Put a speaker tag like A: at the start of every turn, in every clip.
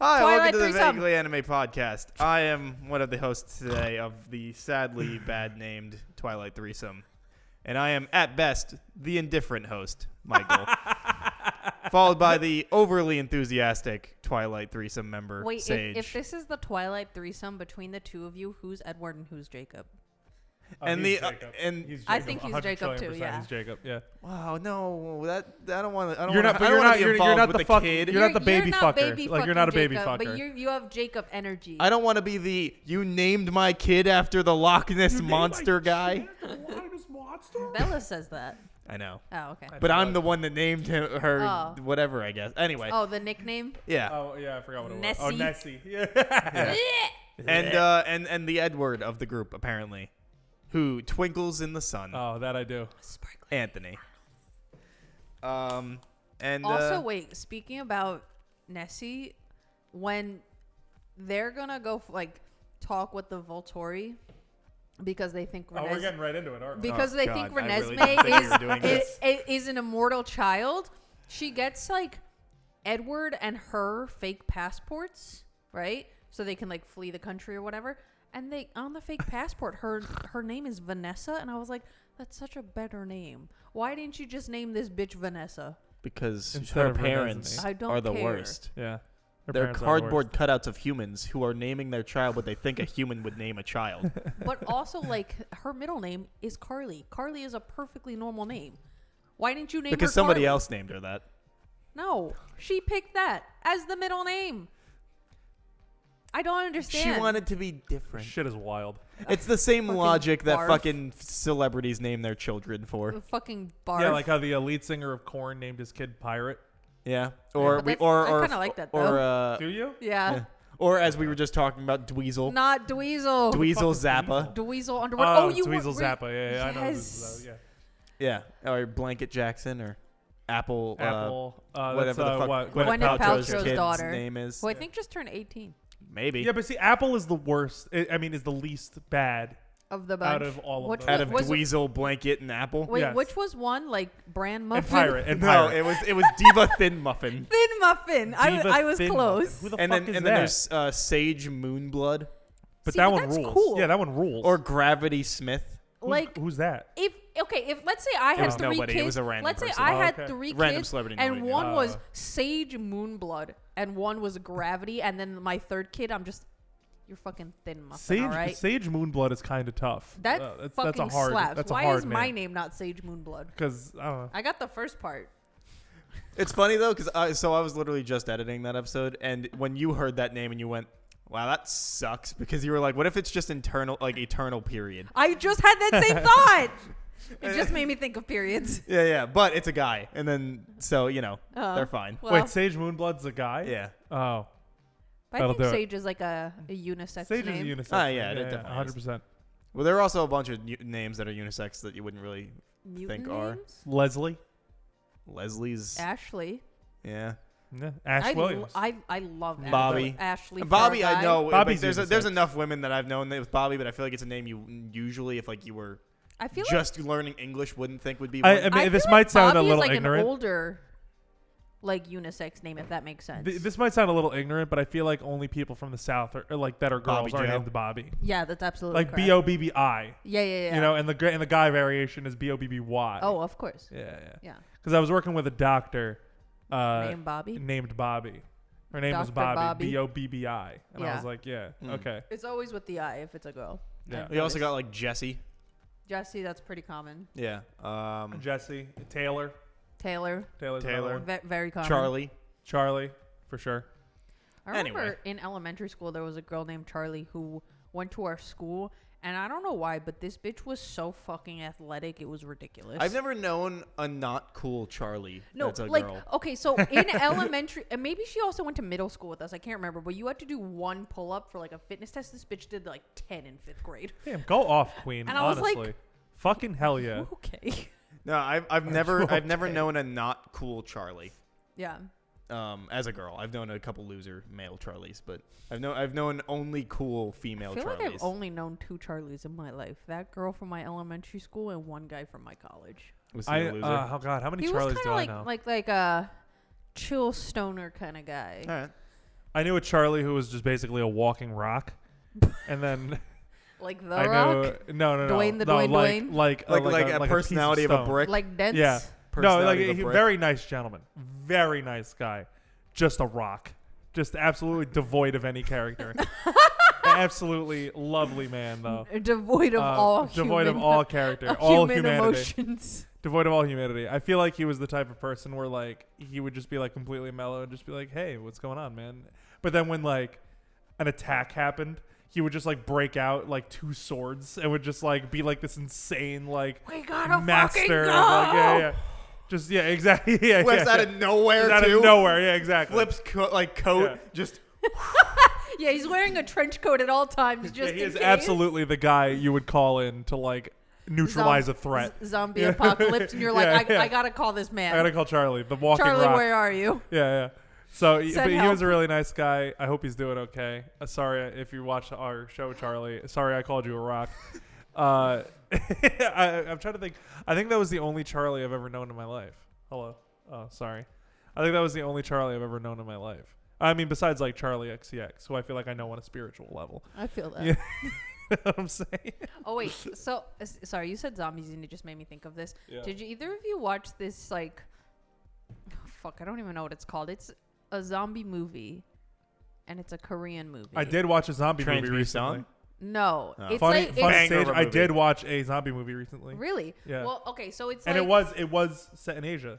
A: Welcome
B: Alright,
A: to the
B: threesome.
A: Vaguely Anime Podcast. I am one of the hosts today of the sadly bad named Twilight Threesome. And I am, at best, the indifferent host, Michael. followed by the overly enthusiastic Twilight Threesome member,
B: Wait, if,
A: Sage.
B: if this is the Twilight threesome between the two of you, who's Edward and who's Jacob?
C: Oh,
A: And
C: he's
A: the- uh,
C: Jacob.
A: and-
C: he's
B: I think he's
C: 100
B: Jacob
C: trillion
B: too,
C: percent
B: yeah.
C: he's Jacob. Yeah.
A: wow, no, that I don't want to.
C: You're not. But you're not. You're, you're not the, fuck. You're, not the baby
B: not
C: fucker.
B: baby
C: like
B: fucking
C: you're not a baby
B: Jacob,
C: fucker.
B: But you you have Jacob energy.
A: I don't want to be the you named my kid after the Loch Ness monster guy.
B: Bella says that.
A: I know,
B: Oh, okay.
A: but I'm the one that named him, her
B: Oh.
A: whatever I guess. Anyway,
B: Oh, the nickname?
A: yeah,
C: Oh yeah, I forgot what it was. Oh
B: Nessie.
C: Nessie. Yeah.
A: and uh, and and the Edward of the group apparently, who twinkles in the sun,
C: oh, that I do.
B: Sparkling.
A: Anthony. Um, and
B: Also,
A: uh,
B: wait. Speaking about Nessie, when they're gonna go f- like talk with the Volturi because they think
C: Oh, we're
B: Renes-
C: getting right into it, aren't we?
B: because
A: Oh,
B: they
A: God,
B: think
A: I really
B: Renesmee
A: didn't think we were doing
B: is,
A: this.
B: is, is an immortal child, she gets like Edward and her fake passports, right? So they can like flee the country or whatever. And they on the fake passport, her her name is Vanessa, and I was like, that's such a better name. Why didn't you just name this bitch Vanessa?
A: because
C: Instead
A: her
C: of her
A: parents
C: resume.
B: I don't
A: are the
B: care.
A: worst.
C: Yeah. Her
A: They're
C: parents are the
A: cardboard
C: worst.
A: cutouts of humans who are naming their child what they think a human would name a child.
B: But also, like her middle name is Carly. Carly is a perfectly normal name. Why didn't you name her
A: because somebody
B: Carly?
A: else named her that.
B: No, she picked that as the middle name. I don't understand.
A: She wanted to be different.
C: Shit is wild.
A: It's the same
B: Fucking
A: logic that
B: barf.
A: fucking celebrities name their children for.
B: a fucking barf.
C: Yeah, like how the elite singer of Corn named his kid Pirate.
A: Yeah. Or
B: but
A: we
B: that's-
A: or
B: I
A: or
B: kinda like that,
A: or
B: though.
A: uh,
C: Do you?
B: yeah.
A: yeah. or as we were just talking about Dweezil.
B: not Dweezil.
A: Dweezil
C: is
A: Zappa.
B: Dweezil Underwood.
C: Oh,
B: oh, you
C: Dweezil
B: were,
C: Zappa. Yeah, yeah, I know. who this
B: Yes.
C: is, uh, yeah.
A: Yeah. Or Blanket Jackson or Apple uh,
C: Apple. Uh,
A: whatever
C: that's, uh,
A: the fuck
C: what,
A: Gwyneth,
B: Gwyneth
A: Paltrow's,
B: Paltrow's
A: kid's
B: daughter.
A: name is.
B: Who I think just turned 18
A: Maybe.
C: Yeah, but see, Apple is the worst. I I mean, is the least bad.
B: of the bunch.
C: of all of
B: which
C: them.
A: Out
B: wa-
A: of
B: was,
A: Dweezil, Blanket and Apple.
B: Wait,
C: Yes.
B: which was one like Bran Muffin?
C: And Pirate. And
A: No,
C: Pirate.
A: it was it was Diva Thin Muffin.
B: Thin Muffin. I,
C: Diva
B: I was
C: Thin Muffin.
B: close.
C: Who the
A: And
C: fuck
A: then
C: is
A: and
C: that?
A: then there's uh, Sage Moonblood
C: but
B: See,
C: that
B: but
C: one
B: that's
C: rules.
B: cool.
C: Yeah, that one rules.
A: or Gravity Smith.
C: who's,
B: like
C: who's that?
B: if okay, if let's say I had
A: was
B: three
A: nobody, it
B: kids,
A: was a random
B: let's say
A: person.
B: I
C: Oh,
B: had
C: okay.
B: three
A: Random
B: kids,
A: celebrity nobody
B: and
A: knew.
B: one was
C: Oh.
B: Sage Moonblood, and one was Gravity, and then my third kid, I'm just you're fucking Thin Muffin,
C: Sage.
B: all right?
C: Sage Moonblood is kind of tough.
B: That
C: Uh, that's,
B: fucking
C: that's a hard.
B: slaps.
C: That's
B: Why
C: a hard
B: is my name not Sage Moonblood?
C: Because I don't know.
B: I got the first part.
A: It's funny though, because I so I was literally just editing that episode, and when you heard that name and you went, "Wow, that sucks," because you were like, "What if it's just internal, like eternal period?"
B: I just had that same thought. It just made me think of periods.
A: Yeah, yeah, but it's a guy, and then so you know
B: Oh,
A: they're fine.
B: Well,
C: Wait, Sage Moonblood's a guy.
A: Yeah,
C: Oh,
B: I
C: that'll
B: think
C: do it.
B: Sage is like a, a unisex
C: Sage
B: name.
C: is a unisex.
A: Ah,
C: name.
A: yeah, it
C: yeah,
A: definitely is.
C: 100. percent
A: well, there are also a bunch of u- names that are unisex that you wouldn't really.
B: Mutant
A: think are.
B: names?
C: Leslie.
A: Leslie's,
B: Ashley.
A: yeah,
C: Yeah. Ash
B: I,
C: Williams.
B: I I love Ashley.
A: Bobby.
B: Ashley. for a
A: Bobby. I
B: guy.
A: know.
C: Bobby's
A: Bobby's there's a,
C: unisex.
A: there's enough women that I've known that with Bobby, but I feel like it's a name you usually, if like you were
B: I feel like
A: just learning English, wouldn't think would be.
C: I-
A: one.
C: I mean,
B: feel
C: this
B: like
C: might sound a
B: Bobby
C: little
B: is like
C: ignorant.
B: An older, like unisex name, if that makes sense.
C: Th- this might sound a little ignorant, but I feel like only people from the South are, or like that are
A: Bobby
C: girls are
A: Joe.
C: named Bobby.
B: yeah, that's absolutely
C: Like B
B: correct.
C: O B B I.
B: Yeah, yeah, yeah.
C: You know, and the gr- and the guy variation is B O B B Y.
B: Oh, of course.
C: Yeah, yeah.
B: Yeah.
C: Because I was working with a doctor. Uh,
B: Named Bobby?
C: Named Bobby. Her name was
B: Dr.
C: Bobby.
B: Bobby?
C: B O B B I. And I
B: Yeah.
C: was like, yeah, okay.
B: It's always with the I if it's a girl.
C: Yeah.
A: we also got like Jesse.
B: Jesse, that's pretty common.
A: Yeah. Um,
C: Jesse, Taylor,
B: Taylor,
C: Taylor's another
A: Taylor.
C: one.
B: ve- very common.
A: Charlie.
C: Charlie, for sure.
B: I remember
A: Anyway.
B: in elementary school there was a girl named Charlie who went to our school, and I don't know why, but this bitch was so fucking athletic, it was ridiculous.
A: I've never known a not cool Charlie.
B: No,
A: that's a
B: like
A: girl.
B: okay, so in elementary, and maybe she also went to middle school with us. I can't remember, but you had to do one pull up for like a fitness test. This bitch did like ten in fifth grade.
C: Damn, go off, Queen.
B: And I was
C: honestly,
B: like-
C: fucking hell yeah.
B: Okay,
A: No, I've I've never I've never
C: okay?
A: known a not cool Charlie.
B: yeah,
A: Um, as a girl, I've known a couple loser male Charlies, but I've known I've known only cool female
B: I feel like
A: Charlies.
B: I've only known two Charlies in my life: that girl from my elementary school and one guy from my college.
A: Was he
C: I,
A: a loser?
C: uh, oh god, how many
B: He was
C: Charlies
B: kind
C: do
B: of like
C: I know? Uh,
B: like like a chill stoner kind of guy.
A: All right.
C: I knew a Charlie who was just basically a walking rock, and then
B: Like The
C: I
B: Rock,
C: know no no no
B: Dwayne the
C: no,
B: Dwayne
C: like,
B: Dwayne?
C: like uh,
A: Like,
C: Oh, like
A: like, a,
C: like piece
A: personality of, a
C: stone.
A: brick.
B: like Dents.
C: uh, Yeah. No, like
A: Personality
C: a
A: of a brick.
C: very nice gentleman, very nice guy, just a rock, just absolutely devoid of any character. absolutely lovely man though.
B: Devoid of
C: Uh,
B: all
C: devoid
B: human,
C: of all character, all
B: human
C: humanity,
B: emotions.
C: devoid of all humanity. I feel like he was the type of person where like he would just be like completely mellow and just be like, "Hey, what's going on, man?" But then when like an attack happened, he would just like break out like two swords and would just like be like this insane like
B: We gotta fucking
C: master.
B: go.
C: of, like, yeah, yeah. Just yeah, exactly. Yeah,
A: Flips
C: yeah,
A: out
C: yeah.
A: of nowhere
C: out
A: too.
C: of nowhere. Yeah, exactly.
A: Flips co- like coat.
C: Yeah.
A: Just
B: Yeah, he's wearing a trench coat at all times.
C: Yeah,
B: Just
C: he
B: in
C: is
B: case.
C: absolutely the guy you would call in to like neutralize
B: Zom-
C: a threat.
B: z- zombie
C: Yeah.
B: apocalypse, and you're like,
C: Yeah,
B: I,
C: yeah.
B: I gotta call this man.
C: I gotta call Charlie, the walking
B: Charlie,
C: rock.
B: where are you?
C: Yeah, yeah. So, y-
B: Send
C: but he
B: help.
C: was a really nice guy. I hope he's doing okay. Uh, sorry if you watch our show, Charlie. Sorry I called you a rock. Uh, I, I'm trying to think. I think that was the only Charlie I've ever known in my life. Hello. Oh, sorry. I think that was the only Charlie I've ever known in my life. I mean, besides like Charlie XCX, who I feel like I know on a spiritual level.
B: I feel that.
C: Yeah. You know what I'm saying?
B: Oh wait, so s- sorry, you said zombies, and it just made me think of this.
C: Yeah.
B: Did you, either of you watch this? Like, oh, fuck, I don't even know what it's called. It's a zombie movie, and it's a Korean movie.
C: I did watch a zombie
D: Train to
C: movie
D: Busan?
C: recently.
B: No,
A: No.
B: it's
C: Funny,
B: like
C: funny
B: it's,
D: Banger
C: stage, I
D: movie.
C: did watch a zombie movie recently,
B: really.
C: Yeah.
B: Well, okay, so it's
C: and
B: like
C: it was it was set in Asia.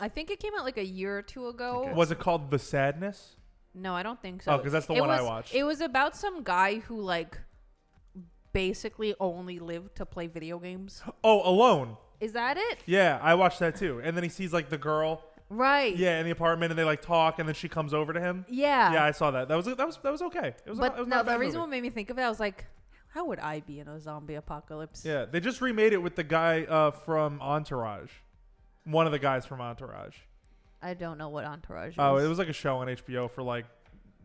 B: I think it came out like a year or two ago.
A: Okay.
C: Was it called The Sadness?
B: No, I don't think so.
C: Oh, 'cause that's the
B: It
C: one I
B: was-
C: watched.
B: It was about some guy who like basically only lived to play video games.
C: Oh, Alone.
B: Is that it?
C: Yeah, I watched that too. And then he sees like the girl,
B: Right.
C: yeah, in the apartment, and they like talk, and then she comes over to him.
B: Yeah.
C: Yeah, I saw that. That was that was that was okay. It was,
B: but
C: not, it was
B: no,
C: not a bad
B: the reason what
C: movie.
B: made me think of it, I was like, how would I be in a zombie apocalypse?
C: Yeah, they just remade it with the guy uh, from Entourage, one of the guys from Entourage.
B: I don't know what entourage.
C: Oh,
B: is.
C: it was like a show on HBO for like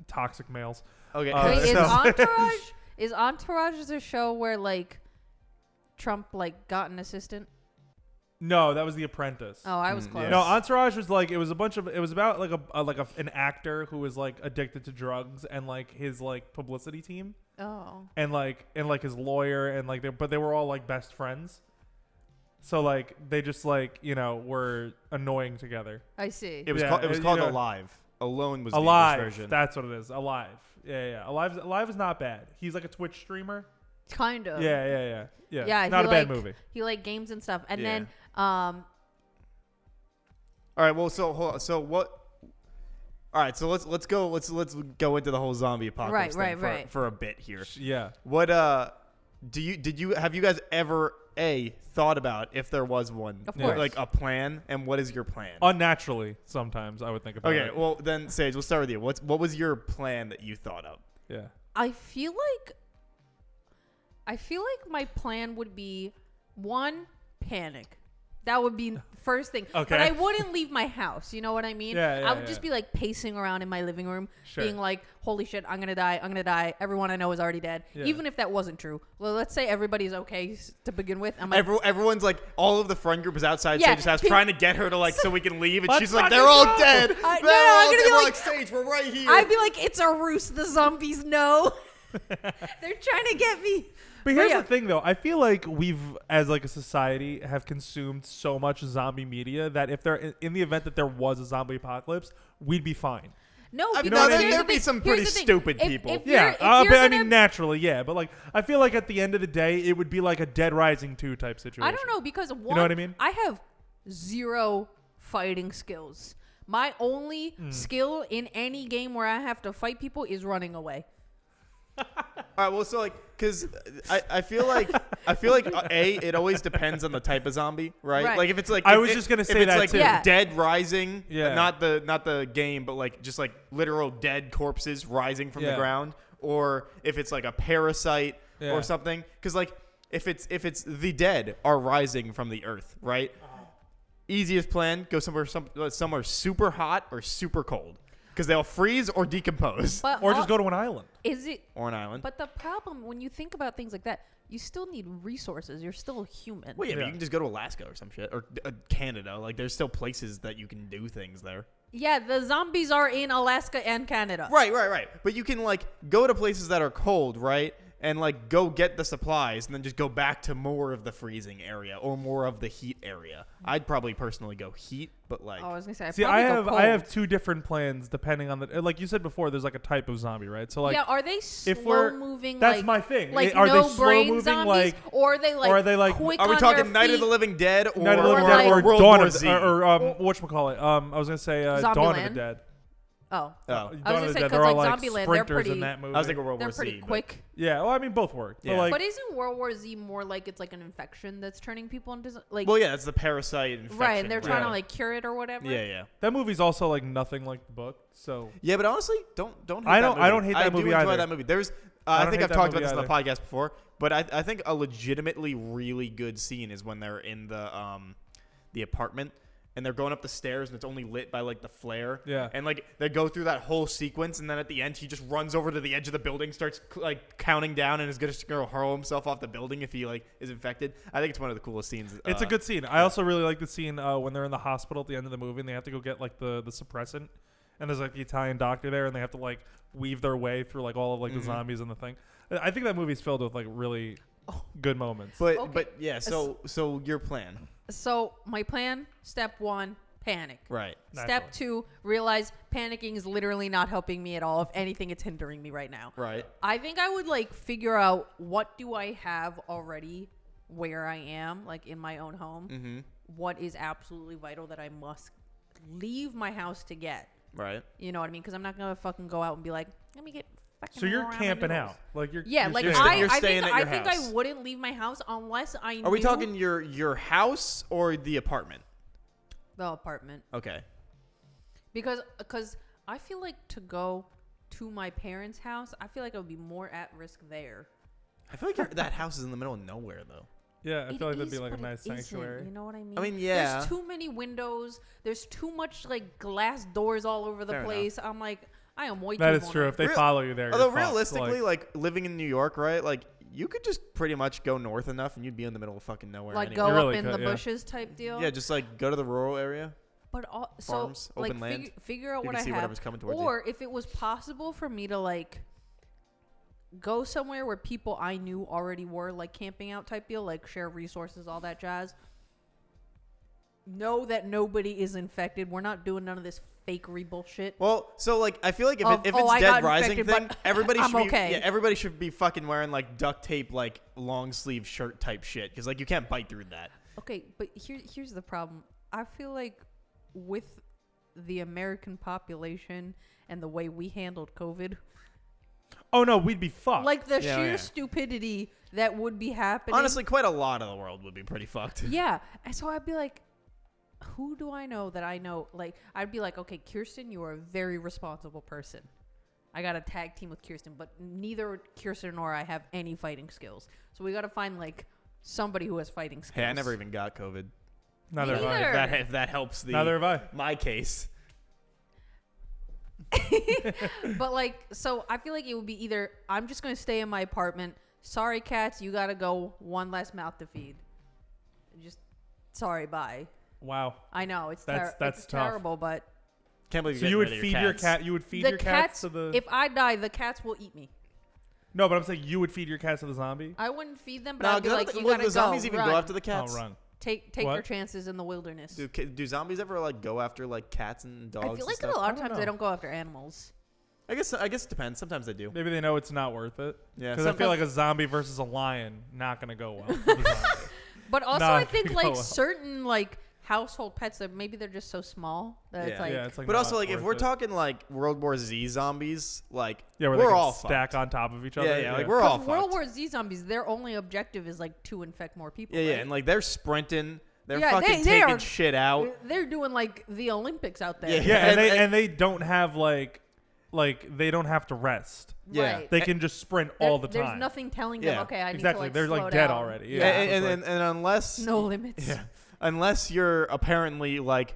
C: toxic males.
A: okay.
C: Uh,
B: Wait, is
C: so-
B: entourage is entourage a show where like Trump like got an assistant?
C: No, that was The Apprentice.
B: Oh, I was
D: Mm,
B: close.
D: yeah.
C: No, Entourage was like it was a bunch of it was about like a, a like a, an actor who was like addicted to drugs and like his like publicity team.
B: oh,
C: and like and like his lawyer and like they but they were all like best friends. So like they just like you know were annoying together.
B: I see.
A: it was
C: Yeah,
A: called. It was
C: you
A: called
C: know.
A: Alive. Alone was the English
C: alive,
A: version.
C: that's what it is. Alive, yeah, yeah, yeah. Alive, alive is not bad. He's like a Twitch streamer.
B: kind of.
C: yeah, yeah, yeah, yeah.
B: Oh. Yeah,
C: not
B: he
C: a bad
B: like-
C: movie.
B: He liked games and stuff, and
A: Yeah.
B: then um,
A: All right. Well, so hold on. So what? All right. So let's let's go. Let's let's go into the whole zombie apocalypse
B: Right,
A: thing
B: right,
A: for,
B: right.
A: for a bit here.
C: Yeah,
A: What uh? Do you did you have you guys ever a thought about if there was one
B: Of
A: Yeah.
B: course.
A: like a plan and what is your plan?
C: unnaturally sometimes I would think about
A: okay.
C: it.
A: Well, then Sage, we'll start with you. What's what was your plan that you thought of?
C: yeah,
B: I feel like I feel like my plan would be one panic. That would be first thing. But
C: Okay.
B: I wouldn't leave my house. You know what I mean?
C: Yeah, yeah,
B: I would just be
C: yeah.
B: like pacing around in my living room,
C: Sure.
B: being like, "Holy shit, I'm gonna die! I'm gonna die! Everyone I know is already dead."
C: Yeah.
B: Even if that wasn't true. Well, let's say everybody's okay s- to begin with. I'm like,
A: Every, everyone's like, all of the friend group is outside
B: Yeah,
A: Sage's house
B: pe-
A: trying to get her to like, so we can leave. And
C: Let's
A: she's like,
C: fucking
A: they're all
C: go!"
A: dead.
B: I-
A: They're
B: no,
A: all
B: I'm gonna
A: dead."
B: be
A: We're
B: like-
A: Sage, we're right here.
B: I'd be like, "It's a ruse. The zombies know. They're trying to get me."
C: But here's
B: yeah.
C: the thing, though. I feel like we've, as like a society, have consumed so much zombie media that if there, in- in the event that there was a zombie apocalypse, we'd be fine.
B: No,
A: I mean,
B: because
A: no, there-
B: here's the
A: there'd be
B: thing-
A: some
B: here's
A: pretty
B: the thing.
A: stupid
B: If-
A: people.
B: if you're-
C: Yeah,
B: if
C: uh,
B: you're
C: but I
B: gonna-
C: mean naturally, yeah. But like, I feel like at the end of the day, it would be like a Dead Rising two type situation.
B: I don't know because one,
C: what I mean?
B: have zero fighting skills. My only
C: Hmm.
B: skill in any game where I have to fight people is running away.
A: All right, well, so like, cause I, I feel like I feel like uh, a it always depends on the type of zombie, right?
B: Right.
A: Like if it's like
C: I
A: if
C: was
A: it-
C: just gonna
A: if
C: say
A: it's
C: that,
A: like
C: too.
B: Yeah.
A: Dead Rising,
C: Yeah.
A: not the not the game, but like just like literal dead corpses rising from the
C: Yeah.
A: ground, or if it's like a parasite
C: Yeah.
A: or something, because like if it's if it's the dead are rising from the earth, right?
C: Uh-huh.
A: Easiest plan: go somewhere some, uh, somewhere super hot or super cold, because they'll freeze or decompose,
B: But
C: Or just
B: all-
C: go to an island.
B: Is it?
A: or an island.
B: But the problem when you think about things like that, you still need resources. You're still human.
A: Well, yeah, but
C: Yeah.
A: you can just go to Alaska or some shit, or uh, Canada. Like, there's still places that you can do things there.
B: Yeah, the zombies are in Alaska and Canada.
A: Right, right, right. But you can like go to places that are cold, right? And like go get the supplies and then just go back to more of the freezing area or more of the heat area. I'd probably personally go heat, but like
B: Oh, I was gonna say. i
C: See, I have I have two different plans depending on the uh, like you said before. There's like a type of zombie, right? So like,
B: yeah, are they slow
C: if we're-
B: moving?
C: that's
B: like,
C: my thing.
B: Like
C: Are they
B: no brain
C: slow-moving,
B: zombies,
C: like-
B: or are they like?
C: are they, like-
B: Quick
A: are we
B: on
A: talking
B: their
A: Night of the
B: feet?
A: Living Dead or,
C: Night of the Living
B: or
C: Dead
B: like-
C: or
A: World
C: Dawn
A: War
C: of
A: Z?
C: the, or, or um, whatchamacallit? Um, I was gonna say uh, Dawn of the
B: Zombieland.
C: Dead.
B: Oh,
A: oh.
C: Dawn
B: I was
C: of
B: gonna
C: the
B: say,
C: Dead.
B: 'cause,
C: They're all
B: like,
C: like
B: Zombieland, they're
C: sprinters in
B: pretty-
C: that movie.
A: I was thinking World
B: they're
A: War
B: pretty
A: Z. but-
B: quick.
C: yeah, well, I mean both work.
A: Yeah.
B: But
C: But like,
B: isn't World War Z more like it's like an infection that's turning people into zo- like
A: Well, yeah, that's the parasite infection.
B: right? And they're trying to
C: right.
B: like cure it or whatever.
A: Yeah, yeah.
C: that movie's also like nothing like the book. So
A: Yeah, but honestly, don't don't. Hate
C: I
A: that
C: don't- I
A: movie.
C: don't hate that
A: do
C: movie
A: enjoy
C: either.
A: that movie. There's, uh,
C: I
A: I,
C: don't
A: think
C: hate
A: I've
C: that
A: talked about this
C: movie
A: on the podcast before, but I, I think a legitimately really good scene is when they're in the um, the apartment and they're going up the stairs and it's only lit by like the flare.
C: Yeah.
A: And like they go through that whole sequence and then at the end he just runs over to the edge of the building, starts like counting down, and is gonna hurl himself off the building if he like is infected. I think it's one of the coolest scenes.
C: It's a
A: uh,
C: good scene. I also really like the scene uh, when they're in the hospital at the end of the movie and they have to go get like the, the suppressant, and there's like the Italian doctor there and they have to like weave their way through like all of like the zombies and the thing. I I think that movie's filled with like really
B: Oh.
C: good moments.
A: But
B: Okay.
A: but yeah, so so your plan,
B: So my plan, step one, panic.
A: right?
B: Step two, realize panicking is literally not helping me at all. If anything, it's hindering me right now.
A: Right.
B: I think I would like figure out what do I have already where I am, like in my own home. Mm-hmm. is absolutely vital that I must leave my house to get.
A: Right.
B: You know what I mean? Because I'm not gonna fucking go out and be like, let me get. Fucking
C: So you're
B: ramen
C: camping
B: noodles."
C: out, like you're
B: Yeah,
C: you're
B: like
C: staying-
B: I,
A: You're
B: I
A: staying
B: think
A: at
B: I
A: your
B: think
A: house.
B: I wouldn't leave my house unless I.
A: Are we
B: knew
A: talking your your house or the apartment?
B: the apartment?
A: Okay.
B: because because I feel like to go to my parents' house, I feel like I would be more at risk there.
A: I feel like your- that house is in the middle of nowhere, though.
C: yeah, I
B: It
C: feel like that'd be
B: is,
C: like a
B: but it
C: nice
B: isn't,
C: sanctuary.
B: You know what I mean?
A: mean, yeah.
B: There's too many windows. There's too much like glass doors all over the
A: Fair enough.
B: place. I'm like, I am way
C: That
B: too
C: is true. If
B: vulnerable.
C: they
A: Real-
C: follow you there, you're
A: Although
C: fucked, like-
A: realistically, like, living in New York, right? Like you could just pretty much go north enough, and you'd be in the middle of fucking nowhere.
B: Like
A: anyway.
B: go
C: really
B: up in
C: could,
B: the
C: yeah.
B: bushes type deal.
A: Yeah, just like go to the rural area.
B: But all, so
A: Farms,
B: like
A: open land.
B: fig- figure out
A: You
B: what
A: can
B: I
A: see
B: have,
A: whatever's coming towards you.
B: or if it was possible for me to like go somewhere where people I knew already were, like camping out type deal, like share resources, all that jazz. Know that nobody is infected. We're not doing none of this fakery bullshit.
A: Well, so like I feel like if,
B: Of,
A: it, if
B: "Oh,
A: it's
B: I
A: Dead
B: got
A: Rising
B: infected,
A: thing,
B: but
A: everybody
B: I'm
A: should be
B: okay.
A: yeah, everybody should be fucking wearing like duct tape, like long sleeve shirt type shit, because like you can't bite through that.
B: Okay, but here here's the problem. I feel like with the American population and the way we handled COVID,
C: oh no, we'd be fucked.
B: like the
A: Uh, Yeah, oh
B: sheer
A: yeah.
B: stupidity that would be happening.
A: Honestly, quite a lot of the world would be pretty fucked.
B: Yeah. And so I'd be like, who do I know that I know? Like, I'd be like, okay, Kirsten, you are a very responsible person. I got a tag team with Kirsten, but neither Kirsten nor I have any fighting skills. So we got to find, like, somebody who has fighting skills.
A: Hey, I never even got COVID.
C: neither have I.
B: Neither.
A: If that if that helps the
C: Neither have I.
A: my case.
B: But, like, so I feel like it would be either I'm just going to stay in my apartment. Sorry, cats, you got to go one less mouth to feed. Just sorry, bye.
C: Wow.
B: I know it's,
C: That's-
B: ter-
C: that's
B: it's
C: tough.
B: terrible, but
A: Can't believe
C: So you would feed your cat. You would feed
B: the
C: your
B: cats.
C: cats to the.
B: If I die, the cats will eat me.
C: no, but I'm saying you would feed your cats to the zombie.
B: I wouldn't feed them, but
A: No,
B: I'd be
A: 'cause I don't
B: like,
A: thi-
B: you
A: well,
B: gotta
A: do zombies
B: go,
A: even
B: run.
A: go after the
C: I'll
A: cats?
C: Oh, run.
B: Take take your
C: What?
B: chances in the wilderness.
A: Do, ca- do zombies ever like go after like cats and dogs?
B: I feel
A: and
B: like a
A: stuff?
B: lot of
C: I don't
B: times they
C: know.
B: don't go after animals.
A: I guess I guess it depends. Sometimes they do.
C: Maybe they know it's not worth it.
A: Yeah,
C: Because I feel
B: sometimes-
C: like a zombie versus a lion not gonna go well. for the zombie.
B: But also,
C: Nah,
B: I think
C: go
B: like
C: out.
B: certain like household pets that maybe they're just so small that it's
A: Yeah.
B: like
C: yeah, it's like.
A: But also
C: not
A: like if
C: worth
A: we're
C: it.
A: talking like World War Z zombies, like
C: yeah, where they
A: we're
C: can
A: all
C: stack
A: fucked.
C: on top of each other.
A: Yeah, yeah, like we're
B: 'Cause
A: all
B: World
A: fucked.
B: War Z zombies. Their only objective is like to infect more people.
A: yeah, yeah,
B: right?
A: and like they're sprinting, they're
B: Yeah,
A: fucking
B: they- they
A: taking
B: are-
A: shit out.
B: They're- they're doing like the Olympics out there.
C: yeah, and,
A: And-
C: they
A: and-
C: and they don't have like, like they don't have to rest.
A: Yeah.
B: Right.
C: They can just sprint
B: There-
C: all the time.
B: There's nothing telling
A: Yeah.
B: them. Okay, I need
C: exactly.
B: to like
C: They're
B: slow
C: like dead
B: down."
C: already.
A: A-
C: Yeah.
A: and, and,
C: it's
A: and, and unless
B: No limits.
A: yeah, unless you're apparently like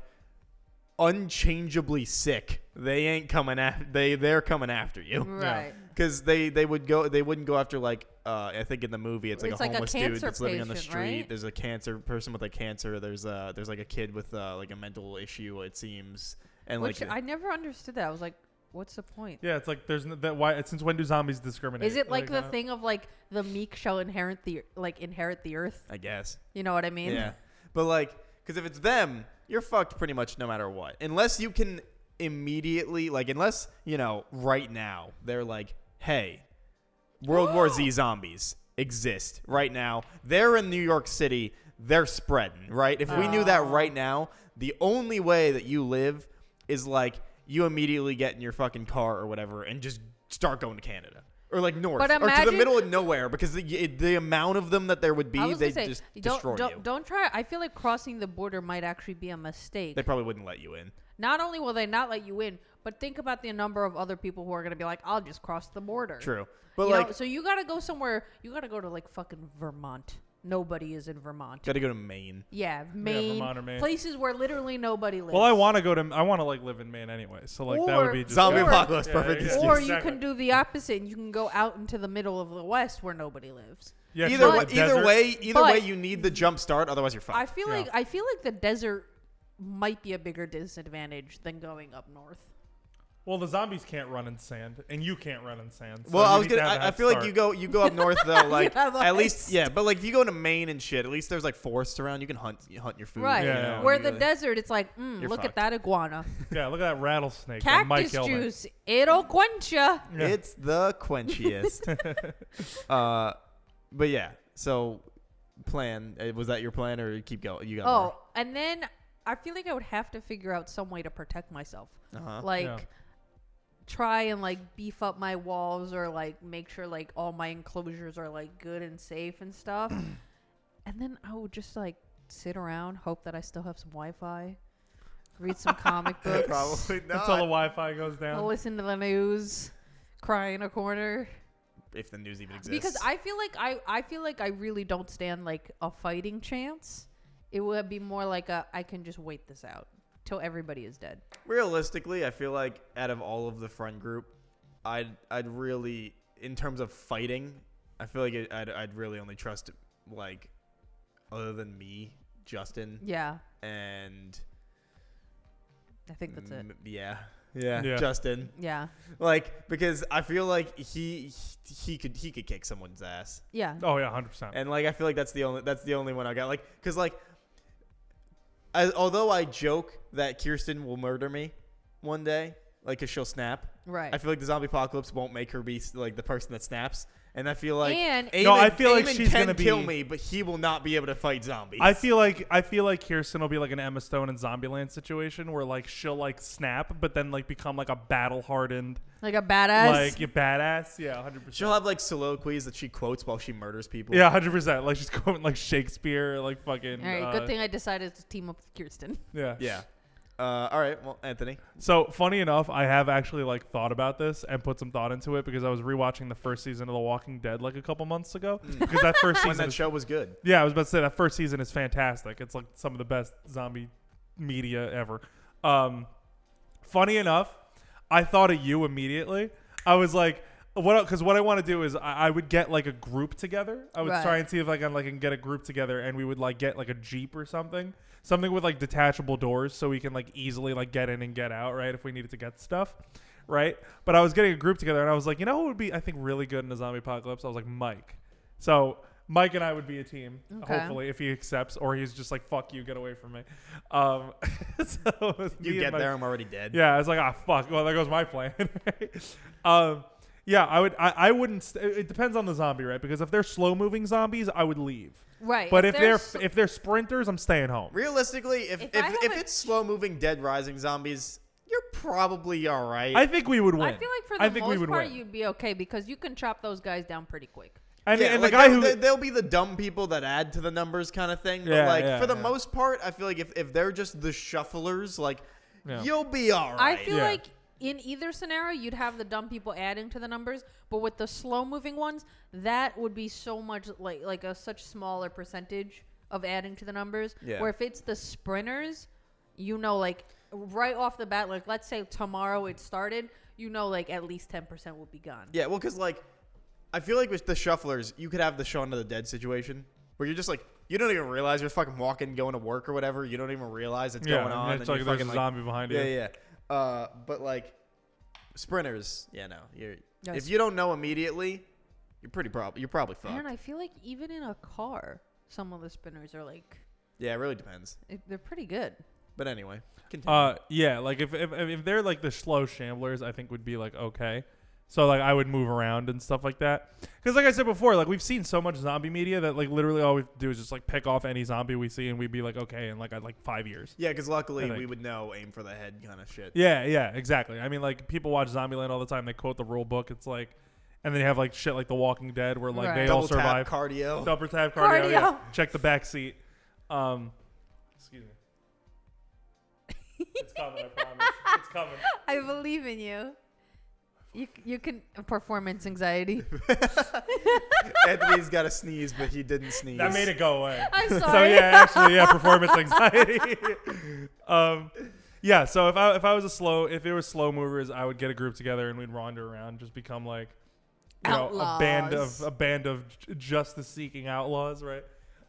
A: unchangeably sick, they ain't coming after they they're coming after you.
B: Right.
A: because they they would go they wouldn't go after like uh, I think in the movie it's like
B: It's
A: a
B: like a
A: homeless dude
B: cancer
A: that's living on the
B: patient,
A: street.
B: right?
A: There's a cancer person with a cancer. There's a there's like a kid with uh, like a mental issue it seems, and
B: Which
A: like
B: I never understood that. I was like, what's the point?
C: Yeah, it's like there's no, that why since when do zombies discriminate?
B: Is it like, the
C: uh,
B: thing of like the meek shall inherit the e, like inherit the earth?
A: I guess.
B: You know what I mean?
A: Yeah. But like, because if it's them, you're fucked pretty much no matter what. Unless you can immediately, like, unless, you know, right now, they're like, hey, World War Z zombies exist right now. They're in New York City. They're spreading, right? If we knew that
B: Oh.
A: right now, the only way that you live is like you immediately get in your fucking car or whatever and just start going to Canada. Or like north,
B: But
A: or to the
B: imagine-
A: middle of nowhere, because the, the amount of them that there would
B: I
A: be,
B: was
A: they
B: gonna say,
A: just destroy
B: don't don't,
A: you.
B: don't try. I feel like crossing the border might actually be a mistake.
A: They probably wouldn't let you in.
B: not only will they not let you in, but think about the number of other people who are gonna be like, I'll just cross the border.
A: True. But
B: You know,
A: like
B: so you gotta go somewhere. You gotta go to like fucking Vermont. Nobody is in Vermont.
A: gotta go to Maine.
B: Yeah, Maine,
C: Vermont or Maine.
B: places where literally nobody lives.
C: Well, I want to go to I want to like live in Maine anyway, so like that
B: Or-
C: would be just
A: Zombie
B: Or-
A: apocalypse,
C: Yeah,
A: perfect
C: yeah,
A: excuse.
B: Or you
C: Exactly.
B: can do the opposite and you can go out into the middle of the West where nobody lives.
C: Yeah,
A: either
C: sure,
A: way,
C: the
A: either
C: desert.
A: way, either
B: but-
A: way, you need the jump start, otherwise you're
B: I
A: fucked.
B: feel
C: Yeah.
B: like I feel like the desert might be a bigger disadvantage than going up north.
C: Well, the zombies can't run in sand, and you can't run in sand. so
A: well, I
C: you
A: was
C: need to
A: gonna.
C: have
A: I,
C: a
A: I
C: head
A: feel like
C: start.
A: you go you go up north though, like
B: have a
A: at
B: head
A: least yeah. But like if you go to Maine and shit, at least there's like forests around. You can hunt you hunt your food.
B: Right.
A: You
C: Mm. Yeah.
A: know,
B: Where
A: you
B: the
A: really-
B: desert it's like, mm,
A: You're
B: look
A: fucked.
B: at that iguana.
C: Yeah, look at that rattlesnake. that Mike
B: Cactus
C: killed it.
B: juice, it'll quench ya.
C: Yeah.
A: It's the quenchiest. uh, but yeah. So plan uh, was that your plan or keep going? You got
B: Oh, and then I feel like I would have to figure out some way to protect myself.
A: more. Uh-huh.
B: Like
C: Yeah.
B: try and like beef up my walls or like make sure like all my enclosures are like good and safe and stuff. and then I would just like sit around, hope that I still have some Wi-Fi, read some comic books,
A: Probably
C: until
A: not.
C: the Wi-Fi goes down.
B: listen to the news, cry in a corner.
A: If the news even exists.
B: Because I feel like I, I feel like I really don't stand like a fighting chance. It would be more like a I can just wait this out till everybody is dead.
A: Realistically, I feel like out of all of the friend group, I'd I'd really, in terms of fighting, I feel like it, I'd I'd really only trust like, other than me, Justin,
B: Yeah,
A: and
B: I think that's it.
A: m- yeah, yeah,
C: Yeah.
A: Justin.
B: Yeah,
A: Like because I feel like he he could he could kick someone's ass,
B: yeah.
C: Oh yeah, hundred percent.
A: and like I feel like that's the only that's the only one I got. Like because like, I, although I joke that Kirsten will murder me one day, like cause she'll snap.
B: Right.
A: I feel like the zombie apocalypse won't make her be like the person that snaps, and I feel like
B: And-
A: Eamon,
C: No, I feel like
A: Eamon
C: she's
A: can
C: gonna be-
A: kill me, but he will not be able to fight zombies.
C: I feel like I feel like Kirsten will be like an Emma Stone in Zombieland situation where like she'll like snap, but then like become like a battle hardened
B: like a badass.
C: like you badass. Yeah, hundred percent.
A: she'll have like soliloquies that she quotes while she murders people.
C: Yeah, hundred percent. Like she's going like Shakespeare, like fucking.
B: all right,
C: uh,
B: good thing I decided to team up with Kirsten.
C: Yeah,
A: yeah. Uh, all right, well, Anthony,
C: So funny enough, I have actually like thought about this and put some thought into it because I was rewatching the first season of The Walking Dead like a couple months ago because that first
A: Mm. when
C: season.
A: that
C: is-
A: show was good.
C: yeah, I was about to say that first season is fantastic. It's like some of the best zombie media ever. Um, funny enough, I thought of you immediately. I was like, what? Because what I want to do is I, I would get like a group together. I would
B: Right.
C: try and see if I can like can get a group together, and we would like get like a jeep or something, something with like detachable doors, so we can like easily like get in and get out, right? If we needed to get stuff. Right, but I was getting a group together, and I was like, you know, what would be I think really good in a zombie apocalypse? I was like, Mike. So Mike and I would be a team,
B: Okay.
C: hopefully, if he accepts, or he's just like, fuck you, get away from me. Um, so it was me
A: You
C: and
A: get
C: Mike-
A: there, I'm already dead.
C: yeah, I was like, ah, fuck. Well, there goes my plan. um, yeah, I would. I, I wouldn't. St- it depends on the zombie, right? Because if they're slow moving zombies, I would leave.
B: Right.
C: But if they're
B: s-
C: if they're sprinters, I'm staying home.
A: Realistically, if if,
B: If I
A: if,
B: haven't-
A: it's slow moving Dead Rising zombies, you're probably all right.
C: I think we would win.
B: I feel like for the
C: I think
B: most
C: we would
B: part
C: win.
B: you'd be okay because you can chop those guys down pretty quick.
C: and
A: yeah,
C: and
A: like,
C: the guy
A: they'll-
C: who
A: they- they'll be the dumb people that add to the numbers kind of thing. But
C: Yeah,
A: like
C: yeah,
A: for the
C: yeah.
A: most part, I feel like if, if they're just the shufflers, like
C: Yeah.
A: you'll be all
B: I
A: right.
B: feel
C: Yeah.
B: like in either scenario you'd have the dumb people adding to the numbers, but with the slow moving ones, that would be so much like like a such smaller percentage of adding to the numbers.
A: Yeah.
B: Where if it's the sprinters, you know like right off the bat, like let's say tomorrow it started, you know like at least ten percent will be gone.
A: yeah, well, because like I feel like with the shufflers, you could have the Shaun of the Dead situation where you're just like you don't even realize you're fucking walking, going to work or whatever. You don't even realize it's
C: yeah,
A: going on.
C: It's
A: and
C: like
A: you're
C: there's a
A: fucking, like-
C: zombie behind
A: yeah,
C: you.
A: yeah. Uh, but like sprinters, yeah, no. You're
B: No,
A: if you don't know immediately, you're pretty prob you're probably fucked.
B: Man, I feel like even in a car, some of the spinners are like
A: yeah, it really depends.
B: it- they're pretty good.
A: But anyway, continue.
C: Uh, yeah, like if, if if they're like the slow shamblers, I think would be like okay. So like I would move around and stuff like that. Because like I said before, like we've seen so much zombie media that like literally all we have to do is just like pick off any zombie we see and we'd be like okay in like I'd like five years.
A: yeah, because
C: I
A: luckily
C: think.
A: we would know aim for the head kind of shit.
C: Yeah, yeah, exactly. I mean like people watch Zombieland all the time. They quote the rule book. It's like, and they have like shit like The Walking Dead where like
B: Right.
C: they all
A: Double
C: survive.
A: tap cardio.
C: Double tap cardio. yeah.
B: Cardio.
C: Check the back seat. Um, excuse me. It's coming. I promise. It's coming.
B: I believe in you. You you can performance anxiety.
A: Anthony's got to sneeze, but he didn't sneeze.
C: That made it go away.
B: I'm sorry.
C: So yeah, actually, yeah, performance anxiety. um, yeah. So if I if I was a slow if it was slow movers, I would get a group together and we'd wander around, just become like you know, a band of
B: Outlaws.
C: a band of j- justice-seeking outlaws, right?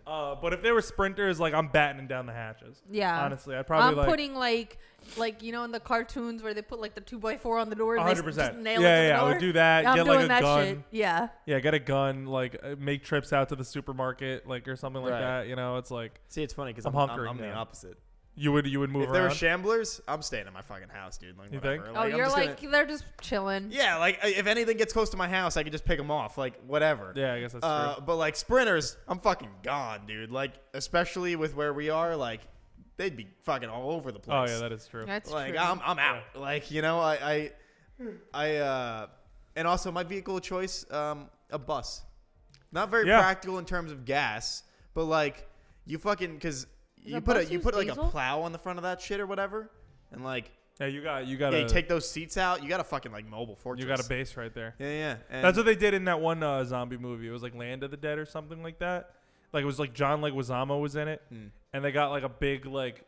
C: Uh, but if they were sprinters, like I'm battening down the hatches.
B: Yeah.
C: Honestly, I'd probably
B: I'm
C: like
B: putting like like you know in the cartoons where they put like the two by four on the door. and they s-
C: 100.
B: just
C: percent Yeah,
B: nail it to
C: yeah.
B: the
C: I would
B: door?
C: do that.
B: I'm
C: get
B: doing
C: like a
B: that
C: gun.
B: shit. Yeah.
C: Yeah, get a gun. Like uh, make trips out to the supermarket, like or something like
A: Right.
C: that. You know, it's like
A: See, it's funny because
C: I'm
A: I'm, I'm,
C: hunkering
A: I'm the
C: now.
A: opposite.
C: you would you would move
A: if there
C: around.
A: were shamblers, I'm staying in my fucking house, dude. Like,
C: You
A: whatever.
C: think?
B: Oh,
A: I'm
B: you're
A: just gonna-
B: like they're just chilling.
A: yeah, like I- if anything gets close to my house, I can just pick them off, like whatever.
C: yeah, I guess that's true.
A: Uh, but like sprinters, I'm fucking gone, dude. Like especially with where we are, like they'd be fucking all over the
C: Oh
A: place.
C: yeah, that is true.
B: That's
A: like
B: true.
A: I'm I'm out. Like you know, I I, I uh, and also my vehicle of choice, um, a bus. Not very
C: Yeah.
A: practical in terms of gas, but like you fucking because you
B: a
A: put a
B: bus
A: you
B: use
A: put like
B: diesel?
A: a plow on the front of that shit or whatever, and like
C: Yeah, you got you got
A: yeah,
C: a
A: you take those seats out. You got a fucking like mobile fortress.
C: you got a base right there.
A: yeah yeah. And
C: That's what they did in that one uh, zombie movie. It was like Land of the Dead or something like that. Like it was like John Leguizamo was in it,
A: Hmm.
C: and they got like a big like,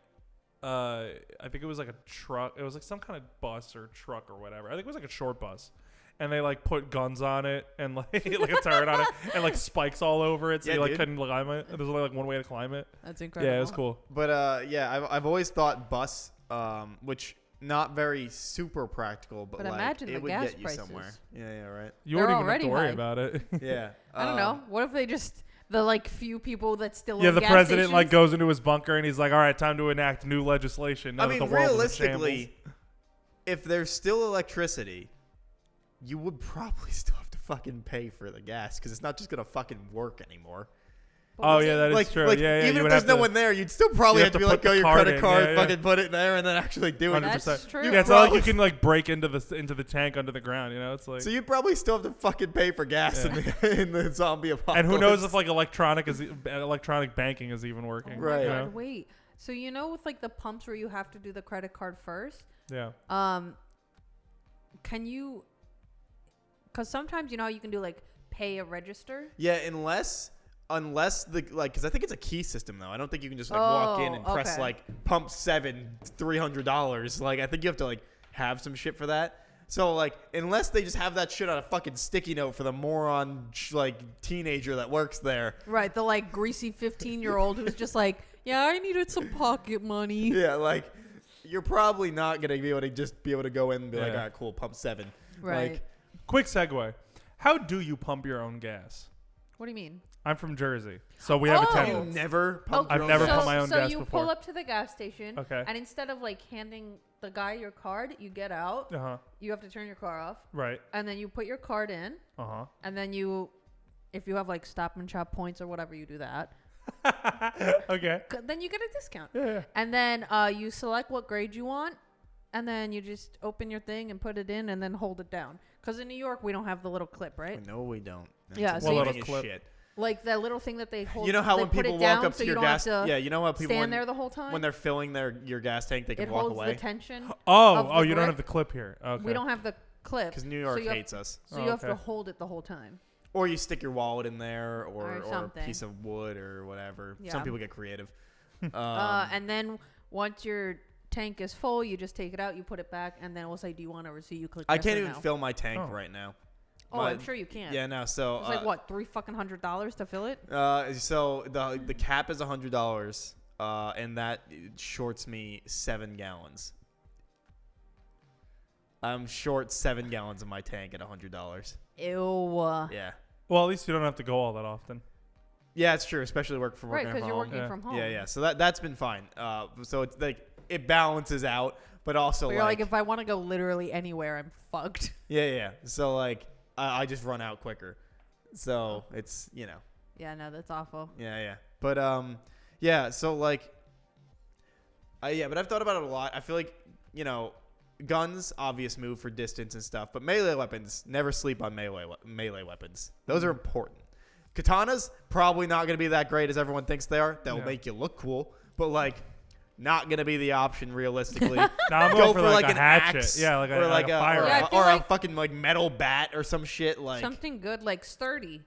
C: uh, I think it was like a truck. It was like some kind of bus or truck or whatever. I think it was like a short bus, and they like put guns on it and like like a turret on it and like spikes all over it, so
A: Yeah,
C: you like
A: dude.
C: couldn't climb it. There's only like one way to climb it.
B: That's incredible.
C: Yeah, it was cool.
A: But uh, yeah, I've, I've always thought bus, um, which not very super practical, but,
B: But
A: like
B: imagine
A: it
B: the
A: would
B: gas
A: get you
B: prices.
A: somewhere. Yeah, yeah, right.
C: You
B: They're
C: wouldn't even have
B: already
C: to worry
B: high.
C: about it.
A: Yeah,
B: I don't know.
A: um,
B: What if they just the like few people that still
C: yeah,
B: own
C: the
B: gas
C: president like
B: stations-
C: goes into his bunker and he's like, "All right, time to enact new legislation." Now
A: I
C: that
A: mean,
C: the world is in shambles."
A: realistically, if there's still electricity, you would probably still have to fucking pay for the gas because it's not just gonna fucking work anymore.
C: Oh yeah, that is
A: like,
C: true.
A: like,
C: yeah, yeah,
A: even
C: you
A: if
C: would
A: there's
C: have
A: no
C: to-
A: one there, you'd still probably
C: you'd
A: have
C: have
A: to be
C: to
A: like,
C: put
A: go
C: the
A: your
C: card
A: credit
C: in,
A: card,
C: yeah, yeah.
A: fucking put it there, and then actually do it.
C: 100%.
B: That's true.
C: Yeah, it's not like you
A: Probably-
C: can like break into the into the tank under the ground. You know, it's like.
A: So you'd probably still have to fucking pay for gas in, the, in the zombie apocalypse.
C: and who knows if like electronic is e, electronic banking is even
B: Oh
C: working?
B: my
A: Right.
C: you
B: God,
C: know?
B: wait. So you know with like the pumps where you have to do the credit card first.
C: Yeah.
B: Um, can you? Because sometimes you know how you can do like pay a register.
A: Yeah, unless unless the like because I think it's a key system though. I don't think you can just like walk in
B: Oh,
A: and press
B: okay.
A: like pump seven three hundred dollars. Like I think you have to like have some shit for that. So like unless they just have that shit on a fucking sticky note for the moron sh- like teenager that works there.
B: Right. The like greasy fifteen year old who's just like, yeah, I needed some pocket money.
A: Yeah, like you're probably not gonna be able to just be able to go in and be like,
C: Yeah.
A: all right, cool, pump seven.
B: Right.
A: Like,
C: Quick segue. How do you pump your own gas?
B: what do you mean?
C: I'm from Jersey, so we have
B: Oh.
C: a
A: you
C: tendency.
A: never pump.
C: I've
A: your own
C: never
B: so,
A: gas?
C: pumped my own
B: so
C: gas
B: you
C: before.
B: pull up to the gas station.
C: Okay.
B: And instead of like handing the guy your card, you get out.
C: Uh huh.
B: You have to turn your car off,
C: Right.
B: and then you put your card in,
C: Uh
B: and then you, if you have like stop and shop points or whatever, you do that.
C: huh. okay.
B: C- Then you get a discount.
C: Yeah, yeah.
B: And then uh, you select what grade you want, and then you just open your thing and put it in, and then hold it down. Because in New York, we don't have the little clip, right?
A: No, we don't. That's
B: Yeah, so
C: you-
A: annoying as
C: Well,
A: shit.
B: Like that little thing that they hold.
A: You know how
B: they
A: when
B: put
A: people
B: it
A: walk
B: down
A: up
B: so
A: to
B: you
A: your
B: don't have
A: gas,
B: to
A: yeah, you know how people
B: stand
A: when-
B: there the whole time.
A: when they're filling their your gas tank, they can
B: it
A: walk
B: holds
A: away.
B: the tension. Of
C: Oh,
B: the
C: oh, you
B: grip.
C: don't have the clip here. Okay.
B: We don't have the clip
A: Because New York
B: so you
A: hates
B: Have,
A: us.
B: so
C: Oh,
B: you have to
C: okay.
B: hold it the whole time.
A: Or you stick your wallet in there, or,
B: Or
A: or, a
B: something.
A: piece of wood, or whatever.
B: Yeah.
A: Some people get creative.
B: uh,
A: Um,
B: and then once your tank is full, you just take it out, you put it back, and then we'll say, "Do you want a receipt?" You click.
A: I
B: yes
A: can't
B: or
A: even
B: no.
A: fill my tank
C: Oh.
A: right now.
B: Oh,
A: my-
B: I'm sure you can.
A: Yeah, no. So,
B: It's
A: uh,
B: like what three fucking hundred dollars to fill it.
A: uh, so the the cap is hundred dollars, uh, and that shorts me seven gallons. I'm short seven gallons of my tank at hundred dollars.
B: Ew.
A: Yeah,
C: Well, at least you don't have to go all that often.
A: yeah, it's true. Especially work for
B: Right,
A: working
B: because
A: from
B: you're
A: home.
B: working
C: Yeah.
B: from home.
A: Yeah, yeah. So that that's been fine. Uh, so it's like it balances out, but also
B: But
A: like,
B: you're like, if I want to go literally anywhere, I'm fucked.
A: yeah, yeah. So like I, I just run out quicker. So it's you know
B: Yeah, no, that's awful.
A: yeah yeah. But um yeah. So like I yeah, but I've thought about it a lot. I feel like you know guns obvious move for distance and stuff, but melee weapons never sleep on melee we- melee weapons. Those are
C: Mm-hmm.
A: important. Katanas probably not going to be that great as everyone thinks they are. They'll
C: No.
A: make you look cool, but like not going to be the option realistically.
C: Now I'm
A: go
C: going for, like, a
A: an
C: hatchet.
A: axe,
C: yeah, like a,
A: or
C: like a
A: or,
C: firearm.
B: Yeah, I feel
A: or
B: like-
A: a fucking like metal bat or some shit. Like
B: Something good, like sturdy.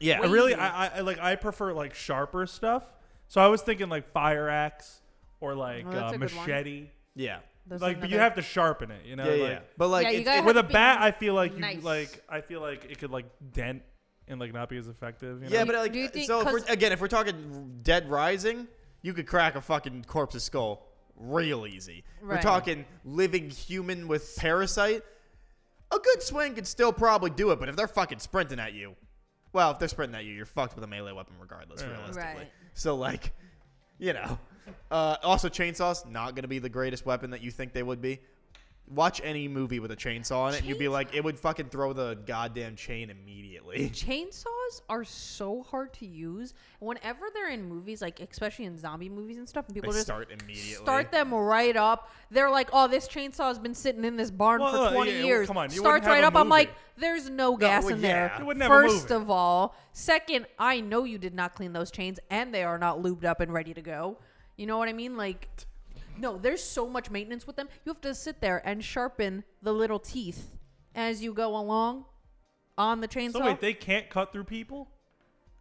A: yeah,
C: I
B: Wait.
C: really, I, I- I like. I prefer like sharper stuff. So I was thinking like fire axe or like
B: Oh, that's
C: uh,
B: a good one.
C: machete.
A: yeah,
B: Those
C: like,
B: are
C: but you
B: another-
C: have to sharpen it. You know,
A: yeah, yeah.
C: like,
A: But like
B: Yeah, you
A: it's-
B: gotta
A: it-
B: have
C: with a
B: to be
C: bat, I feel like you
B: nice.
C: like. I feel like it could like dent and like not be as effective. You know?
A: Yeah,
B: Do
A: but
B: you-
A: like,
B: do you think-
A: so if we're,
B: 'cause-
A: again, if we're talking Dead Rising, you could crack a fucking corpse's skull real easy. We're
B: Right.
A: talking living human with parasite. A good swing could still probably do it, but if they're fucking sprinting at you, well, if they're sprinting at you, you're fucked with a melee weapon regardless,
C: Yeah.
A: realistically.
B: Right.
A: So like, you know. Uh, also, chainsaws not gonna be the greatest weapon that you think they would be. Watch any movie with a chainsaw in it, and you'd be like, it would fucking throw the goddamn chain immediately.
B: chainsaws are so hard to use. Whenever they're in movies, like especially in zombie movies and stuff, and people
A: They
B: just
A: start immediately.
B: start them right up. They're like, "Oh, this chainsaw's been sitting in this barn
C: Well, uh,
B: for 20
C: yeah, well,
B: years."
C: come on, you
B: Starts
C: wouldn't have
B: right
C: a
B: up. I'm
C: movie.
B: like, "There's no gas
A: well,
B: in
A: yeah.
B: there."
A: You
C: wouldn't have a
B: First
C: movie.
B: of all, second, I know you did not clean those chains, and they are not lubed up and ready to go. You know what I mean? Like, no, there's so much maintenance with them. You have to sit there and sharpen the little teeth as you go along on the chainsaw.
C: So wait, they can't cut through people?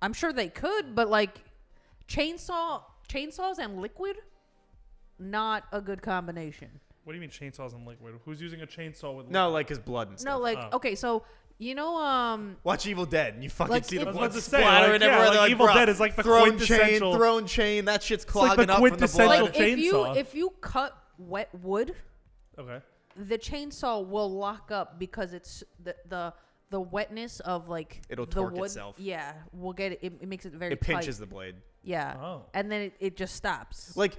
B: I'm sure they could, but like chainsaw chainsaws and liquid, not a good combination.
C: What do you mean chainsaws and liquid? Who's using a chainsaw with?
A: No, like his blood and stuff.
B: No, like
C: Oh.
B: okay, so you know, um,
A: Watch Evil Dead, and you fucking
B: Like,
A: see the
B: it- I was
A: blood
C: about to say,
A: splattering
C: like, yeah,
A: everywhere.
C: like,
A: They're
C: Evil
A: "Bruh,
C: Dead is like the
A: thrown chain,
C: quintessential-
A: thrown chain. That shit's
C: like the
A: clogging up from the blood.
C: quintessential-
B: like if you
C: chainsaw.
B: if you cut wet wood,
C: Okay.
B: the chainsaw will lock up because it's the the the wetness of like
A: It'll
B: the
A: torque
B: wood.
A: itself.
B: Yeah, will get it, it. It makes it very
A: it pinches
B: tight.
A: the blade.
B: Yeah,
C: Oh.
B: and then it, it just stops.
A: Like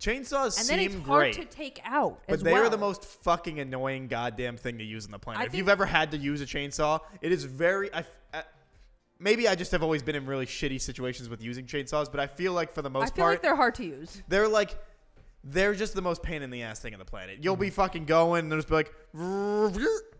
A: chainsaws
B: and
A: seem
B: then it's
A: great,
B: hard to take out.
A: but
B: as
A: they are
B: well.
A: the most fucking annoying goddamn thing to use on the planet.
B: I
A: if
B: think-
A: you've ever had to use a chainsaw, it is very. I, I- maybe I just have always been in really shitty situations with using chainsaws, but I feel like for the
B: I
A: most
B: feel
A: part,
B: like they're hard to use.
A: They're like, they're just the most pain in the ass thing on the planet. You'll be fucking going, and they'll just be like, and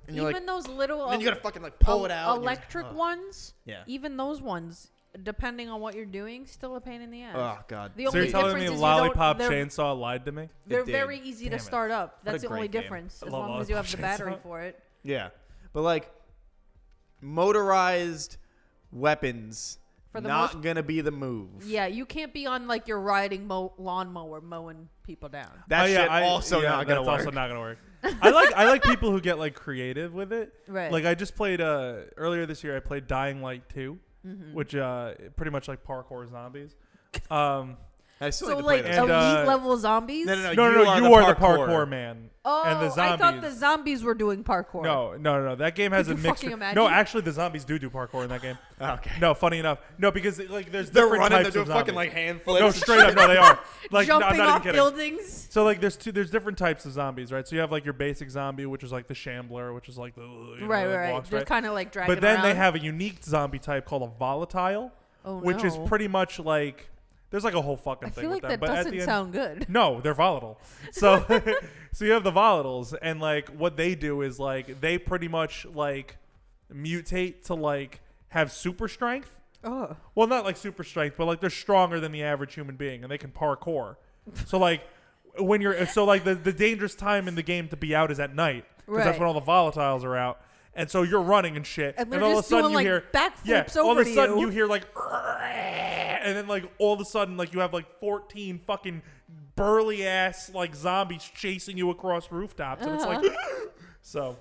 B: Even
A: you're like,
B: those little
A: and then you
B: um,
A: gotta fucking like pull
B: el-
A: it out. and you're just-
B: Electric
A: ugh.
B: ones.
A: Yeah.
B: Even those ones, depending on what you're doing, still a pain in the ass.
A: Oh god.
B: The
C: So
B: only
C: you're telling
B: difference
C: me
B: is you don't-
C: lollipop
B: they're-
C: chainsaw lied to me?
B: They're
A: did.
B: very easy
C: Damn
B: to
C: it.
B: start up.
A: a
B: That's the only
A: great game.
B: difference,
C: I
B: as
C: love
B: long as you have
C: lollipop
B: the battery
C: chainsaw.
B: for it.
A: yeah, but like motorized weapons
B: For the
A: not
B: most-
A: gonna be the move.
B: Yeah, you can't be on like your riding mo- lawnmower mowing people down.
A: That
C: Oh, yeah,
A: shit
C: I-
A: also
C: yeah,
A: not gonna
C: that's
A: work.
C: also not gonna work. I like I like people who get like creative with it.
B: Right.
C: Like I just played uh earlier this year. I played Dying Light 2
B: Mm-hmm.
C: which uh pretty much like parkour zombies. Um,
A: I still
B: So
A: need to play
B: like
A: those.
B: elite
C: And, uh,
B: level zombies.
A: No, no, no.
C: no, no,
A: Uh, you
C: no,
A: are
C: you
A: the
C: are the
A: parkour.
C: parkour man.
B: Oh,
C: and the
B: I
C: zombies.
B: thought the zombies were doing parkour.
C: no, no, no. That game has
B: Could
C: a
B: you
C: mixed.
B: fucking imagine?
C: No, actually, the zombies do do parkour in that game.
A: okay.
C: No, funny enough, no, because like there's
A: They're
C: different
A: running. They're
C: types
A: doing
C: of
A: fucking
C: zombies.
A: like hand flips.
C: No,
A: and
C: straight up, no, they are. Like, no, I'm
B: jumping
C: not even
B: off
C: kidding.
B: buildings.
C: So like, there's two, there's different types of zombies, right? So you have like your basic zombie, which is like the shambler, which is like the you know,
B: Right,
C: that
B: right, right.
C: walks,
B: Just kind of like dragging
C: But then they
B: around.
C: have a unique zombie type called a volatile,
B: Oh,
C: which is
B: no.
C: pretty much like there's like a whole fucking
B: I
C: thing
B: feel like
C: with
B: that
C: them. But at the
B: doesn't
C: end,
B: sound good.
C: no, they're volatile. So so you have the volatiles and like what they do is like they pretty much like mutate to like have super strength.
B: Oh.
C: Well, not like super strength, but like they're stronger than the average human being and they can parkour. so like when you're so like the, the dangerous time in the game to be out is at night because that's
B: Right.
C: when all the volatiles are out. And so you're running and shit,
B: And
C: and,
B: they're
C: all of a
B: just
C: sudden
B: doing,
C: you
B: like,
C: hear yeah,
B: backflips
C: all of
B: over
C: a
B: to
C: sudden
B: you.
C: you hear like, and then like all of a sudden like you have like 14 fucking burly ass like zombies chasing you across rooftops, and it's like, so.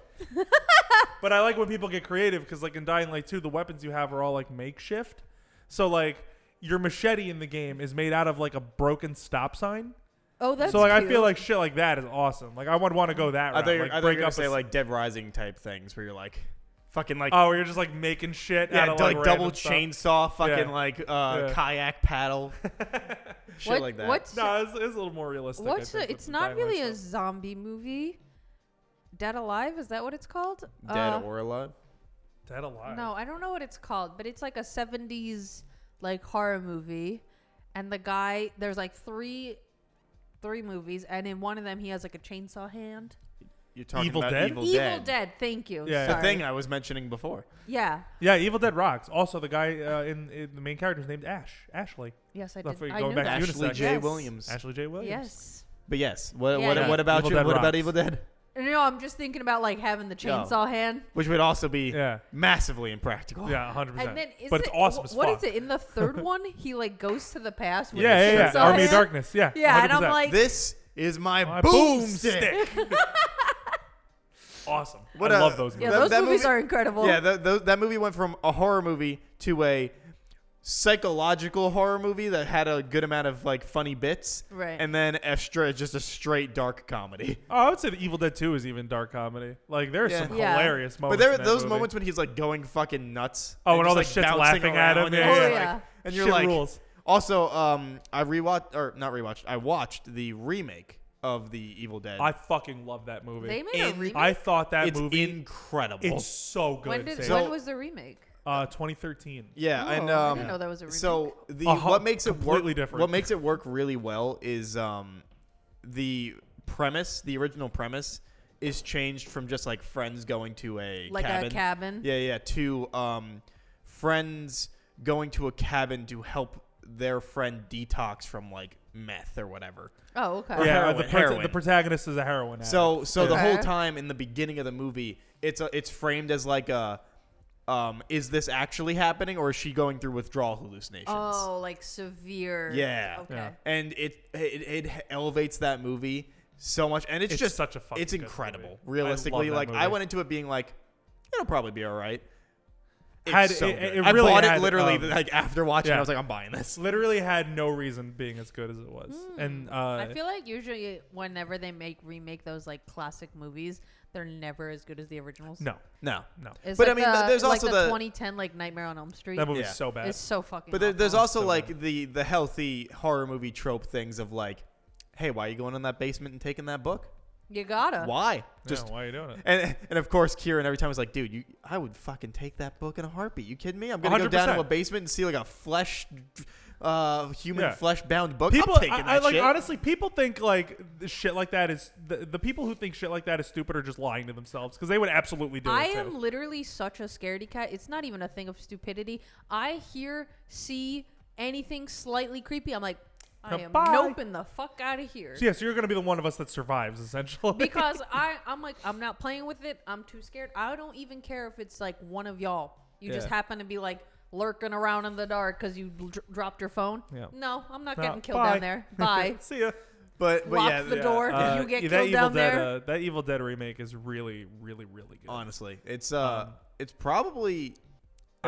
C: but I like when people get creative because, like in Dying Light 2, the weapons you have are all like makeshift. So like your machete in the game is made out of like a broken stop sign.
B: Oh, that's
C: so like I
B: cute.
C: feel like shit like that is awesome. Like I would want to go that
A: I
C: route.
A: thought you were,
C: like
A: I thought you were
C: break
A: gonna
C: up
A: say
C: a-
A: like Dead Rising type things where you're like, fucking like
C: oh, where you're just like making shit
A: yeah,
C: out of
A: d- like, double
C: random stuff.
A: chainsaw, fucking
C: Yeah.
A: like uh,
C: Yeah.
A: kayak paddle, shit
B: What-
A: like that.
B: What's
C: No, it's, it's a little more realistic. I
B: what's
C: think,
B: the-
C: with
B: it's
C: the
B: not
C: dynamite
B: really a
C: stuff.
B: zombie movie. Dead Alive is that what it's called?
A: Dead
B: Uh,
A: or alive?
C: Dead Alive.
B: No, I don't know what it's called, but it's like a 70s like horror movie and the guy there's like three three movies and in one of them he has like a chainsaw hand.
A: You're talking
C: Evil
A: about
C: Dead?
A: Evil,
B: Evil
A: Dead.
B: Dead, thank you.
C: Yeah.
A: The
B: Sorry.
A: thing I was mentioning before.
B: Yeah.
C: Yeah, Evil Dead rocks. Also, the guy uh, in, in the main character is named Ash. Ashley.
B: Yes, I
C: That's
B: did.
C: what
B: I
C: you're
B: knew
C: going back
B: that.
C: to
A: Ashley
C: Unisex.
A: J.
B: Yes.
A: Williams.
C: Ashley J. Williams.
B: Yes.
A: But yes, what
B: Yeah,
A: what,
B: yeah.
A: what about
C: Evil
A: you?
C: Dead
A: what about
C: rocks.
A: Evil Dead?
B: No, I'm just thinking about like having the
A: Yeah.
B: chainsaw hand.
A: Which would also be
C: Yeah.
A: massively impractical.
C: Yeah, 100%.
B: And then is
C: but it's
B: it,
C: awesome
B: wh-
C: as
B: What
C: fuck.
B: is it? In the third one, he like goes to the past with
C: Yeah,
B: the
C: yeah,
B: chainsaw
C: yeah. Army
B: hand.
C: of Darkness. Yeah.
B: Yeah, and I'm
C: 100%.
B: like
A: This is my,
C: My
A: boom,
C: boom
A: stick.
C: awesome.
A: What
C: I
A: a-
C: love those
B: Yeah,
C: movies.
A: That-
B: those
A: that
B: movies
A: movie-
B: are incredible.
A: Yeah, that, tho- that movie went from a horror movie to a psychological horror movie that had a good amount of like funny bits,
B: Right.
A: And then extra just a straight dark comedy.
C: Oh, I would say the Evil Dead 2 is even dark comedy. Like there are
A: Yeah.
C: some
B: Yeah.
C: hilarious moments.
A: but there
C: in
A: were
C: that
A: those
C: movie.
A: moments when he's like going fucking nuts.
C: Oh, and all the
A: just,
C: shit's
A: bouncing
C: laughing at
A: around and
C: him, yeah,
A: you're
B: yeah,
A: like-
B: Oh, yeah.
A: And you're
C: Shit
A: like,
C: rules.
A: also, um, I rewatched or not rewatched. I watched the remake of the Evil Dead.
C: I fucking love that movie.
B: They made a
A: And
B: remake.
C: I thought that
A: it's
C: movie
A: incredible.
C: it's so good.
B: when did
C: Sam.
A: So-
B: when was the remake?
C: uh 2013.
A: yeah,
B: Oh,
A: and
B: I
A: um,
B: didn't know that was a remake.
A: So the
C: Uh-huh,
A: what makes it work,
C: completely different.
A: What makes it work really well is um, the premise. The original premise is changed from just like friends going to a
B: like
A: cabin.
B: a cabin.
A: Yeah, yeah. To um, friends going to a cabin to help their friend detox from like meth or whatever.
B: Oh, okay.
A: Or
C: yeah,
A: heroin,
C: the, prota-
A: heroin.
C: the protagonist is a heroin addict.
A: So so the
B: Yeah.
A: whole
B: Okay.
A: time in the beginning of the movie, it's a, it's framed as like a um, is this actually happening or is she going through withdrawal hallucinations?
B: Oh, like severe.
A: Yeah.
B: Okay.
C: Yeah.
A: And it, it it elevates that movie so much and it's,
C: It's
A: just
C: such a fucking
A: it's
C: good
A: incredible.
C: movie. I
A: Realistically,
C: love that
A: like I
C: movie.
A: went into it being like it'll probably be all right. It's
C: Had-
A: so
C: it-
A: good.
C: it
A: I
C: really
A: bought
C: had,
A: it literally
C: um,
A: like after watching it,
C: yeah.
A: I was like I'm buying this.
C: literally had no reason being as good as it was. And uh
B: Hmm. I feel like usually whenever they make remake those like classic movies, they're never as good as the originals.
C: no,
A: No.
C: no.
B: It's
A: But I
B: like
A: mean,
B: the,
A: there's
B: like
A: also
B: the,
A: the-
B: 2010 like Nightmare on Elm Street.
C: That movie's
A: Yeah.
C: so bad.
B: It's so fucking.
A: But there, there's
B: awful.
A: also
C: so
A: like the the healthy horror movie trope things of like hey, why are you going in that basement and taking that book?
B: you gotta.
A: Why?
C: just
A: Just
C: why are you doing it?
A: and, and of course, Kieran every time is like, dude, you, I would fucking take that book in a heartbeat. You kidding me? I'm gonna go down to a
C: 100%.
A: basement and see like a flesh, uh, human
C: Yeah.
A: flesh bound book.
C: People,
A: I'm
C: I,
A: taking
C: I,
A: that
C: like
A: shit.
C: honestly, people think like th- shit like that is the, the people who think shit like that is stupid are just lying to themselves because they would absolutely do
B: I
C: it too.
B: am literally such a scaredy cat. It's not even a thing of stupidity. I hear, see anything slightly creepy, I'm like, I
C: Now,
B: am
C: bye.
B: noping the fuck out of here.
C: So, yeah, so you're gonna be the one of us that survives essentially.
B: because I, I'm like, I'm not playing with it. I'm too scared. I don't even care if it's like one of y'all. You just
A: Yeah.
B: happen to be like lurking around in the dark because you dr- dropped your phone.
C: Yeah.
B: No, I'm not
C: No,
B: getting killed
C: bye.
B: down there. Bye.
C: see ya.
A: but but
B: Lock
A: yeah,
B: the
A: yeah.
B: door.
C: Uh,
B: you get
C: yeah,
B: killed
C: that Evil
B: down
C: Dead,
B: there.
C: Uh, that Evil Dead remake is really, really, really good.
A: honestly, it's uh, it's probably.
C: Um,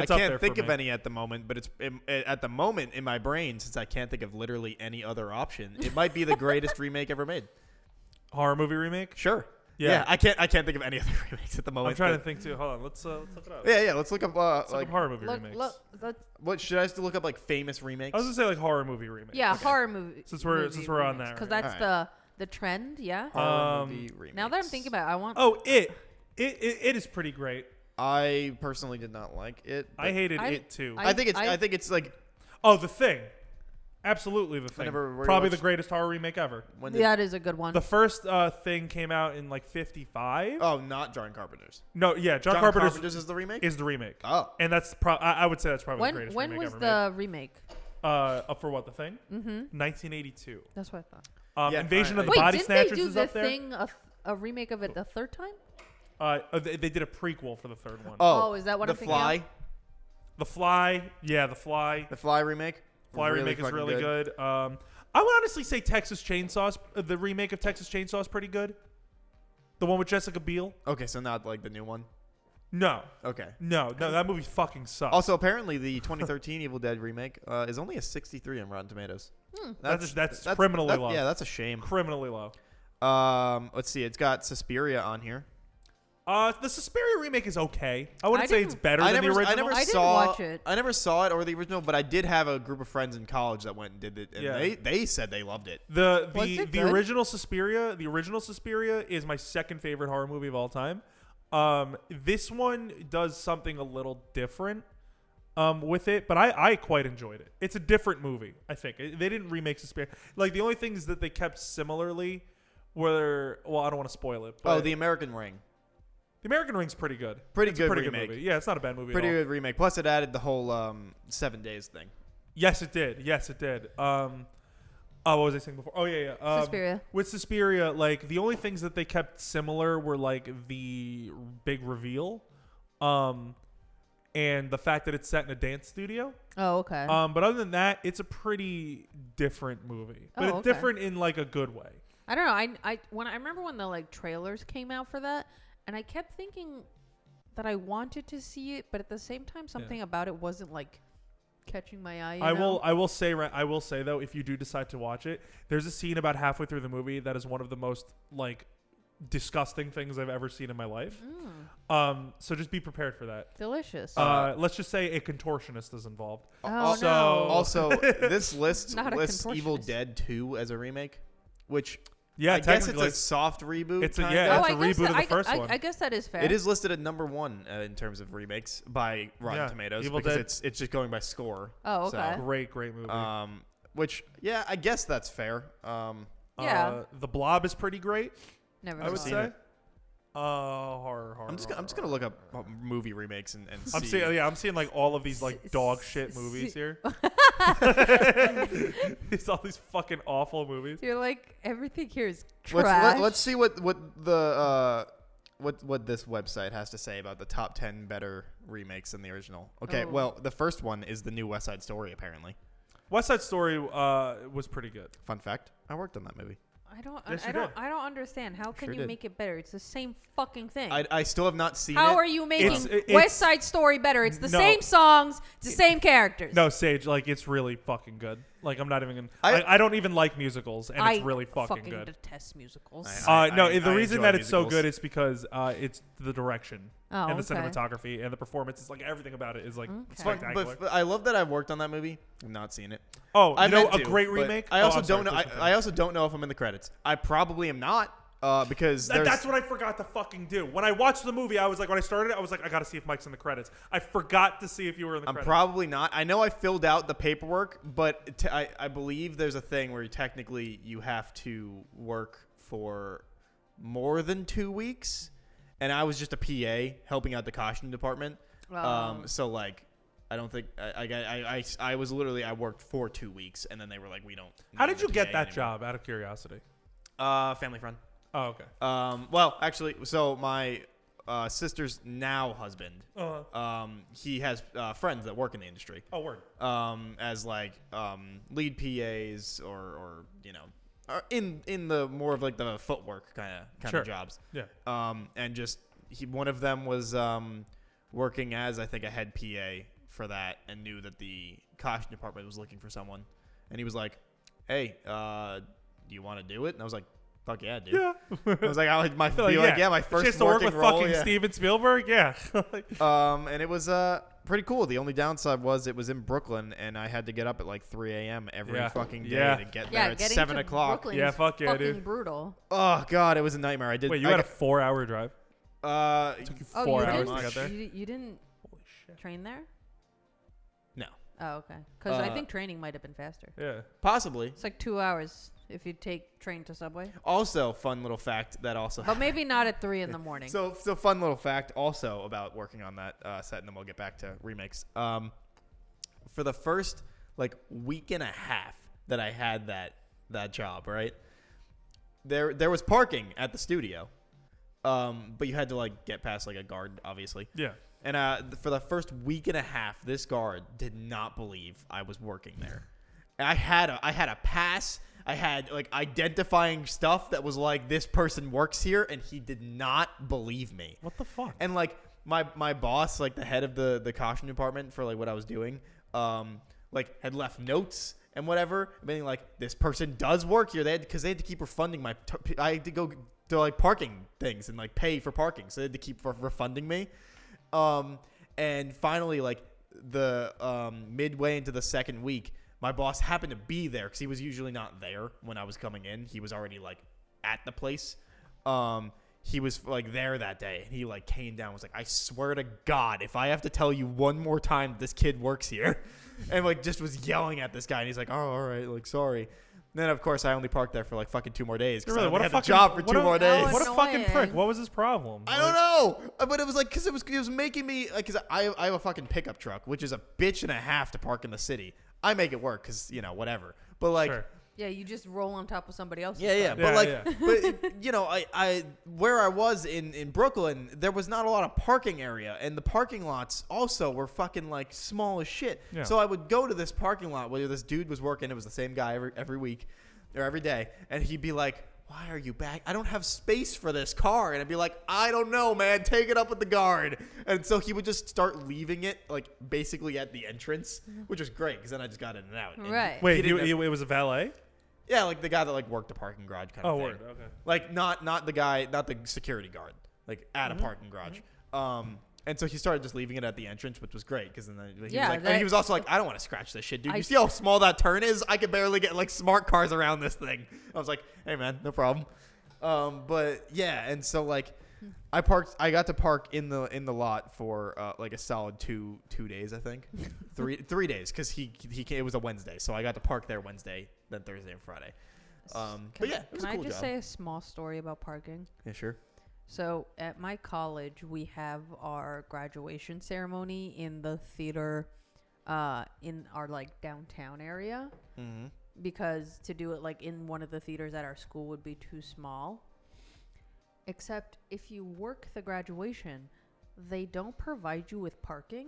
C: It's
A: I
C: up
A: can't
C: there for
A: think of
C: me.
A: any at the moment, but it's im- at the moment in my brain since I can't think of literally any other option. It might be the greatest remake ever made.
C: Horror movie remake.
A: Sure.
C: Yeah.
A: I can't. I can't think of any other remakes at the moment.
C: I'm trying to
A: but-
C: think too. Hold on, let's uh, let's look it up.
A: Yeah, yeah. Let's look up. Uh,
C: Let's
A: like,
C: look up horror movie Oh,
B: look,
C: remakes.
B: look, that's-
A: what should I just look up? Like famous remakes.
C: I was gonna say like horror movie remakes.
B: yeah, horror movie.
C: Since we're-
B: movie
C: since we're on
B: remakes,
C: that
B: because
C: right
B: that's the the trend. Yeah.
A: Horror
C: Um,
A: movie
B: now that I'm
A: remakes.
B: thinking about, it, I want.
C: Oh, it. It, it, it is pretty great.
A: I personally did not like it.
C: I
A: but
C: hated
B: I-
C: it too.
A: I think it's. I,
B: I-
A: think it's like
C: oh, The Thing. Absolutely, The Thing.
A: never really
C: Probably the
A: watched-
C: greatest horror remake ever.
A: when. Did,
B: that is a good one.
C: The first uh, Thing came out in like '55.
A: Oh, not John Carpenter's.
C: no, yeah, John,
A: John
C: Carpenter's,
A: Carpenter's, is the remake.
C: is the remake,
A: oh,
C: and that's pro- I, I would say that's probably the
B: when
C: greatest
B: when
C: remake
B: was
C: ever
B: the remake?
C: made. Uh, up for what The Thing?
B: Mm-hmm.
C: 1982.
B: That's what I thought.
C: Um,
A: Yeah,
C: Invasion
A: alright.
C: of the
B: Wait,
C: Body
B: didn't
C: Snatchers
B: they do
C: is
B: the
C: up there.
B: thing a, a remake of it the third time?
C: Uh, oh, they, they did a prequel for the third one.
A: oh,
B: Oh, is that what
A: the
B: I'm thinking of?
A: Fly?
C: The Fly, yeah, The Fly.
A: The Fly remake.
C: Fly
A: Really
C: remake is
A: fucking
C: really good. Um, I would honestly say Texas Chainsaw's uh, the remake of Texas Chainsaw is pretty good. The one with Jessica Biel.
A: Okay, so not like the new one.
C: No,
A: Okay.
C: no, no. That movie fucking sucks.
A: Also, apparently, the 2013 Evil Dead remake uh, is only a 63 on Rotten Tomatoes.
B: Hmm.
C: That's- that's criminally low.
A: Yeah, that's a shame.
C: criminally low.
A: Um, let's see. It's got Suspiria on here.
C: Uh, the Suspiria remake is okay. I wouldn't
B: I
C: say
B: didn't-
C: it's better
A: I
C: than
A: never,
C: the
A: I
C: original.
A: never
B: I didn't
A: saw.
B: watch it.
A: I never saw it or the original, but I did have a group of friends in college that went and did it, and
C: Yeah.
A: they they said they loved it.
C: The
B: Was
C: the
B: it
C: the
B: good?
C: original Suspiria, the original Suspiria is my second favorite horror movie of all time. Um, this one does something a little different um, with it, but I, I quite enjoyed it. It's a different movie, I think. It- they didn't remake Suspiria. Like the only things that they kept similarly were well, I don't want to spoil it. But
A: oh, the American Ring,
C: The American Ring's pretty good.
A: Pretty
C: It's a
A: good
C: pretty
A: remake.
C: good movie. Yeah, it's not a bad movie.
A: pretty
C: at all.
A: good remake. Plus, it added the whole um, Seven Days thing.
C: Yes, it did. Yes, it did. Um, oh, what was I saying before? Oh yeah, yeah. Um,
B: Suspiria.
C: With Suspiria, like the only things that they kept similar were like the big reveal, um, and the fact that it's set in a dance studio.
B: Oh, okay.
C: Um, but other than that, it's a pretty different movie. But
B: Oh,
C: it's
B: okay.
C: different in like a good way.
B: I don't know. I I when I remember when the like trailers came out for that, and I kept thinking that I wanted to see it, but at the same time, something about it wasn't like catching my eye. you
C: I
B: know?
C: will. I will say. right- I will say though, if you do decide to watch it, there's a scene about halfway through the movie that is one of the most like disgusting things I've ever seen in my life.
B: Mm,
C: Um, so just be prepared for that.
B: delicious.
C: Uh, let's just say a contortionist is involved.
B: oh
C: so-
B: no.
A: Also, this list
B: Not a
A: lists Evil
B: contortionist.
A: Dead 2 as a remake, which
C: Yeah,
A: I guess it's
C: technically.
A: a soft reboot.
C: It's a-
A: kinda.
C: yeah,
B: oh,
C: it's
B: I
C: a
B: guess
C: reboot of
B: that-
C: the
B: I,
C: first
B: I,
C: one.
B: I guess that is fair.
A: It is listed at number one uh, in terms of remakes by Rotten
C: Yeah,
A: Tomatoes
C: Evil
A: because
C: Dead.
A: it's it's just going by score.
B: Oh, okay.
C: great, great movie.
A: So, um, which yeah, I guess that's fair. Um,
B: yeah.
C: Uh, the Blob is pretty great.
B: Never.
C: I would
B: saw
A: seen
B: it.
C: say.
A: it.
C: Uh, horror, horror.
A: I'm just gonna, I'm just gonna look up uh, movie remakes and, and see.
C: I'm seeing, yeah, I'm seeing like all of these like
B: S-
C: dog
B: s-
C: shit
B: s-
C: movies here. it's all these fucking awful movies.
B: You're like everything here is trash.
A: let's, let, let's see what what the uh, what what this website has to say about the top ten better remakes than the original. Okay,
B: Oh.
A: well the first one is the new West Side Story. Apparently,
C: West Side Story uh, was pretty good.
A: fun fact: I worked on that movie.
B: I don't.
C: Yes,
B: I
C: you
B: don't.
C: did.
B: I don't understand. How can
A: Sure
B: you
A: did.
B: make it better? It's the same fucking thing.
A: I, I still have not seen
B: How
A: it.
B: are you making
C: It's- it- it's-
B: West Side Story better? It's the
C: No.
B: same songs, it's the same characters.
C: No, Sage, like it's really fucking good. Like I'm not even. Gonna,
A: I-
C: I, I don't even like musicals, and it's really fucking, good.
B: detest musicals.
A: I-
C: Uh, no, the
A: I
C: reason
A: enjoy
C: that it's so
A: musicals.
C: good is because uh, it's the direction
B: Oh,
C: and the
B: okay.
C: cinematography and the performance. It's like everything about it is like
B: Okay.
A: It's fun,
C: spectacular.
A: but, but I love that I've worked on that movie. I've not seen it.
C: oh,
A: I
C: you know,
A: meant
C: a
A: to,
C: great
A: but
C: remake.
A: I
C: Oh,
A: also
C: I'm sorry,
A: don't know. I,
C: please
A: I
C: continue.
A: also don't know if I'm in the credits. I probably am not uh, because
C: That-
A: there's-
C: that's what I forgot to fucking do. When I watched the movie, I was like, when I started it, I was like, I gotta see if Mike's in the credits. I forgot to see if you were in the
A: I'm
C: credits.
A: probably not. I know I filled out the paperwork, but t- I, I believe there's a thing where technically you have to work for more than two weeks, and I was just a PA helping out the costume department.
B: Wow.
A: Um, so like, I don't think I, I, I, I, I was literally I worked for two weeks, and then they were like, we don't.
C: How
A: need
C: did
A: the
C: you get
A: PA
C: that
A: anymore.
C: job? Out of curiosity.
A: Uh, family friend.
C: Oh, okay.
A: Um, well, actually, so my uh, sister's now husband,
C: Uh,
A: um, he has uh, friends that work in the industry
C: oh, word.
A: um, as like um, lead PAs or, or you know, or in in the more of like the footwork kind of kind
C: Sure.
A: of jobs.
C: Yeah.
A: Um, and just he, one of them was um, working as I think a head PA for that, and knew that the costume department was looking for someone, and he was like, "Hey, uh, do you want to do it?" And I was like, "Fuck yeah, dude!"
C: Yeah.
A: I was like, "I would my be
C: Like,
A: like, yeah. my first
C: Just to work
A: working
C: with
A: role,
C: fucking
A: yeah.
C: Steven Spielberg. Yeah.
A: Um, and it was uh pretty cool. The only downside was it was in Brooklyn, and I had to get up at like 3 a.m. every
C: Yeah.
A: fucking day
C: Yeah.
A: to get
B: yeah,
A: there at
B: getting
A: seven
B: to
A: o'clock.
B: Brooklyn
C: Yeah,
B: is
C: fuck yeah,
B: fucking
C: dude.
B: brutal.
A: Oh god, it was a nightmare. I did.
C: Wait, you
A: I
C: had a
A: got-
C: four-hour drive.
A: uh,
C: took you
B: Oh,
C: four
B: you
C: hours
B: didn't.
A: much.
C: to get there.
B: You, you didn't
C: Holy shit.
B: train there?
A: no,
B: Oh, okay. Because I
A: Uh,
B: think training might have been faster.
C: Yeah.
A: possibly.
B: It's like two hours if you take train to subway,
A: Also, fun little fact that also.
B: but maybe not at three in the morning.
A: So, so fun little fact also about working on that uh, set, and then we'll get back to remakes. Um, for the first like week and a half that I had that that job, right? There, there was parking at the studio, um, but you had to like get past like a guard, obviously.
C: Yeah.
A: And uh, th- for the first week and a half, this guard did not believe I was working there. I had a I had a pass. I had like identifying stuff that was like this person works here, and he did not believe me.
C: What the fuck?
A: And like my my boss, like the head of the the costume department for like what I was doing, um, like had left notes and whatever, meaning like this person does work here. They had because they had to keep refunding my. t- I had to go to like parking things and like pay for parking, so they had to keep re- refunding me. Um, and finally, like the um, midway into the second week, my boss happened to be there because he was usually not there when I was coming in. He was already like at the place. Um, he was like there that day, and he like came down and was like, "I swear to God, if I have to tell you one more time that this kid works here," and like just was yelling at this guy, and he's like, "Oh, all right, like sorry." And then of course I only parked there for like fucking two more days because I
C: Really,
A: only
C: what a
A: had
C: fucking
A: the job for
C: what
A: two
C: a-
A: more days.
B: How
C: What a fucking prick!
B: annoying.
C: What was his problem?
A: I don't know, Uh, but it was like because it was it was making me like because I I have a fucking pickup truck, which is a bitch and a half to park in the city. I make it work because you know whatever. But like.
C: Sure.
B: Yeah, you just roll on top of somebody else.
A: Yeah, yeah,
C: Yeah,
A: but like,
C: yeah.
A: but you know, I, I, where I was in in Brooklyn, there was not a lot of parking area, and the parking lots also were fucking like small as shit.
C: Yeah.
A: So I would go to this parking lot where this dude was working. It was the same guy every every week or every day, and he'd be like. Why are you back? I don't have space for this car. And I'd be like, I don't know, man. Take it up with the guard. And so he would just start leaving it, like basically at the entrance, which was great because then I just got in and out. And
B: Right.
C: Wait,
A: didn't
C: he- he- it was a valet.
A: yeah, like the guy that like worked a parking garage kind of
C: Oh,
A: thing.
C: word. Okay.
A: Like not not the guy, not the security guard, like at
B: Mm-hmm.
A: a parking garage. Um, and so he started just leaving it at the entrance, which was great because then he was
B: Yeah,
A: like,
B: that-
A: and he was also like, I don't want to scratch this shit, dude.
B: I-
A: you see how small that turn is? I could barely get like smart cars around this thing. I was like, hey man, no problem. Um, but yeah, and so like.
B: Hmm.
A: I parked. I got to park in the in the lot for uh, like a solid two two days, I think, three three days, because he he came, it was a Wednesday, so I got to park there Wednesday, then Thursday and Friday. Um, but
B: Can I-
A: yeah, it was
B: can
A: a cool
B: I just
A: job.
B: say a small story about parking?
A: Yeah, sure.
B: So at my college, we have our graduation ceremony in the theater, uh, in our like downtown area, because to do it like in one of the theaters at our school would be too small. Except if you work the graduation, they don't provide you with parking,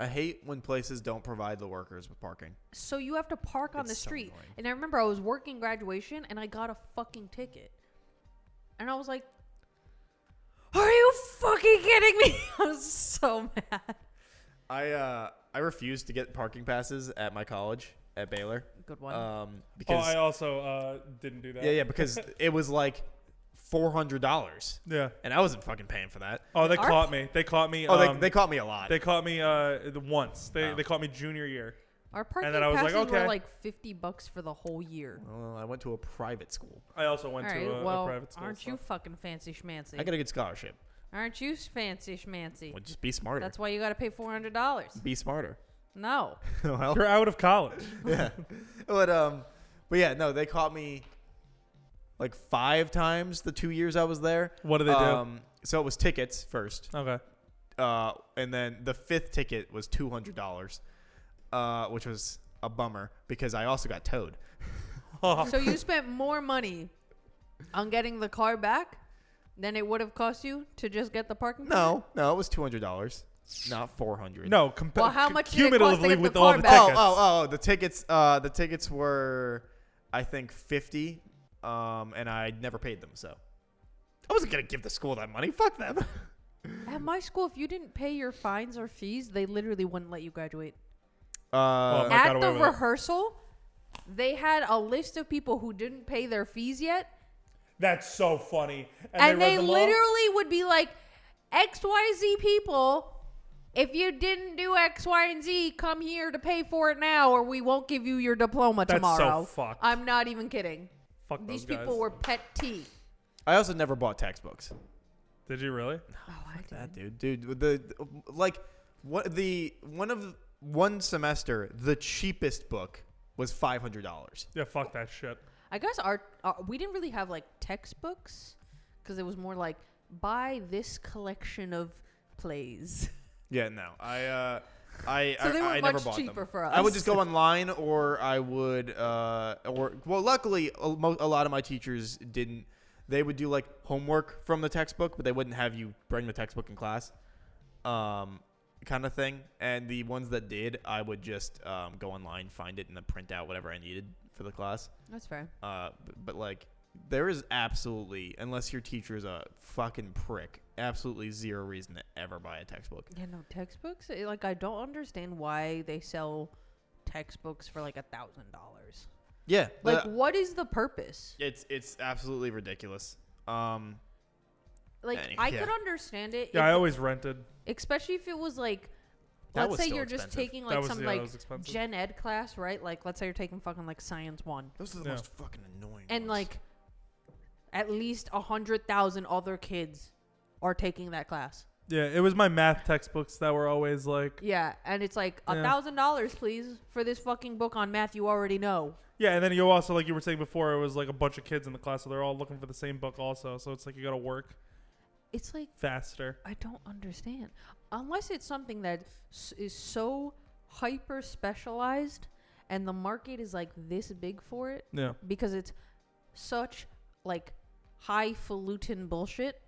A: I hate when places don't provide the workers with parking.
B: so you have to park on
A: It's
B: the
A: so
B: street.
A: annoying.
B: and I remember I was working graduation and I got a fucking ticket, and I was like. Are you fucking kidding me? I was so mad.
A: I uh, I refused to get parking passes at my college at Baylor.
B: Good one.
A: Um,
C: Oh,
A: because
C: I also uh, didn't do that.
A: yeah, yeah, because it was like four hundred dollars,
C: Yeah.
A: and I wasn't fucking paying for that.
C: Oh, they
B: Our-
C: caught me. They caught me.
A: Oh,
C: um,
A: they, they caught me a lot.
C: They caught me uh, the- once. They,
A: Oh.
C: they caught me junior year.
B: Our parking
C: then I was like,
B: passes were
C: okay.
B: like fifty bucks for the whole year.
A: well, I went to a private school.
C: I also went
B: All right,
C: to a, a
B: well,
C: private school.
B: aren't
C: so-
B: you fucking fancy schmancy?
A: I got a good scholarship.
B: aren't you fancy schmancy?
A: Well, just be smarter.
B: That's why you got to pay four hundred dollars.
A: be smarter.
B: No,
A: well,
C: You're out of college.
A: yeah. But um, but yeah, no, they caught me like five times the two years I was there.
C: What do they do?
A: um, So it was tickets first,
C: Okay.
A: uh, and then the fifth ticket was two hundred dollars, uh, which was a bummer because I also got towed.
B: so you spent more money on getting the car back than it would have cost you to just get the parking.
A: No, no, it was two hundred dollars, not four hundred.
C: No, compa-
B: Well, how much did it cost to
C: cumulatively
B: get the
C: with
B: car
C: all the
B: back?
A: Oh,
C: tickets.
A: oh, oh! The tickets, uh, the tickets were, I think, fifty, um, and I never paid them. So, I wasn't gonna give the school that money. Fuck them.
B: Back. At my school, if you didn't pay your fines or fees, they literally wouldn't let you graduate.
A: Uh,
C: I got
B: At
C: away
B: the
C: with it.
B: rehearsal, they had a list of people who didn't pay their fees yet,
C: That's so funny.
B: and
C: read
B: they,
C: them all?
B: literally would be like xyz people if you didn't do x y and z come here to pay for it now or we won't give you your diploma
C: That's so
B: tomorrow
C: fucked.
B: i'm not even kidding
C: Fuck
B: these
C: those
B: people
C: guys.
B: were petty
A: I also never bought textbooks.
C: Did you really?
B: oh i did
A: That dude, dude, the like, what the one of one semester the cheapest book was five hundred dollars.
C: Yeah, fuck that shit.
B: i guess our, our we didn't really have like textbooks because it was more like buy this collection of plays
A: Yeah, no, I, uh, I,
B: So
A: I,
B: they were
A: I never
B: much
A: bought
B: cheaper
A: them.
B: for
A: I would
B: us.
A: just go online, or I would, uh, or well, luckily, a, mo- a lot of my teachers didn't. They would do like homework from the textbook, but they wouldn't have you bring the textbook in class, um, kind of thing. And the ones that did, I would just um, go online, find it, and then print out whatever I needed for the class.
B: that's fair
A: Uh, b- but, like, there is absolutely, unless your teacher is a fucking prick, absolutely zero reason to ever buy a textbook.
B: Yeah, no textbooks. eh, Like I don't understand why they sell textbooks for like a thousand dollars.
A: Yeah,
B: Like, what is the purpose?
A: it's it's absolutely ridiculous. Um,
B: Like
A: Any-
B: I
A: yeah.
B: could understand it,
C: Yeah, I
B: if-
C: always rented.
B: especially if it was like,
A: That
B: let's
A: was
B: say
A: still
B: you're just
A: expensive.
B: taking
C: that
B: like
C: was
B: some
C: yeah, that
B: like
C: was expensive.
B: gen ed class, right? Like let's say you're taking fucking like science one,
A: those are the
C: Yeah.
A: most fucking annoying. ones.
B: and like at least a hundred thousand other kids are taking that class.
C: yeah, it was my math textbooks that were always like.
B: Yeah, and it's like a
C: Yeah.
B: thousand dollars, please, for this fucking book on math you already know.
C: Yeah, and then you also like you were saying before, it was like a bunch of kids in the class, so they're all looking for the same book also. So it's like you got to work
B: It's like
C: faster.
B: I don't understand. Unless it's something that s- is so hyper specialized and the market is like this big for it
C: Yeah.
B: because it's such like highfalutin bullshit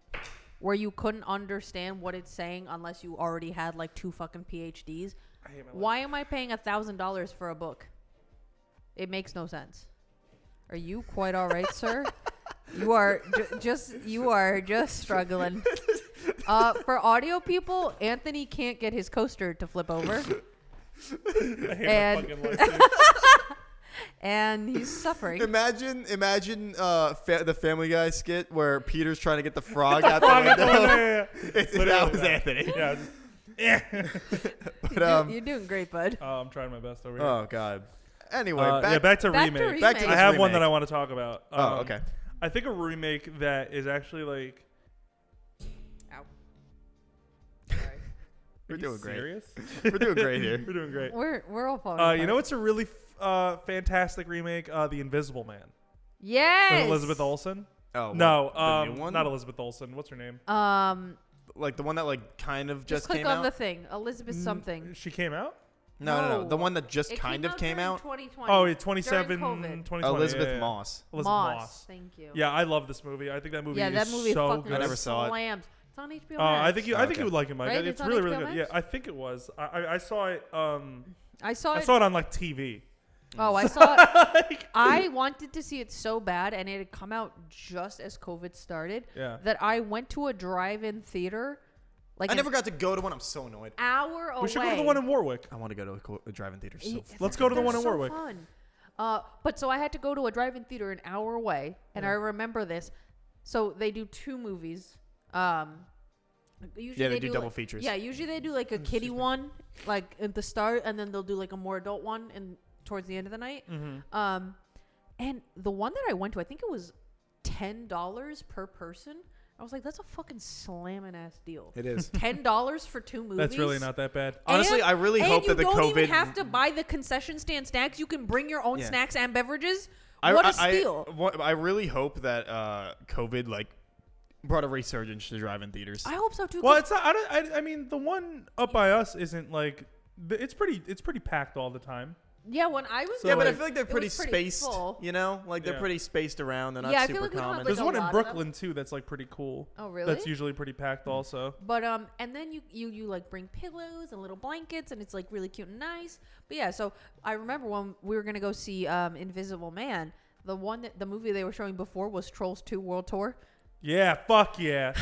B: where you couldn't understand what it's saying unless you already had like two fucking PhDs.
C: I hate my life.
B: Why am I paying a thousand dollars for a book? It makes no sense. Are you quite all right, sir? You are ju- just you are just struggling. Uh, for audio people, Anthony can't get his coaster to flip over,
C: I hate
B: And-
C: my fucking life. dude.
B: and he's suffering.
A: Imagine, imagine uh, fa- the Family Guy skit where Peter's trying to get the frog out the
C: Fucking-
A: window.
C: oh, yeah, yeah, yeah.
A: It's-
C: Literally
A: that was
C: that.
A: Anthony.
C: Yeah, just-
A: But
B: You're,
A: um,
B: you're doing great, bud.
C: oh, I'm trying my best over here.
A: oh god. Anyway,
C: Uh,
A: back,
C: yeah, back to
B: back to
C: remake.
B: remake.
A: back to
C: I
A: this
C: have one
A: remake.
C: that I want to talk about.
A: Oh,
C: Um,
A: okay.
C: I think a remake that is actually like.
B: Ow. Sorry.
A: We're
C: are you
A: doing great.
C: serious?
A: We're doing great here.
C: We're doing great.
B: We're we're all falling.
C: Uh, you know
B: apart.
C: what's a really f- uh, fantastic remake? Uh, the Invisible Man
B: Yes.
C: with Elizabeth Olsen.
A: Oh
C: no,
A: the new
C: um,
A: one?
C: not Elizabeth Olsen. What's her name?
B: Um,
A: like the one that like kind of
B: just,
A: just,
B: click
A: came
B: on
A: out.
B: the thing,
C: Mm,
B: Elizabeth something.
C: She came out.
A: no, no, no,
B: No.
A: the one that just kind of came
B: during
A: out.
B: 2020.
C: Oh, yeah,
B: during
C: 27,
B: COVID.
C: 2020.
A: Oh, Elizabeth
C: yeah, yeah, yeah.
A: Moss.
C: Elizabeth
B: Moss.
C: Moss.
B: Thank you.
C: Yeah, I love this movie. I think that movie
B: yeah, that
C: is
B: movie
C: so
B: fucking
C: good.
A: I never saw it.
B: slams. It's on HBO.
C: Uh, I
B: Max.
C: think you. I
A: Oh,
C: think
A: okay.
C: you would like it, Mike.
B: Right?
C: It's,
B: It's on
C: really,
B: HBO
C: really good.
B: Max?
C: Yeah, I think it was. I, I, I saw it. Um,
B: I saw
C: I
B: it.
C: saw it on like TV.
B: oh, I saw it. I wanted to see it so bad, and it had come out just as COVID started
C: Yeah.
B: that I went to a drive-in theater, like
A: I
B: an
A: never got to go to one. I'm so annoyed.
B: hour away.
C: We should go to the one in Warwick.
A: I want to go to a, co- a drive-in theater. So
B: Yeah,
A: f-
C: Let's go to the
B: they're
C: one in
B: so
C: Warwick.
B: Fun. Uh, but so I had to go to a drive-in theater an hour away, and I remember this. So they do two movies. Um, usually
A: Yeah, they do
B: like-
A: double features.
B: Yeah, usually they do like
C: Mm,
B: a kiddie one, like at the start, and then they'll do like a more adult one and towards the end of the night.
C: Mm-hmm.
B: Um, and the one that I went to, I think it was ten dollars per person. I was like, that's a fucking slamming ass deal.
A: it is.
B: Ten dollars for two movies.
C: That's really not that bad.
A: Honestly, I really
B: and
A: hope
B: you
A: that the
B: don't even
A: COVID
B: have to buy the concession stand snacks. You can bring your own
A: Yeah.
B: snacks and beverages.
A: I,
B: what a
A: I- I-
B: steal!
A: what- I really hope that uh, COVID like brought a resurgence to drive-in theaters.
B: I, hope so too.
C: Well,
B: 'cause-
C: it's not, I, don't, I, I mean, the one up by us isn't like th- it's pretty. It's pretty packed all the time.
B: yeah, when I was
C: So,
A: yeah, but I
C: like-
A: feel like they're
B: it was
A: pretty,
B: pretty
A: spaced.
B: full.
A: You know, like they're
C: Yeah.
A: pretty spaced around. They're not
B: Yeah, I feel
A: super
B: like we don't have,
A: common.
B: like,
C: There's
B: a
C: one in
B: lot of them.
C: Brooklyn too that's like pretty cool.
B: oh really?
C: That's usually pretty packed also.
B: But um, and then you you you like bring pillows and little blankets, and it's like really cute and nice. But yeah, so I remember when we were gonna go see um Invisible Man, the one that the movie they were showing before was Trolls Two World Tour.
C: Yeah, fuck yeah.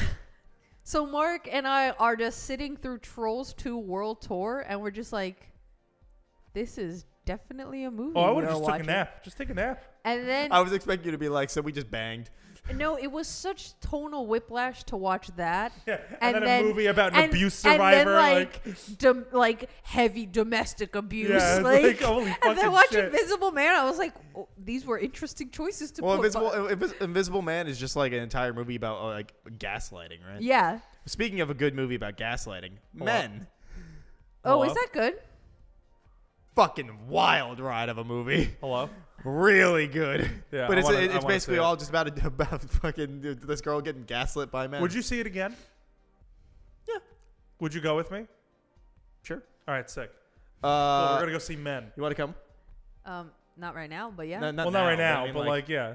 B: So Mark and I are just sitting through Trolls Two World Tour, and we're just like, this is definitely a movie.
C: Oh, I would
B: we're
C: have just took a
B: watching.
C: nap. Just take a nap.
B: And then
A: I was expecting you to be like, so we just banged.
B: no, it was such tonal whiplash to watch that.
C: Yeah, and, then, a movie about an
B: and-
C: abuse
B: and
C: survivor.
B: then, like dom- like heavy domestic abuse.
C: Yeah, it's
B: like,
C: like, holy
B: and
C: fucking
B: then watching
C: shit.
B: Invisible Man, I was like, oh, these were interesting choices to
A: Well,
B: put.
A: Invisible,
B: but-
A: Invis- Invisible Man is just like an entire movie about uh, like gaslighting, right?
B: yeah.
A: Speaking of a good movie about gaslighting, Men,
B: Oh,
C: Hello?
B: is that good?
A: fucking wild ride of a movie,
C: Hello.
A: really good.
C: Yeah,
A: but
C: I
A: it's
C: wanna- I
A: it's
C: wanna
A: basically
C: see it.
A: all just about a, about fucking dude, this girl getting gaslit by men.
C: Would you see it again?
A: Yeah.
C: Would you go with me?
A: Sure.
C: All right, sick.
A: Uh,
C: Well, we're gonna go see Men.
A: you want to come?
B: Um, not right now, but yeah.
A: No, not
C: well, not right
A: but I
C: now,
A: mean,
C: but like, yeah,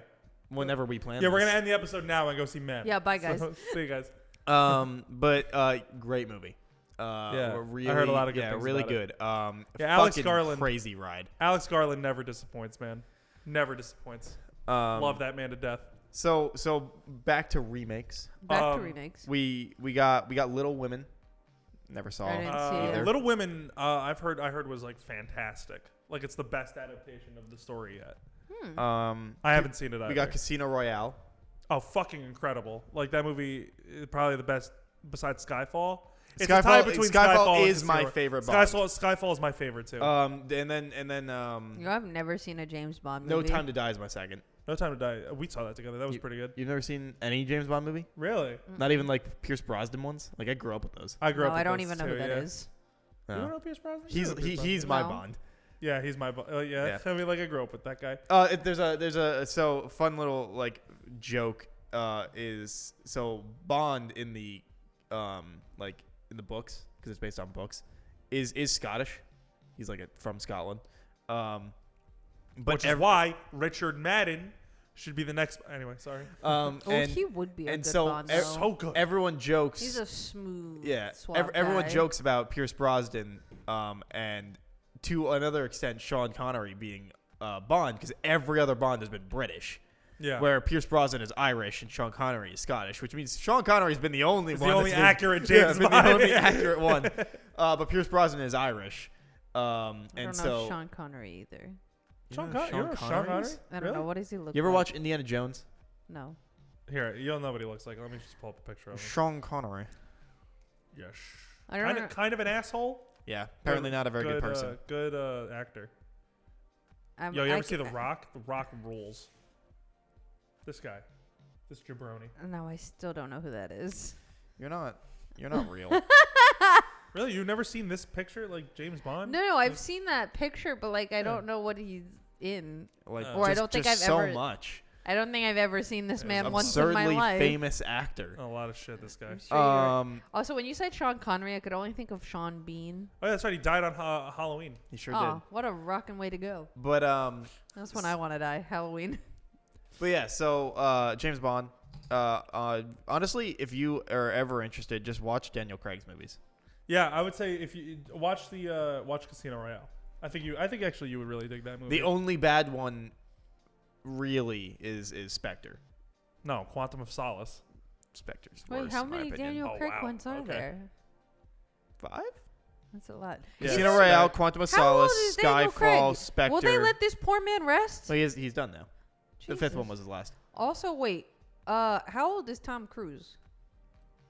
A: whenever we plan.
C: yeah, we're
A: this.
C: gonna end the episode now and go see Men.
B: Yeah, bye, guys.
C: So, see you guys.
A: Um, but uh, great movie. Uh,
C: Yeah,
A: we're
C: I
A: really,
C: heard a lot of good
A: yeah,
C: things
A: really
C: about it.
A: good. Um,
C: Yeah, Alex
A: fucking
C: Garland.
A: crazy ride.
C: Alex Garland never disappoints, man. Never disappoints.
A: Um,
C: Love that man to death.
A: So so back to remakes.
B: Back
C: Um,
B: to remakes.
A: We we got we got Little Women. Never saw.
B: I
A: it.
B: didn't see
C: Uh,
B: it.
C: Little Women, uh, I've heard, I heard was like fantastic. Like it's the best adaptation of the story yet.
A: Um,
C: I haven't seen it either.
A: we got Casino Royale.
C: oh, fucking incredible! Like that movie, is probably the best besides Skyfall. It's a
A: Skyfall-
C: tie between
A: Skyfall
C: and
A: is my
C: Casino-
A: favorite Bond.
C: Skyfall, Skyfall is my favorite too.
A: Um, and then and then um,
B: You know, I've never seen a James Bond
A: No
B: movie.
A: Time to Die is my second.
C: no Time to Die. We saw that together. That was
A: You-
C: pretty good.
A: You've never seen any James Bond movie?
C: Really?
A: Not even like Pierce Brosnan ones. Like I grew up with those.
C: I grew
B: No,
C: up.
B: I
C: with
B: don't
C: those
B: even know
C: too,
B: who that is.
C: yeah. You don't know Pierce Brosnan? You
A: He's
C: know Pierce
A: he,
C: Brosnan.
A: he's my
B: No.
A: Bond.
C: Yeah, he's my. bo- Uh, yeah. I mean, like I grew up with that guy.
A: Uh, it, there's a there's a so fun little like joke uh, is so Bond in the um like in the books because it's based on books is is Scottish. He's like a, from Scotland. Um, but
C: Which is
A: ev-
C: why Richard Madden should be the next. Anyway, sorry.
A: um
B: Oh,
A: and
B: he would be a
A: and
B: good
A: so
B: Bond.
A: ev-
B: though.
C: So good.
A: everyone jokes.
B: He's a smooth.
A: yeah,
B: suave
A: ev- everyone
B: guy.
A: jokes about Pierce Brosnan um and to another extent Sean Connery being uh, Bond because every other Bond has been British.
C: yeah.
A: where Pierce Brosnan is Irish and Sean Connery is Scottish, which means Sean Connery's been the only
C: He's
A: one.
C: the only
A: that's been-
C: accurate
A: Yeah,
C: James
A: been
C: Bond.
A: the only accurate one. Uh, but Pierce Brosnan is Irish, um,
B: I don't
A: and
B: know
A: so
B: Sean Connery either.
C: Sean,
A: You
C: Con-
A: know
C: you
A: Sean
C: know Sean
A: Connery
C: Connery?
A: is?
B: I don't
C: Really?
B: know. What does he look
A: you ever
B: like?
A: watch Indiana Jones?
B: No.
C: Here, you'll know what he looks like. Let me just pull up a picture of him.
A: Sean Connery.
C: Yes.
B: I don't
C: Kind
B: know.
C: of, kind of an asshole.
A: Yeah, apparently not a very good,
C: uh,
A: person.
C: good uh, actor.
B: I'm,
C: Yo, you
B: I
C: ever see The
B: ca-
C: Rock? The Rock rules. This guy, this jabroni.
B: No, I still don't know who that is.
A: you're not. You're not real.
C: Really, you've never seen this picture, like James Bond?
B: No, no, I've seen that picture, but like I don't know what he's in.
A: Like,
C: Uh,
B: Or I
A: just-
B: don't think
A: just
B: I've
A: so
B: ever-
A: much.
B: I don't think I've ever seen this
C: Yeah,
B: man
C: he's
B: once in my
A: Absurdly
B: life.
A: famous actor.
C: A lot of shit. This guy.
B: I'm Oh. sure you're-
A: Um,
B: also, when you said Sean Connery, I could only think of Sean Bean.
C: Oh, yeah, that's right. He died on ha- Halloween.
A: he sure
B: oh,
A: did.
B: what a rockin' way to go!
A: But um,
B: That's when I want to die. Halloween.
A: But yeah, so uh, James Bond. Uh, uh, honestly, if you are ever interested, just watch Daniel Craig's movies.
C: Yeah, I would say if you watch the uh, watch Casino Royale. I think you. I think actually you would really dig that movie.
A: The only bad one, really, is is Spectre.
C: no, Quantum of Solace.
A: Spectre's worse.
B: Wait, how
A: in my
B: many
A: opinion.
B: Daniel
C: Oh,
B: Craig
C: wow.
B: ones are
C: Okay.
B: there?
A: Five.
B: That's a lot.
C: Yeah.
A: Casino
C: Spec-
A: Royale, Quantum of
B: How old
A: Solace,
B: is Daniel Craig?
A: Skyfall, Spectre.
B: Will they let this poor man rest?
A: No, he is, he's done now. The fifth
B: Jesus.
A: one was his last.
B: Also, wait. Uh, how old is Tom Cruise?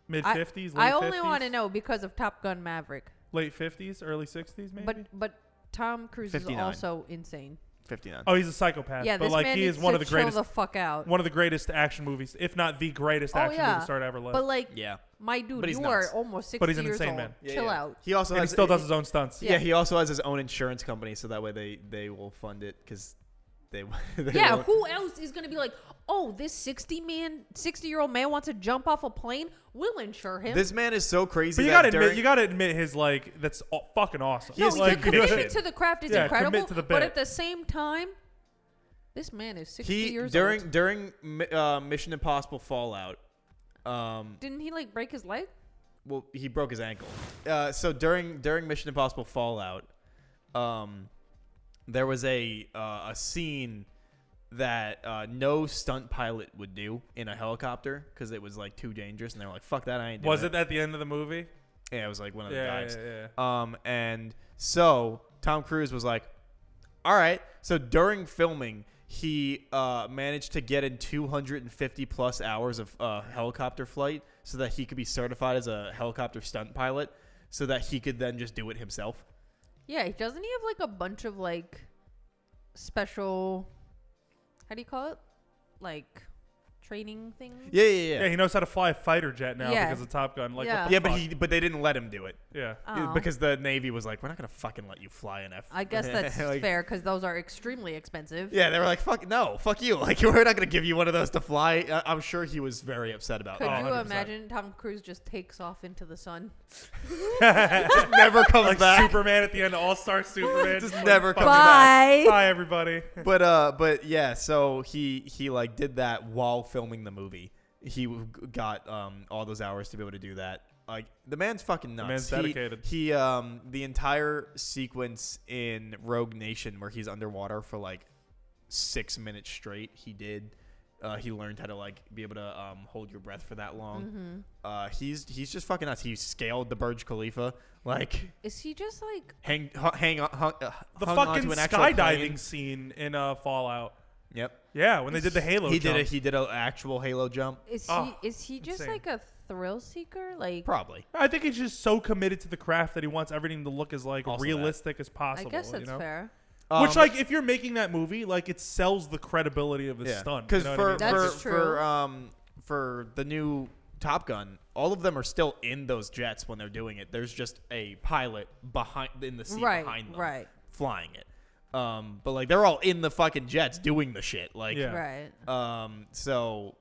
C: Mid
B: I-
C: fifties.
B: I only want to know because of Top Gun Maverick.
C: Late fifties, early sixties, maybe.
B: But but Tom Cruise
A: 59.
B: is also insane.
A: Fifty-nine.
C: oh, he's a psychopath.
B: yeah,
C: but
B: this
C: like
B: man
C: he
B: needs
C: is one
B: to
C: of the
B: chill
C: greatest,
B: the fuck out.
C: one of the greatest action movies, if not the greatest
B: Oh,
C: action
B: yeah.
C: movie star to ever live.
B: But like,
A: Yeah.
B: my dude,
A: But he's
B: you
A: nuts.
B: are almost sixty
C: But he's an
B: years
C: insane
B: old.
C: man.
A: Yeah,
B: Chill
A: yeah.
B: out.
A: He also
C: and he
A: has,
C: still does his own stunts.
A: Yeah.
B: Yeah.
A: he also has his own insurance company, so that way they they will fund it because they. they
B: Yeah,
A: won't-
B: who else is gonna be like, oh, this sixty man, sixty year old man wants to jump off a plane? We'll insure him.
A: This man is so crazy.
C: But you
A: that
C: gotta
A: during-
C: admit, you gotta admit his like that's all, fucking awesome.
A: He
B: no,
A: is
B: your
A: like
C: like,
A: committed
B: commitment to the craft is
C: Yeah,
B: incredible.
C: commit to the
B: But
C: bit.
B: at the same time, this man is sixty
A: he
B: years
A: during
B: old.
A: during Mi- uh, Mission Impossible Fallout. Um,
B: Didn't he like break his leg?
A: well, he broke his ankle. Uh, so during during Mission Impossible Fallout, um, there was a uh, a scene that uh, no stunt pilot would do in a helicopter because it was like too dangerous, and they were like, "Fuck that, I ain't." Doing
C: was it at the end of the movie?
A: Yeah, it was like one of the
C: Yeah,
A: dives.
C: yeah, yeah,
A: Um, and so Tom Cruise was like, "All right." So during filming, he uh, managed to get in 250 plus hours of uh, helicopter flight so that he could be certified as a helicopter stunt pilot, so that he could then just do it himself.
B: Yeah, he- doesn't he have like a bunch of like special how do you call it? Like training things?
A: Yeah, yeah, yeah.
C: Yeah, he knows how to fly a fighter jet now
B: Yeah.
C: because of Top Gun. Like,
B: Yeah.
C: what the
A: yeah, but
C: fuck?
A: he but they didn't let him do it
C: yeah.
B: Oh.
A: because the Navy was like, "We're not gonna fucking let you fly an F."
B: I guess that's fair 'cause
A: Like,
B: fair because those are extremely expensive.
A: Yeah, they were like, "Fuck no, fuck you!" Like we're not gonna give you one of those to fly. Uh, I'm sure he was very upset about
B: Could
A: that.
C: Oh,
B: you
C: 100%.
B: imagine Tom Cruise just takes off into the sun?
A: Never comes
C: like
A: back.
C: Superman at the end, All Star Superman.
A: Just
C: Like,
A: never
C: fuck.
A: comes back.
C: Bye, everybody.
A: but uh but yeah so he he like did that while filming the movie he w- got um all those hours to be able to do that like the man's fucking nuts
C: man's
A: He-
C: dedicated.
A: he, um the entire sequence in rogue nation where he's underwater for like six minutes straight he did Uh, he learned how to like be able to um, hold your breath for that long. Uh, he's he's just fucking nuts. He scaled the Burj Khalifa, like
B: Is he just like
A: hang hu- hang on hung, uh,
C: The
A: hung
C: fucking
A: onto an actual plane.
C: skydiving scene in uh, Fallout.
A: Yep,
C: Yeah, when they did the Halo
A: he
C: jump.
A: did a he did an actual Halo jump.
B: is
C: Oh,
B: he is he just
C: insane.
B: like a thrill seeker? Like
A: Probably.
C: I think he's just so committed to the craft that he wants everything to look as like
A: Also that.
C: realistic as
B: I
C: possible.
B: guess that's
C: you know?
B: fair.
C: Which,
A: Um,
C: like, if you're making that movie, like, it sells the credibility of the stunt. you
A: Because
C: know what I
A: for
C: mean?
B: That's
A: for,
B: true.
A: for um for the new Top Gun, all of them are still in those jets when they're doing it. There's just a pilot behind in the seat
B: Right,
A: behind them,
B: right.
A: flying it. Um, but like they're all in the fucking jets doing the shit. Like,
C: Yeah.
B: Right.
A: um, so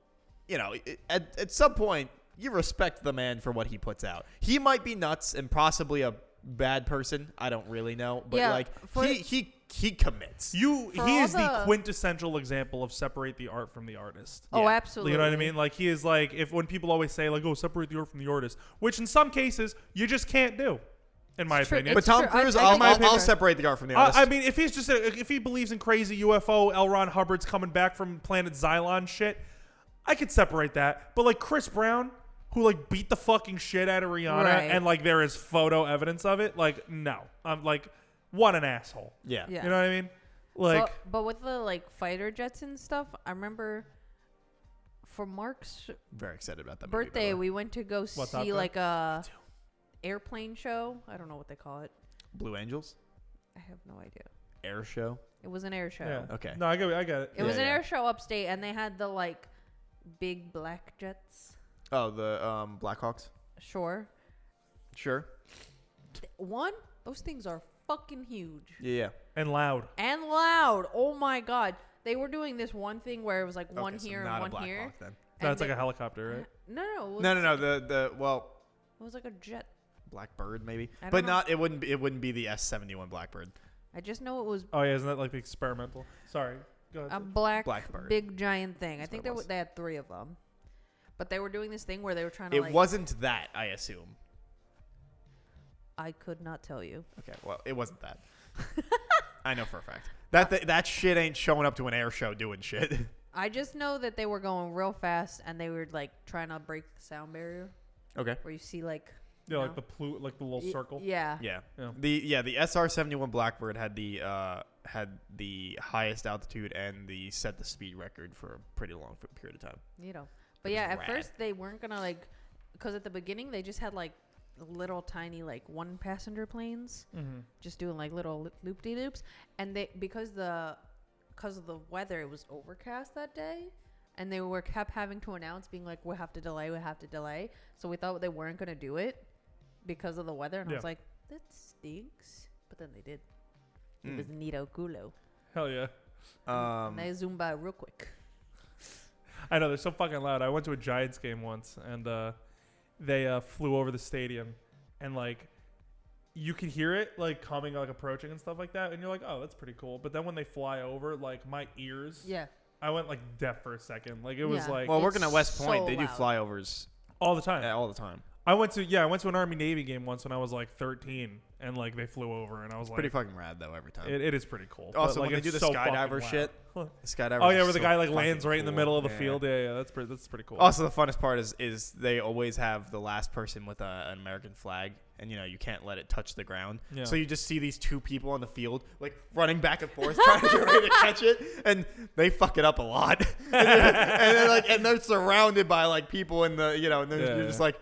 A: you know, i- at at some point you respect the man for what he puts out. He might be nuts and possibly a bad person. I don't really know, but
B: Yeah,
A: like
B: for-
A: he he he commits.
C: you,
B: For
C: he
B: all
C: is the,
B: the-
C: quintessential example of separate the art from the artist.
B: Oh,
A: Yeah.
B: absolutely.
C: You know what I mean? Like he is like if when people always say like, "Oh, separate the art from the artist," which in some cases you just can't do, in my
B: It's true.
C: opinion.
A: but
B: It's
A: Tom
B: true. I-
A: Cruise,
B: I
A: I, will
B: think
A: I'll,
B: that's
A: I'll
B: fair.
A: separate the art from the artist.
C: I, I mean, if he's just a, if he believes in crazy UFO, L. Ron Hubbard's coming back from Planet Xylon shit, I could separate that. But like Chris Brown, who like beat the fucking shit out of Rihanna,
B: Right.
C: and like there is photo evidence of it. Like no, I'm like, what an asshole.
A: yeah.
B: Yeah.
C: You know what I mean? Like
B: but, but with the like fighter jets and stuff, I remember for Mark's
A: Very excited about that
B: birthday,
A: movie,
B: we went to go
C: Top
B: see
C: Gun?
B: like a airplane show. I don't know what they call it.
A: by the way. Blue Angels
B: I have no idea.
A: air show.
B: It was an air show.
C: yeah.
A: Okay.
C: No, I get I get it.
B: It was
A: Yeah,
B: an
A: yeah.
B: air show upstate, and they had the like big black jets.
A: Oh, the um, Blackhawks.
B: Sure.
A: Sure.
B: Th- One, those things are fucking huge
A: Yeah. yeah.
C: And loud.
B: and loud. Oh my god, they were doing this one thing where it was like one
A: Okay, so
B: here
A: not a
B: and one
A: Blackhawk
B: here.
A: then.
B: and
C: That's like
B: they-
C: a helicopter, right?
B: No, no, it was,
A: No, no, no. The the well,
B: It was like a jet.
A: Blackbird maybe,
B: I don't
A: but
B: know.
A: not. It wouldn't. Be, it wouldn't be the S seventy one Blackbird.
B: I just know it was
C: Oh yeah, isn't that like the experimental? Sorry. Go ahead.
B: a black,
A: Blackbird.
B: big giant thing. I
A: what
B: think they,
A: it
B: were,
A: was.
B: they had three of them, but they were doing this thing where they were trying to.
A: It
B: like,
A: wasn't that. I assume.
B: I could not tell you.
A: Okay. Well, it wasn't that. I know for a fact that th- that shit ain't showing up to an air show doing shit.
B: I just know that they were going real fast and they were like trying to break the sound barrier
A: Okay.
B: where you see like
C: yeah, like
B: no.
C: the plu- like the little
B: Y-
C: circle.
B: Yeah.
A: Yeah.
C: Yeah.
A: The yeah the SR seventy one Blackbird had the uh, had the highest altitude and the set the speed record for a pretty long f- period of time.
B: You know. But
A: It was
B: yeah, at
A: rad.
B: first they weren't gonna like, because at the beginning they just had like little tiny like one passenger planes,
C: Mm-hmm.
B: just doing like little loop de loops, and they because the because of the weather it was overcast that day, and they were kept having to announce being like we have to delay, we have to delay. So we thought they weren't gonna do it because of the weather, and I was
C: Yeah.
B: like that stinks. But then they did. It was Nito Gulo.
C: Hell yeah.
A: Hmm. Um,
B: and they zoomed by real quick.
C: I know they're so fucking loud. I went to a Giants game once, and uh, they uh, flew over the stadium, and like you could hear it like coming, like approaching and stuff like that, and you're like, oh, that's pretty cool. But then when they fly over, like my ears,
B: Yeah.
C: I went like deaf for a second. Like it was
B: Yeah.
C: like
A: well, working
B: It's
A: at West Point,
B: so
A: they do
B: loud.
A: flyovers
C: all the time.
A: uh, all the time.
C: I went to yeah, I went to an Army Navy game once when I was like 13, and like they flew over, and I was like,
A: Pretty fucking rad though every time.
C: it, it is pretty cool. but,
A: also, when
C: like,
A: they
C: it's
A: do the
C: so fucking
A: skydiver
C: loud.
A: shit,
C: Huh.
A: the skydiver.
C: Oh yeah,
A: is
C: where the
A: so
C: guy like
A: fucking
C: lands right in the
A: cool,
C: middle of the
A: yeah.
C: field. Yeah, yeah, that's pretty. That's pretty cool.
A: Also, the funnest part is is they always have the last person with a, an American flag, and you know you can't let it touch the ground.
C: Yeah.
A: So you just see these two people on the field like running back and forth trying to get ready to catch it, and they fuck it up a lot. and, they're, and they're like, and they're surrounded by like people in the you know, and they're,
C: Yeah,
A: you're
C: yeah.
A: just like,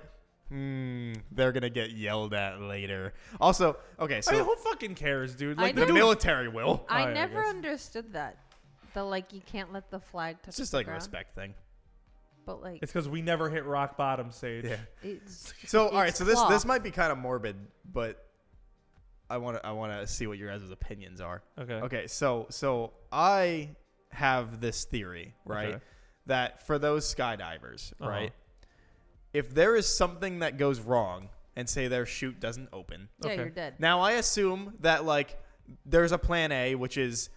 A: hmm, they're gonna get yelled at later. Also, okay, so
C: I mean, who fucking cares, dude?
B: I
C: Like
A: the
B: know.
C: dude-
A: military will.
B: I
C: Oh, yeah, I
B: never
C: guess.
B: understood that. The like you can't let the flag touch.
A: It's just
B: the
A: like a
B: ground.
A: respect thing.
B: But like
C: It's because we never hit rock bottom, Sage.
A: Yeah.
B: it's
A: So all right,
B: It's
A: so this this
B: cloth.
A: might be kind of morbid, but I want to I want to see what your guys' opinions are.
C: Okay.
A: Okay, so so I have this theory, right?
C: Okay.
A: That for those skydivers,
C: Uh-huh.
A: right? If there is something that goes wrong and say their chute doesn't open.
B: yeah,
C: okay.
B: you're dead.
A: Now I assume that like there's a plan A, which is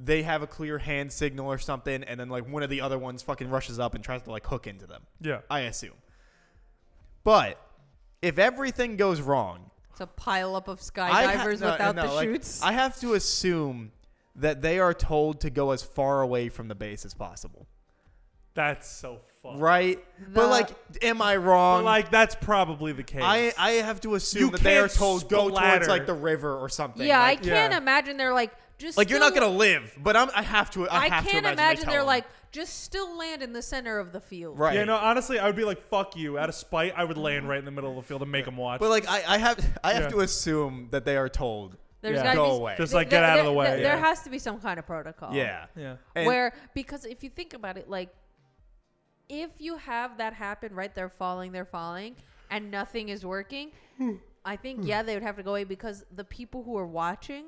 A: they have a clear hand signal or something and then like one of the other ones fucking rushes up and tries to like hook into them.
C: Yeah.
A: I assume. But if everything goes wrong,
B: It's a pile up of
A: I ha-
B: skydivers
A: no,
B: without
A: no,
B: the
A: like,
B: chutes.
A: I have to assume that they are told to go as far away from the base as possible.
C: That's so fun.
A: right?
B: The-
A: but like, am I wrong?
C: Like that's probably the case.
A: I I have to assume
C: You
A: that they are
C: can't
A: told go
C: splatter.
A: towards like the river or something.
B: yeah,
A: like,
B: I can't
C: yeah.
B: imagine they're like just
A: like you're not
B: still-
A: gonna live, but I'm. I have to. I,
B: I,
A: have
B: can't
A: to imagine, they
B: imagine
A: tell
B: they're
A: them.
B: like just still land in the center of the field.
A: right.
C: Yeah, no, honestly, I would be like, fuck you. Out of spite, I would land right in the middle of the field and make them watch.
A: But like I, I have I have
C: Yeah.
A: to assume that they are told.
B: There's
C: Yeah.
B: gotta
A: Go
B: be,
A: away.
C: Just
B: th-
C: like,
B: there-
C: get out of the
B: there-
C: way,
B: There, there
C: yeah.
B: has to be some kind of protocol.
A: Yeah.
C: yeah.
A: And-
B: Oh. where because if you think about it, like if you have that happen, right? They're falling, they're falling, and nothing is working. I
A: Hmm.
B: think yeah, they would have to go away because the people who are watching,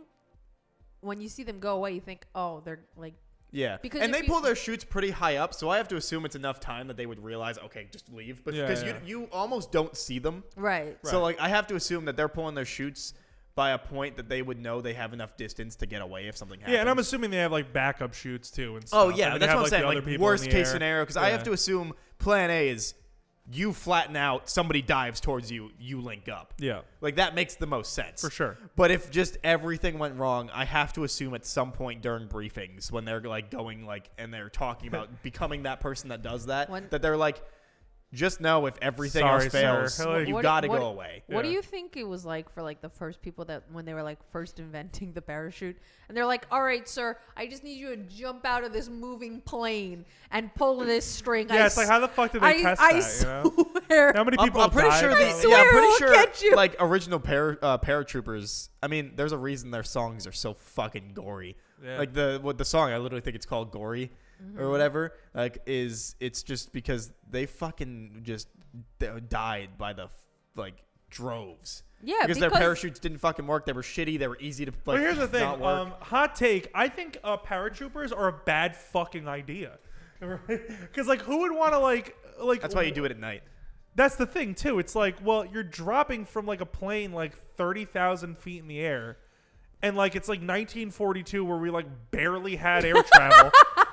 B: when you see them go away, you think, oh, they're like,
A: Yeah.
B: Because
A: and
B: if
A: they
B: you-
A: pull their shoots pretty high up, so I have to assume it's enough time that they would realize, okay, just leave. But
C: Yeah,
A: because
C: yeah.
A: you you almost don't see them.
B: right,
A: So like I have to assume that they're pulling their shoots by a point that they would know they have enough distance to get away if something happens.
C: Yeah, and I'm assuming they have like backup shoots too. And stuff.
A: Oh yeah,
C: and they
A: that's
C: have,
A: what I'm
C: the
A: saying.
C: other
A: Like
C: people in
A: worst
C: the
A: case
C: air.
A: scenario, because I have
C: Yeah.
A: to assume plan A is you flatten out, somebody dives towards you, you link up.
C: Yeah,
A: Like that makes the most sense.
C: for sure.
A: But if just everything went wrong, I have to assume at some point during briefings when they're like going like and they're talking about becoming that person that does that,
B: When-
A: that they're like, just know if everything
C: Sorry,
A: else fails,
C: sir. Like-
A: you
B: What-
A: got to
B: what-
A: go away.
B: What do
C: Yeah.
B: you think it was like for like the first people that when they were like first inventing the parachute and they're like, "All right, sir, I just need you to jump out of this moving plane and pull this string."
C: Yeah,
B: I
C: it's like how the fuck did they
B: I,
C: test
B: I
C: that? You know?
B: swear.
C: How many
A: I'm-
C: people?
A: I'm, pretty
C: died
A: sure
C: from
B: they-
A: the-
C: it?
B: swear
A: yeah, I'm pretty
B: we'll
A: sure
B: get you.
A: like original para, uh, paratroopers. I mean, there's a reason their songs are so fucking gory.
C: Yeah.
A: Like the what the song I literally think it's called Gory or
B: Mm-hmm.
A: whatever. Like is it's just because they fucking just d- died by the f- like droves.
B: Yeah,
A: because, their
B: because-
A: parachutes didn't fucking work. They were shitty. They were easy to like.
C: well, here's the thing.
A: not work.
C: Um, hot take. I think uh, paratroopers are a bad fucking idea. Because like, who would want to like like?
A: That's why you do it at night.
C: That's the thing too. It's like, well, you're dropping from like a plane like thirty thousand feet in the air, and like it's like 1942 where we like barely had air travel.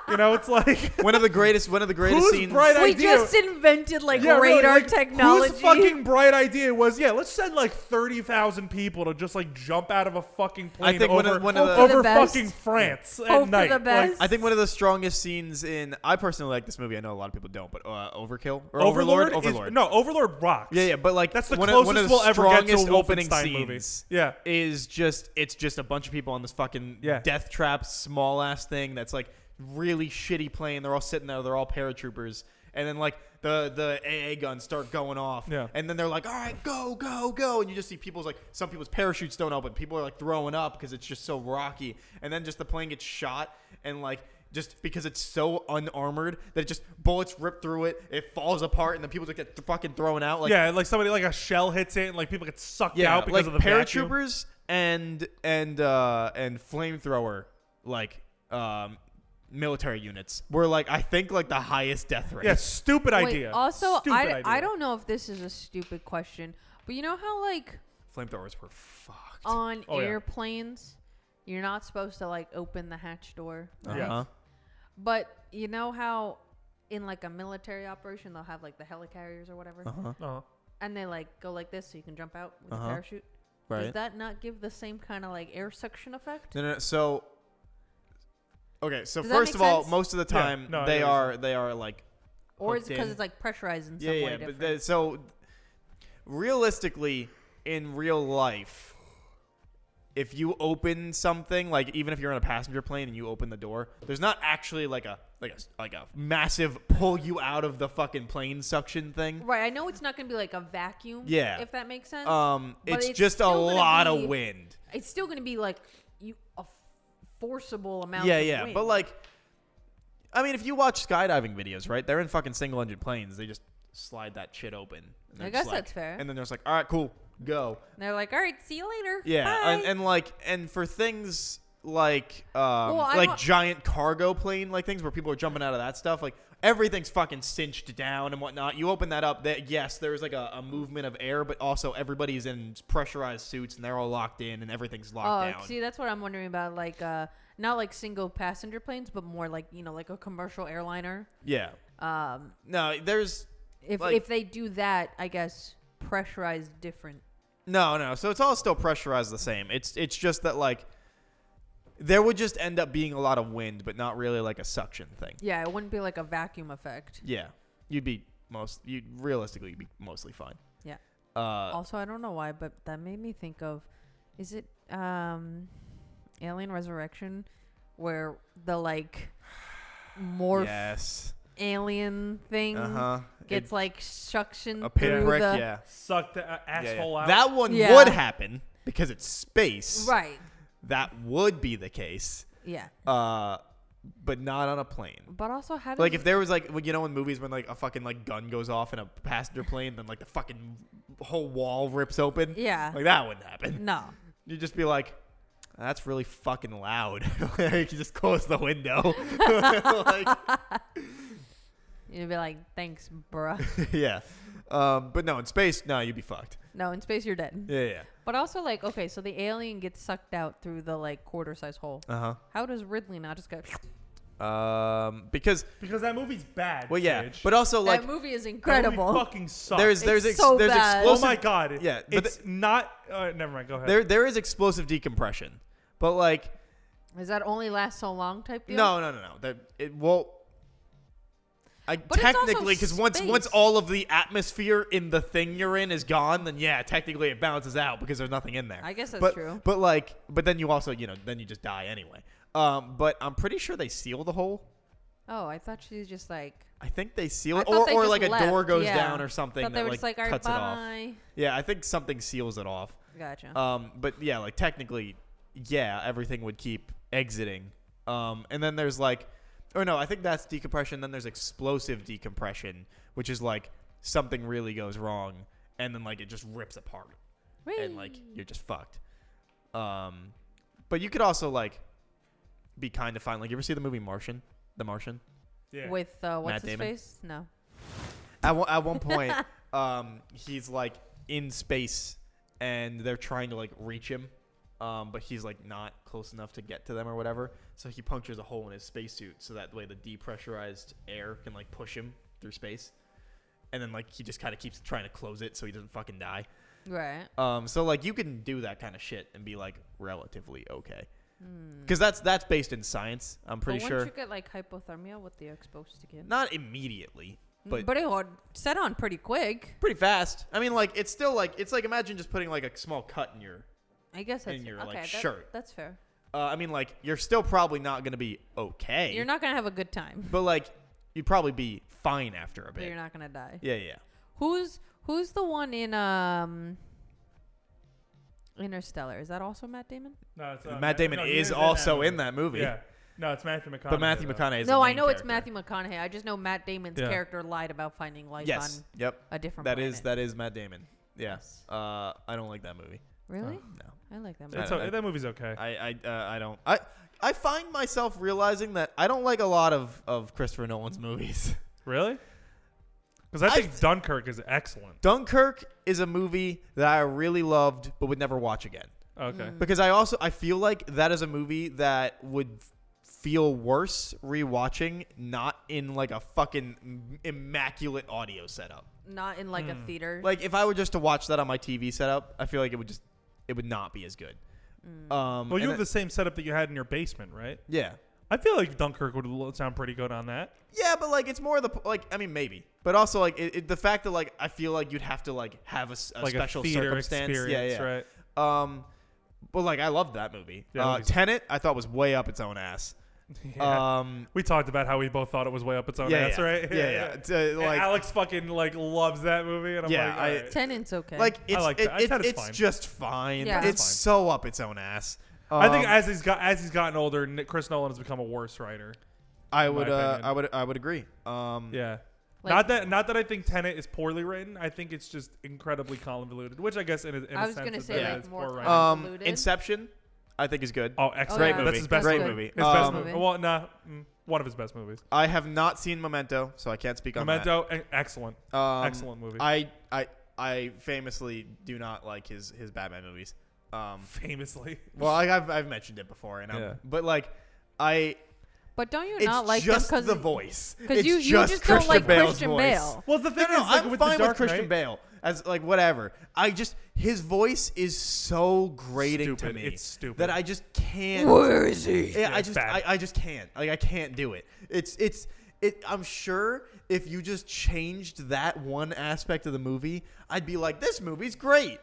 C: you know, it's like
A: One of the greatest. One of the greatest
C: Whose
A: scenes.
C: bright
B: we
C: idea-
B: just invented like
C: yeah, really,
B: radar
C: like,
B: technology.
C: Whose fucking bright idea was yeah, let's send like thirty thousand people to just like jump out of a fucking plane
A: think one
C: over
A: of- one of
C: over
A: the-
B: Hope for the best.
C: fucking France at
B: Hope for
C: night.
B: the
C: Like,
B: best.
A: I think one of the strongest scenes in I personally like this movie. I know a lot of people don't, but uh, Overkill or
C: Overlord,
A: Overlord,
C: is-
A: Overlord.
C: no, Overlord rocks.
A: Yeah, yeah, but like
C: That's the
A: one
C: closest
A: of, one of the
C: we'll ever get to a
A: strongest opening
C: Wolfenstein
A: scenes.
C: movie. Yeah.
A: is just it's just a bunch of people on this fucking
C: Yeah.
A: death trap, small ass thing that's like really shitty plane. They're all sitting there. They're all paratroopers, and then like the the AA guns start going off.
C: Yeah.
A: and then they're like, all right, go, go, go, and you just see people's like some people's parachutes don't open. People are like throwing up because it's just so rocky, and then just the plane gets shot and like. Just because it's so unarmored that it just bullets rip through it, it falls apart, and the people just get fucking thrown out. Like
C: yeah, like somebody like a shell hits it and like people get sucked out because
A: like
C: of the vacuum.
A: paratroopers and and uh and flamethrower like um military units were like I think like the highest death rate.
C: Yeah, stupid
B: Wait,
C: idea.
B: Also,
C: stupid
B: I,
C: idea.
B: I don't know if this is a stupid question, but you know how like
A: Flamethrowers were fucked.
B: on
C: Oh, yeah.
B: airplanes, you're not supposed to like open the hatch door,
C: Yeah.
A: Uh-huh.
B: but you know how in like a military operation they'll have like the helicarriers or whatever,
C: Uh-huh.
B: and they like go like this so you can jump out with
A: Uh-huh.
B: a parachute. Does
A: Right.
B: that not give the same kind of like air suction effect?
A: No, no, no, so Okay, so
B: Does that
A: first of
B: make
A: all,
B: sense?
A: most of the
C: Yeah,
A: time
C: no, I
A: they
C: know what you're
A: are they are like
B: Or is it
A: hooked
B: because
A: in.
B: it's like pressurized in some
A: yeah,
B: way
A: yeah,
B: different?
A: but the, so realistically in real life if you open something like even if you're on a passenger plane and you open the door there's not actually like a like a like a massive pull you out of the fucking plane suction thing
B: right, I know it's not going to be like a vacuum.
A: Yeah.
B: if that makes sense.
A: um
B: But
A: it's,
B: it's
A: just a
B: still gonna
A: lot
B: be-
A: of wind
B: it's still going to be like you a forcible amount.
A: yeah
B: of
A: yeah
B: wind.
A: but like i mean if you watch skydiving videos right they're in fucking single engine planes they just slide that shit open and
B: I
A: they're
B: guess
A: just like-
B: that's fair.
A: and then there's like all right cool go
B: And they're like, all right, see you later.
A: Yeah,
B: Bye."
A: and, and like and for things like um,
B: I
A: like
B: don't-
A: giant cargo plane like things where people are jumping out of that stuff like everything's fucking cinched down and whatnot. You open that up, that yes, there's like a, a movement of air, but also everybody's in pressurized suits and they're all locked in and everything's locked
B: oh,
A: down.
B: see, that's what I'm wondering about. Like, uh, not like single passenger planes, but more like you know, like a commercial airliner.
A: yeah,
B: Um,
A: no, there's
B: if
A: Like-
B: if they do that, I guess pressurized different.
A: no, no. So it's all still pressurized the same. It's it's just that like There would just end up being a lot of wind, but not really like a suction thing.
B: Yeah, it wouldn't be like a vacuum effect.
A: Yeah, you'd be most. You'd realistically be mostly fine.
B: Yeah.
A: Uh,
B: Also, I don't know why, but that made me think of is it um Alien Resurrection where the like morph
A: yes.
B: alien thing
A: Uh huh.
B: gets like suction
A: a
B: through
A: pinprick.
B: the
A: Yeah.
C: Suck the uh,
A: Yeah, yeah.
C: asshole out.
A: That one
B: Yeah.
A: would happen because it's space.
B: right.
A: That would be the case.
B: Yeah,
A: Uh, but not on a plane.
B: but also how does
A: Like if there was like well, you know in movies when like a fucking like gun goes off in a passenger plane, then like the fucking whole wall rips open.
B: yeah
A: Like that wouldn't happen.
B: no
A: You'd just be like, that's really fucking loud. like you just close the window. like,
B: you'd be like thanks bruh
A: yeah. Um, but no, in space, no, you'd be fucked.
B: no in space you're dead
A: Yeah, yeah.
B: but also like okay so the alien gets sucked out through the like quarter size hole
A: Uh
B: how does Ridley not just go
A: huh. Um, because
C: because that movie's bad.
A: well, yeah,
C: Sage.
A: but also like
B: that movie is
C: That movie
B: incredible
C: fucking sucks.
A: there's there's ex-
B: It's so
A: there's
B: bad.
C: oh
A: explosive
C: my god.
A: Yeah, but
C: it's not. Uh, never mind. Go ahead.
A: there there is explosive decompression, but like
B: is that only last so long type deal
A: No, no, no, no. That it won't. I
B: it's also
A: technically because once once
B: space.
A: all of the atmosphere in the thing you're in is gone, then yeah, technically it balances out because there's nothing in there.
B: I guess that's
A: but,
B: true.
A: But like, but then you also you know then you just die anyway. Um, but I'm pretty sure they seal the hole.
B: oh I thought she was just like
A: I think they seal
B: I
A: it,
B: thought
A: or
B: they
A: or
B: just
A: like a door
B: left,
A: goes
B: yeah.
A: down or something
B: thought
A: that
B: they were
A: like
B: just like all right
A: cuts it off.
B: bye Oh.
A: Yeah, I think something seals it off.
B: gotcha
A: Um, but yeah, like technically, yeah, everything would keep exiting. Um, and then there's like, or no, I think that's decompression. Then there's explosive decompression, which is like something really goes wrong, and then like it just rips apart, and like you're just fucked. Um, but you could also like be kind of fine. Like you ever see the movie Martian? The Martian.
C: yeah.
B: with uh, what's
A: Matt
B: his
A: Damon?
B: face no
A: At one, at one point, um, he's like in space and they're trying to like reach him, um, but he's like not close enough to get to them or whatever. So he punctures a hole in his spacesuit so that way the depressurized air can like push him through space. And then like he just kind of keeps trying to close it so he doesn't fucking die.
B: right
A: Um, so like you can do that kind of shit and be like relatively okay, because that's that's based in science. I'm pretty
B: Hmm. but
A: sure.
B: Once you get like hypothermia, what they're exposed to get.
A: not immediately, but
B: Mm, But, it would set on pretty quick.
A: pretty fast. I mean, like it's still like it's like imagine just putting like a small cut in your.
B: I guess that's
A: In your,
B: okay,
A: like,
B: that-
A: shirt.
B: That's fair.
A: Uh, I mean, like you're still probably not gonna be okay.
B: You're not gonna have a good time,
A: but like you'd probably be fine after a
B: but
A: bit.
B: you're not gonna die.
A: Yeah, yeah.
B: Who's who's the one in um Interstellar? Is that also Matt Damon?
C: No, it's, uh,
A: Matt
C: Matt
A: Damon
C: no, he
A: is
C: that
A: also in
C: movie.
A: that movie.
C: Yeah. No, it's Matthew McConaughey.
A: But Matthew
C: though.
A: McConaughey is.
B: no,
A: the
B: I
A: main
B: know it's
A: character.
B: Matthew McConaughey. I just know Matt Damon's
C: Yeah.
B: character lied about finding life
A: Yes. Yep.
B: on a different
A: That
B: planet.
A: is that is Matt Damon. Yeah.
B: Yes.
A: Uh, I don't like that movie.
B: Really?
A: No.
C: Uh.
B: I like that.
A: Yeah.
B: Movie.
C: It's
A: I-
C: o-
A: I-
C: that movie's okay.
A: I I uh, I don't. I I find myself realizing that I don't like a lot of of Christopher Nolan's movies.
C: Really? Because I
A: I-
C: think Dunkirk is excellent.
A: Dunkirk is a movie that I really loved but would never watch again.
C: Okay.
A: Because I also I feel like that is a movie that would f- feel worse rewatching not in like a fucking m- immaculate audio setup.
B: Not in like
C: Hmm.
B: a theater.
A: Like if I were just to watch that on my TV setup, I feel like it would just it would not be as good. Um
C: Well, you
A: and
C: have the same setup that you had in your basement, right?
A: it- Yeah.
C: I feel like Dunkirk would l- sound pretty good on that.
A: Yeah, but like it's more of the p- like I mean maybe, but also like it, it, the fact that like I feel like you'd have to like have a, s- a
C: like
A: special
C: a theater
A: circumstance.
C: experience,
A: yeah, yeah.
C: right?
A: Um, but like I loved that movie.
C: Yeah, that
A: uh,
C: movie's-
A: Tenet, I thought was way up its own ass.
C: Yeah.
A: Um,
C: we talked about how we both thought it was way up its own
A: yeah,
C: ass,
A: yeah.
C: right?
A: Yeah, yeah. It's, uh,
C: And
A: like-
C: Alex fucking like loves that movie, and I'm
A: Yeah,
C: like,
A: I-
C: alright.
B: Tenant's okay.
A: like it's
C: like
A: it-
C: that. I
A: it-
C: thought it's
A: it's
C: fine.
A: just fine.
B: Yeah.
A: It's
B: It's
C: fine.
A: so up its own ass.
C: I think
A: Um,
C: as he's got as he's gotten older, Nick, Chris Nolan has become a worse writer.
A: I would uh,
C: opinion.
A: I would I would agree. Um,
C: Yeah.
B: Like-
C: not that not that I think Tenet is poorly written. I think it's just incredibly convoluted, which I guess in a, in
B: I
C: a
B: was
C: sense
B: gonna
C: is
B: say,
C: that
A: like,
C: it's
B: more
C: poor writing.
B: con-
A: um,
B: Convoluted.
A: Inception, I think is good.
C: oh, excellent.
B: Great movie.
C: That's his best
A: Great
C: movie.
A: movie.
C: His
A: Um,
C: best movie.
B: movie.
C: Well, nah, mm, one of his best movies.
A: I have not seen Memento, so I can't speak on
C: Memento, e- excellent,
A: that. Um,
C: excellent movie.
A: I I I famously do not like his his Batman movies. Um,
C: Famously,
A: well, I, I've I've mentioned it before, and I'm,
C: Yeah.
A: but like I
B: but don't you
A: it's
B: not like
A: just
B: them
A: the
B: because
A: voice.
B: because
A: It's
B: you you just don't like
A: Bale's
B: Christian
A: voice.
B: Bale.
C: well, the
A: No,
C: thing
A: no,
C: is, like,
A: I'm
C: with
A: fine
C: the
A: with
C: Dark
A: Christian
C: Knight,
A: Bale. as like whatever. I just his voice is so grating to
C: Stupid.
A: me.
C: It's stupid.
A: that I just can't.
B: Where is he?
A: Yeah, I
C: it's
A: just
C: bad.
A: I, I just can't. Like I can't do it. It's it's it I'm sure if you just changed that one aspect of the movie, I'd be like, this movie's great.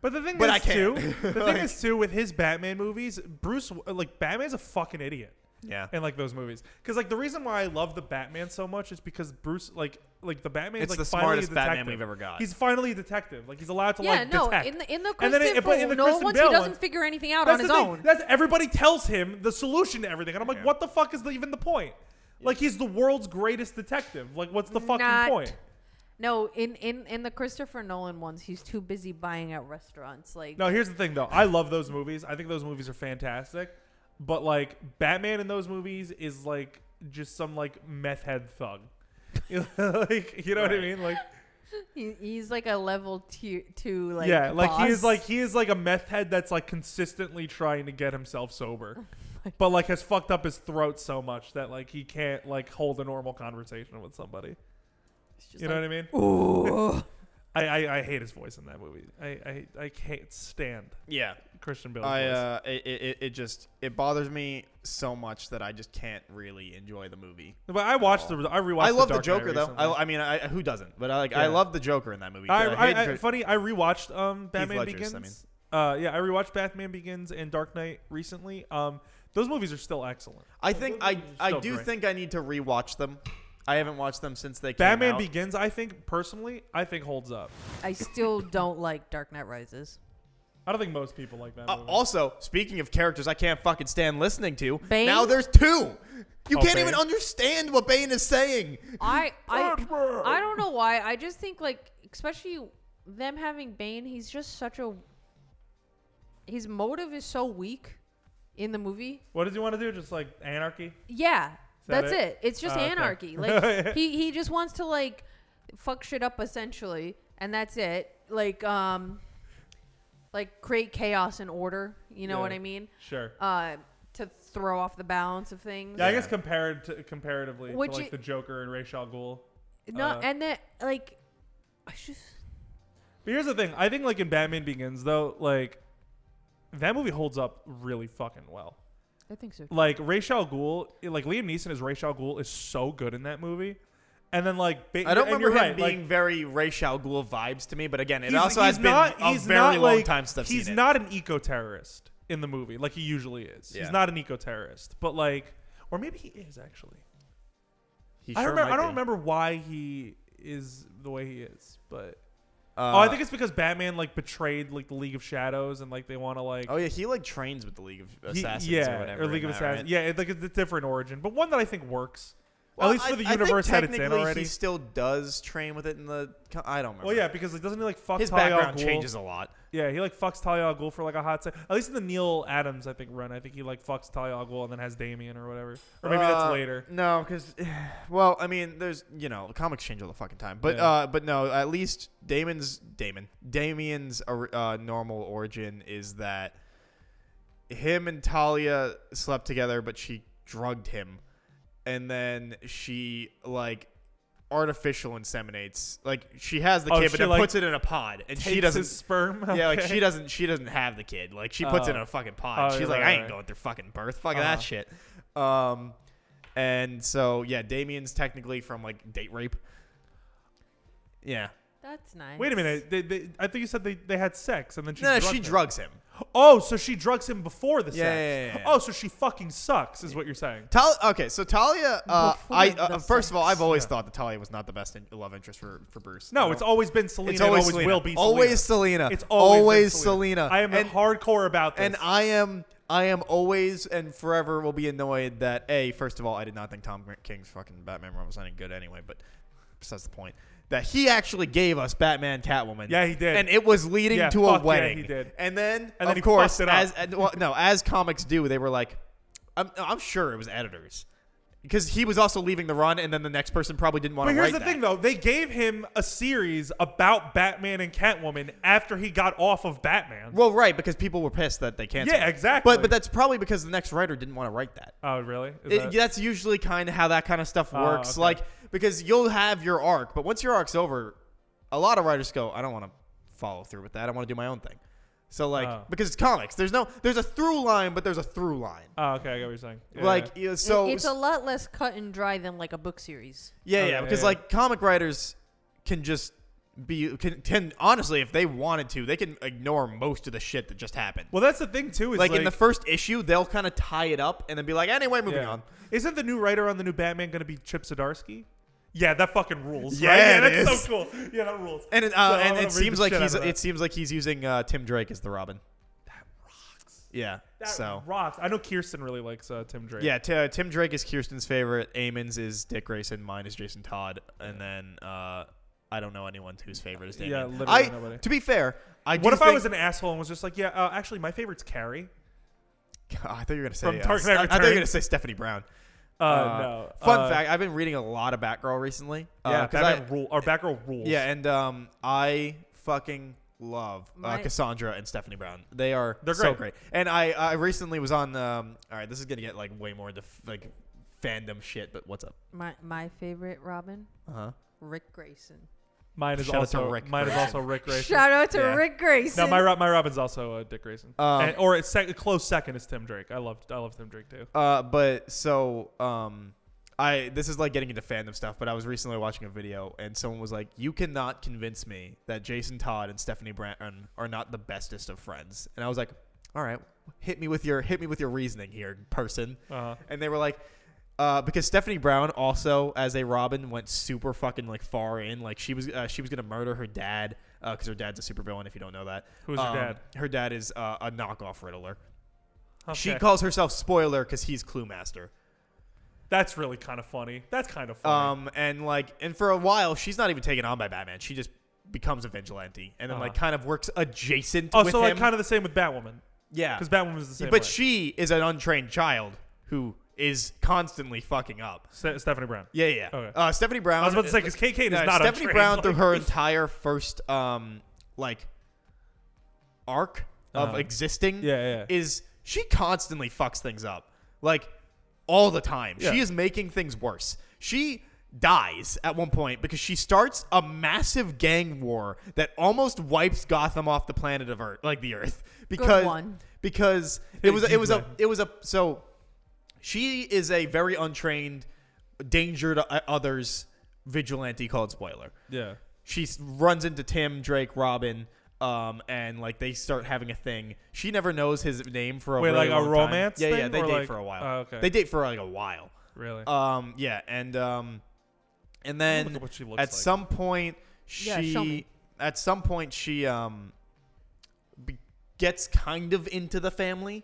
C: But the thing
A: But
C: is
A: I
C: too,
A: can't.
C: the thing
A: Like-
C: is too with his Batman movies, Bruce like Batman's a fucking idiot
A: Yeah.
C: in like those movies. Because like the reason why I love the Batman so much is because Bruce like like the Batman
A: It's
C: like
A: the
C: finally
A: smartest
C: a
A: Batman
C: detective.
A: we've ever got.
C: He's finally a detective. Like he's allowed to
B: Yeah,
C: like
B: no.
C: detect.
B: In the in the
C: And then
B: Christian
C: it- but in the
B: Nolan
C: Christian
B: once
C: Bale
B: he doesn't
C: one-
B: figure anything out on
C: That's
B: his
C: the thing.
B: own.
C: That's everybody tells him the solution to everything, and I'm like, what the fuck is the, even the point? Like he's the world's greatest detective. Like what's the fucking
B: Not-
C: point?
B: No, in, in in the Christopher Nolan ones, he's too busy buying out restaurants. Like
C: No, here's the thing though. I love those movies. I think those movies are fantastic. But like Batman in those movies is like just some like meth head thug. You know, like you know what I mean? Like
B: he, he's like a level tier two. Like
C: yeah, like he is
B: boss.
C: like he is like a meth head that's like consistently trying to get himself sober. But like has fucked up his throat so much that like he can't like hold a normal conversation with somebody.
B: It's just
C: You know
B: like,
C: what I mean? I, I I hate his voice in that movie. I I, I can't stand
A: Yeah.
C: Christian Bale's
A: I
C: voice.
A: uh it, it, it- it just it bothers me so much that I just can't really enjoy the movie.
C: but I watched the I rewatched.
A: I love the,
C: Dark Knight
A: Joker though.
C: recently.
A: I, I mean, I, who doesn't? But I like I
C: Yeah.
A: love the Joker in that movie.
C: I,
A: I
C: I,
A: hate
C: I-
A: Dr-
C: funny. I rewatched um, Batman
A: Ledger's,
C: Begins.
A: I
C: Uh, yeah, I rewatched Batman Begins and Dark Knight recently. Um, those movies are still excellent.
A: I think I I
C: Still
A: do
C: great.
A: think I need to rewatch them. I haven't watched them since they came
C: Batman
A: out.
C: Begins, I think personally, I think holds up.
B: I still don't like Dark Knight Rises.
C: I don't think most people like that.
A: Uh,
C: movie.
A: also, speaking of characters I can't fucking stand listening to,
B: Bane?
A: now there's two. You
C: Oh,
A: can't
C: Bane.
A: even understand what Bane is saying.
B: I I I don't know why. I just think like especially them having Bane, he's just such a his motive is so weak in the movie.
C: What does he want to do? Just like anarchy?
B: Yeah.
C: that
B: That's
C: it?
B: it? It's just
C: Oh, okay.
B: anarchy. Like he he just wants to like fuck shit up essentially and that's it. Like um like create chaos and order, you know
C: Yeah.
B: what I mean?
C: Sure.
B: Uh to throw off the balance of things.
C: yeah, I guess compared to, comparatively
B: Which
C: to like
B: i-
C: the Joker and Ra's al Ghul.
B: No,
C: uh,
B: and then like I just
C: But here's the thing. I think like in Batman Begins though, like that movie holds up really fucking well.
B: I think so.
C: like Ra's al Ghul, like Liam Neeson as Ra's al Ghul is so good in that movie. And then like ba-
A: I don't
C: and
A: remember
C: you're
A: him
C: right,
A: being
C: like,
A: very Ra's al Ghul vibes to me, but again, it
C: he's-
A: also
C: he's
A: has
C: not,
A: been a
C: he's
A: very
C: not,
A: long
C: like-
A: time since I've
C: He's
A: seen
C: not an eco terrorist in the movie, like he usually is.
A: Yeah.
C: He's not an eco terrorist, but like, or maybe he is actually.
A: it. He
C: I
A: sure
C: remember.
A: might
C: I don't
A: be.
C: remember why he is the way he is, but
A: Uh,
C: oh, I think it's because Batman like betrayed like the League of Shadows and like they want to like
A: Oh yeah, he like trains with the League of
C: He-
A: Assassins
C: yeah,
A: or whatever.
C: League
A: in
C: of
A: that, right?
C: Assassins. Yeah, it's like it's a different origin, but one that I think works.
A: Well,
C: At least for
A: I-
C: the
A: I think
C: universe that it's in
A: technically
C: already.
A: He still does train with it in the. co- I don't remember.
C: Well, yeah, because it doesn't he like fuck
A: his
C: Talia
A: background
C: Ghul?
A: changes a lot.
C: Yeah, he like fucks Talia al Ghul for like a hot second. At least in the Neil Adams, I think run, I think he like fucks Talia al Ghul and then has Damien or whatever, or maybe
A: Uh,
C: that's later.
A: No, because well, I mean, there's you know, comics change all the fucking time, but
C: Yeah.
A: uh, but no, at least Damon's Damon Damien's or- uh, normal origin is that him and Talia slept together, but she drugged him, and then she like artificial inseminates like she has the
C: Oh,
A: kid but
C: she,
A: then
C: like,
A: puts it in a pod and she
C: Takes
A: doesn't
C: his sperm.
A: yeah like
C: okay.
A: she doesn't she doesn't have the kid like she puts it in
C: Oh.
A: a fucking pod
C: Oh,
A: she's
C: right,
A: like
C: right,
A: i ain't
C: right.
A: going through fucking birth fuck
C: Uh-huh.
A: that shit um and so yeah damien's technically from like date rape yeah
B: That's nice.
C: Wait a minute. They, they, I think you said they, they had sex and then she.
A: no
C: drugged
A: she
C: him.
A: drugs him
C: Oh, so she drugs him before the
A: Yeah,
C: sex.
A: yeah, yeah, yeah.
C: Oh, so she fucking sucks, is what you're saying.
A: Tal- okay so talia uh,
B: Before
A: i
B: the
A: uh, first of all
B: sex.
A: i've always
C: Yeah.
A: thought that talia was not the best in- love interest for, for bruce I
C: No,
A: don't-
C: it's always been Selena.
A: it's
C: and
A: always,
C: always
A: Selena.
C: will be.
A: always
C: Selena.
A: selena
C: It's always, been
A: selena.
C: I am
A: and,
C: hardcore about this.
A: and i am I am always and forever will be annoyed that a first of all I did not think Tom King's fucking Batman run was any good anyway, but besides the point that he actually gave us Batman Catwoman.
C: Yeah, he did.
A: and it was leading
C: Yeah,
A: to
C: fuck
A: a
C: yeah,
A: wedding.
C: he did.
A: and then
C: then
A: of
C: he
A: course
C: fucked it up.
A: as and- well, no as comics do they were like, I'm, I'm sure it was editors because he was also leaving the run, and then the next person probably didn't want
C: But
A: to
C: here's
A: write
C: the
A: that.
C: thing, though. They gave him a series about Batman and Catwoman after he got off of Batman.
A: Well, right, because people were pissed that they canceled.
C: Yeah,
A: it.
C: exactly.
A: But but that's probably because the next writer didn't want to write that.
C: oh, really? Is
A: It-
C: that-
A: that's usually kind of how that kind of stuff
C: Oh,
A: works.
C: okay.
A: Like because you'll have your arc, but once your arc's over, a lot of writers go, I don't want to follow through with that. I want to do my own thing. So like
C: Oh.
A: because it's comics, there's no there's a through line, but there's a through line.
C: Oh, okay, I get what you're saying. Yeah,
A: Like
C: yeah.
A: yeah, so
B: it's a lot less cut and dry than like a book series.
A: yeah
C: Okay,
A: yeah because
C: Oh, yeah.
A: like comic writers can just be can, can honestly if they wanted to they can ignore most of the shit that just happened.
C: well, that's the thing too. Is
A: like, in the first issue, they'll kind of tie it up and then be like, anyway, moving
C: yeah.
A: on.
C: Isn't the new writer on the new Batman going to be Chip Zdarsky? Yeah, that fucking rules.
A: Yeah,
C: right? yeah,
A: it
C: that's
A: is.
C: so cool. Yeah, that rules.
A: And it,
C: So
A: uh,
C: I
A: and
C: wanna read
A: it
C: the
A: seems like
C: shit out
A: he's
C: of that.
A: it seems like he's using uh, Tim Drake as the Robin. Yeah.
C: That
A: so
C: rocks. I know Kirsten really likes uh, Tim Drake.
A: yeah, Ti- uh, Tim Drake is Kirsten's favorite. Amon's is Dick Grayson. Mine is Jason Todd. And then uh, I don't know anyone whose favorite is Damien.
C: Yeah, literally
A: I,
C: nobody.
A: To be fair, I
C: What
A: do
C: if I
A: think-
C: was an asshole and was just like, yeah, uh, actually, my favorite's Carrie.
A: I thought you were gonna say
C: From
A: uh,
C: Dark
A: Ste- I
C: Knight
A: thought you were
C: Returns?
A: gonna say Stephanie Brown.
C: Uh,
A: Uh,
C: no.
A: Fun
C: Uh,
A: fact: I've been reading a lot of Batgirl recently.
C: Yeah,
A: uh, 'cause I-
C: Batman rule or Batgirl rules.
A: Yeah, and um, I fucking love uh,
B: My-
A: Cassandra and Stephanie Brown. They are
C: They're
A: so great.
C: great.
A: And I I recently was on. Um, all right, this is gonna get like way more into f- like fandom shit. But what's up?
B: My my favorite Robin,
A: Uh huh.
B: Rick Grayson.
C: mine is
A: Shout out to
C: also
A: Rick
C: mine is
A: Grayson.
C: also Rick Grayson.
B: Shout out to
A: Yeah.
B: Rick Grayson.
C: no, my Rob, my Robin's also uh, Dick Grayson.
A: Um,
C: And- or it's sec- close second is Tim Drake. I love I love Tim Drake too.
A: Uh, but so um, I this is like getting into fandom stuff. But I was recently watching a video, and someone was like, "You cannot convince me that Jason Todd and Stephanie Brown are not the bestest of friends." And I was like, "All right, hit me with your hit me with your reasoning here, person."
C: Uh-huh.
A: and they were like uh, because Stephanie Brown also as a Robin went super fucking like far in like she was uh, she was gonna murder her dad because her dad's a supervillain if you don't know that
C: Who's her
A: Um,
C: dad?
A: her dad is uh, a knockoff Riddler she
C: Okay.
A: calls herself spoiler because he's Clue Master
C: That's really kind of funny. That's kind of funny.
A: um and like and for a while she's not even taken on by Batman she just becomes a vigilante and then like
C: Uh-huh.
A: kind of works adjacent
C: oh,
A: with
C: so
A: him
C: like kind of the same with Batwoman
A: yeah
C: because Batwoman is the same.
A: but
C: way.
A: she is an untrained child who is constantly fucking up
C: Se- Stephanie Brown.
A: Yeah, yeah.
C: Okay.
A: Uh, Stephanie Brown. uh,
C: I was about to say because Kate Kane
A: No,
C: is not
A: Stephanie
C: untrained,
A: Brown
C: like-
A: through her entire first um like arc of
C: Uh-huh.
A: existing.
C: Yeah, yeah.
A: Is she constantly fucks things up like all the time?
C: Yeah.
A: She is making things worse. She dies at one point because she starts a massive gang war that almost wipes Gotham off the planet of Earth, like the Earth, because
B: one.
A: because it was it was a
C: Deep one.
A: it was a so she is a very untrained, danger to o- others vigilante called Spoiler.
C: Yeah.
A: She s- runs into Tim, Drake, Robin, um, and like they start having a thing. She never knows his name for a
C: Wait,
A: really
C: like a
A: long time.
C: romance
A: Yeah, yeah,
C: thing,
A: they
C: or
A: date
C: like-
A: for a while.
C: Oh, okay.
A: They date for like a while.
C: Really.
A: Um, yeah, and um, and
C: Look
A: then
C: at what she looks
A: at
C: like.
A: some point she
B: Yeah, show me.
A: at some point she um be- gets kind of into the family,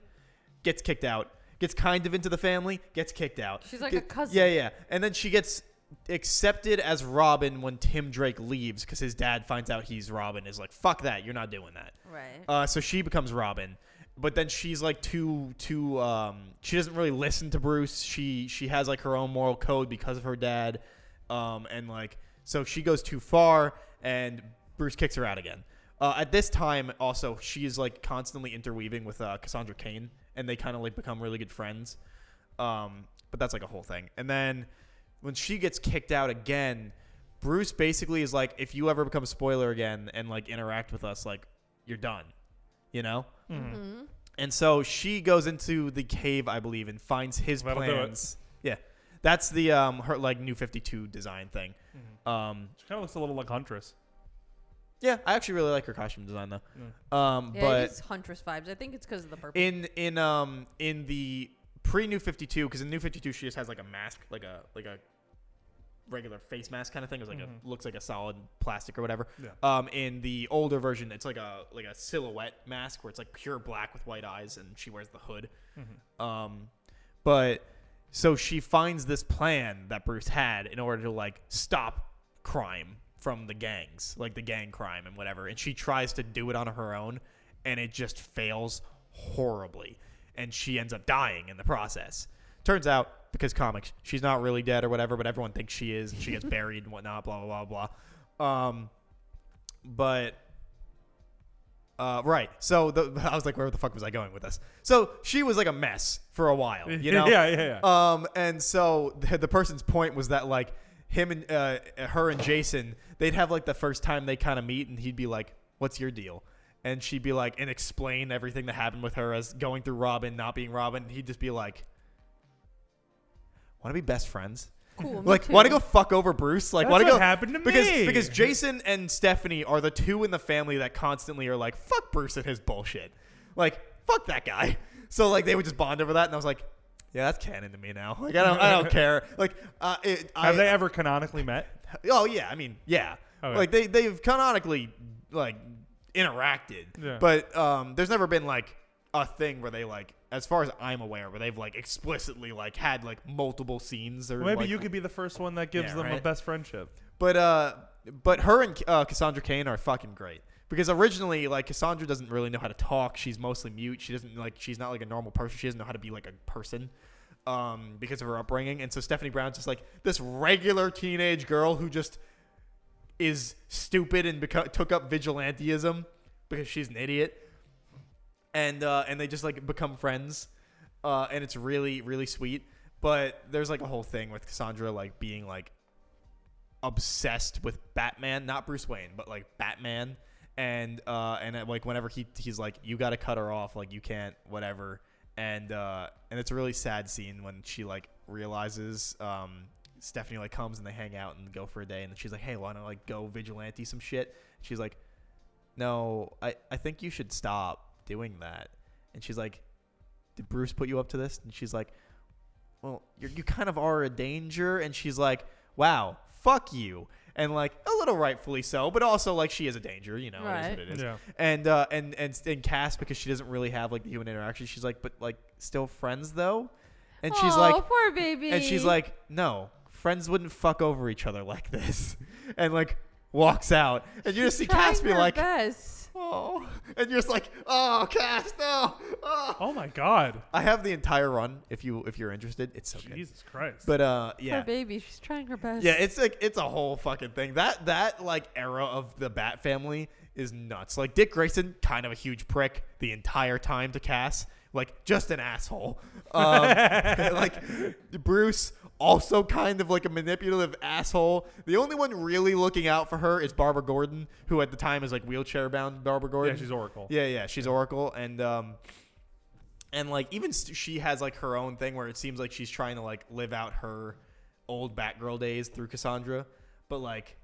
A: gets kicked out, gets kind of into the family, gets kicked out.
B: She's like
A: Get-
B: a cousin.
A: Yeah, yeah, and then she gets accepted as Robin when Tim Drake leaves because his dad finds out he's Robin is like fuck that you're not doing that.
B: Right.
A: Uh, so she becomes Robin, but then she's like too too. Um, she doesn't really listen to Bruce. She she has like her own moral code because of her dad, um, and like so she goes too far, and Bruce kicks her out again. Uh, at this time, also she is like constantly interweaving with uh, Cassandra Kane, and they kind of like become really good friends. Um, but that's like a whole thing. And then when she gets kicked out again, Bruce basically is like, if you ever become a spoiler again and like interact with us, like you're done, you know?
C: Mm-hmm.
A: And so she goes into the cave, I believe, and finds his
C: That'll do it.
A: plans. Yeah. That's the um her like new 52 design thing. Um
C: Mm-hmm. she kind of looks a little like Huntress.
A: yeah, I actually really like her costume design though.
C: Mm.
A: Um
B: yeah,
A: but
B: it is Huntress vibes. I think it's because of the purple.
A: in in um in the pre New Fifty Two because in New Fifty Two she just has like a mask, like a like a regular face mask kind of thing. It's like a looks like a solid plastic or whatever.
C: Yeah.
A: Um, in the older version, it's like a like a silhouette mask where it's like pure black with white eyes, and she wears the hood. Um, but so she finds this plan that Bruce had in order to like stop crime from the gangs, like the gang crime and whatever. And she tries to do it on her own, and it just fails horribly. And she ends up dying in the process. Turns out, because comics, she's not really dead or whatever, but everyone thinks she is. And she gets buried and whatnot, blah, blah, blah, blah. Um, but uh, right. So the, I was like, where the fuck was I going with this? So she was like a mess for a while, you know? Uh,
C: yeah, yeah, yeah.
A: Um, and so the, the person's point was that like him and uh, her and Jason, they'd have like the first time they kind of meet, and he'd be like, "What's your deal?" And she'd be like, and explain everything that happened with her as going through Robin, not being Robin. He'd just be like, "Want to be best friends?"
B: Cool. me
A: Like,
B: too.
A: want to go fuck over Bruce? Like,
C: That's
A: want to
C: what
A: go?
C: happened to
A: because
C: me.
A: because Jason and Stephanie are the two in the family that constantly are like, "Fuck Bruce and his bullshit," like, "Fuck that guy." So like they would just bond over that, and I was like, "Yeah, that's canon to me now. Like, I don't, I don't care. Like, uh, it, I,
C: Have they ever canonically met?
A: Oh yeah, I mean, yeah.
C: Okay.
A: Like they they've canonically like interacted,
C: Yeah.
A: but um, there's never been like a thing where they like, as far as I'm aware, where they've like explicitly like had like multiple scenes or
C: Maybe
A: like,
C: you could be the first one that gives
A: Yeah,
C: them a
A: right.
C: best friendship.
A: But uh, but her and uh, Cassandra Kane are fucking great because originally like Cassandra doesn't really know how to talk. She's mostly mute. She doesn't like she's not like a normal person. She doesn't know how to be like a person. Um, because of her upbringing, and so Stephanie Brown's just like this regular teenage girl who just is stupid and beco- took up vigilanteism because she's an idiot, and uh, and they just like become friends, uh, and it's really really sweet. But there's like a whole thing with Cassandra like being like obsessed with Batman, not Bruce Wayne, but like Batman. And uh, and uh, like whenever he he's like, you got to cut her off, like you can't, whatever. And uh, and it's a really sad scene when she like realizes um, Stephanie like comes and they hang out and go for a day, and then she's like, hey, why don't I like go vigilante some shit? She's like, no, I I think you should stop doing that. And she's like, did Bruce put you up to this? And she's like, well, you're, you kind of are a danger. And she's like, wow, fuck you. And like a little rightfully so, but also like she is a danger, you know, it is
B: Right.
A: what it is.
C: Yeah.
A: And uh, and and and Cass because she doesn't really have like the human interaction. She's like, but like still friends though. And she's
B: Aw,
A: like,
B: poor baby.
A: and she's like, no, friends wouldn't fuck over each other like this. And like walks out, and you just see Cass be
B: trying her
A: like,
B: best.
A: oh, and you're just like, oh, Cass, no, oh.
C: Oh my God.
A: I have the entire run if you if you're interested. It's so good.
C: Jesus Christ.
A: But uh,
B: Poor
A: yeah,
B: baby. She's trying her best.
A: yeah, it's like it's a whole fucking thing. That that like era of the Bat family is nuts. Like Dick Grayson, kind of a huge prick the entire time to Cass, like just an asshole. Um, like Bruce, also kind of like a manipulative asshole. The only one really looking out for her is Barbara Gordon, who at the time is like wheelchair bound. Barbara Gordon.
C: yeah, she's Oracle.
A: Yeah, yeah, she's Oracle, and um, and like even st- she has like her own thing where it seems like she's trying to like live out her old Batgirl days through Cassandra, but like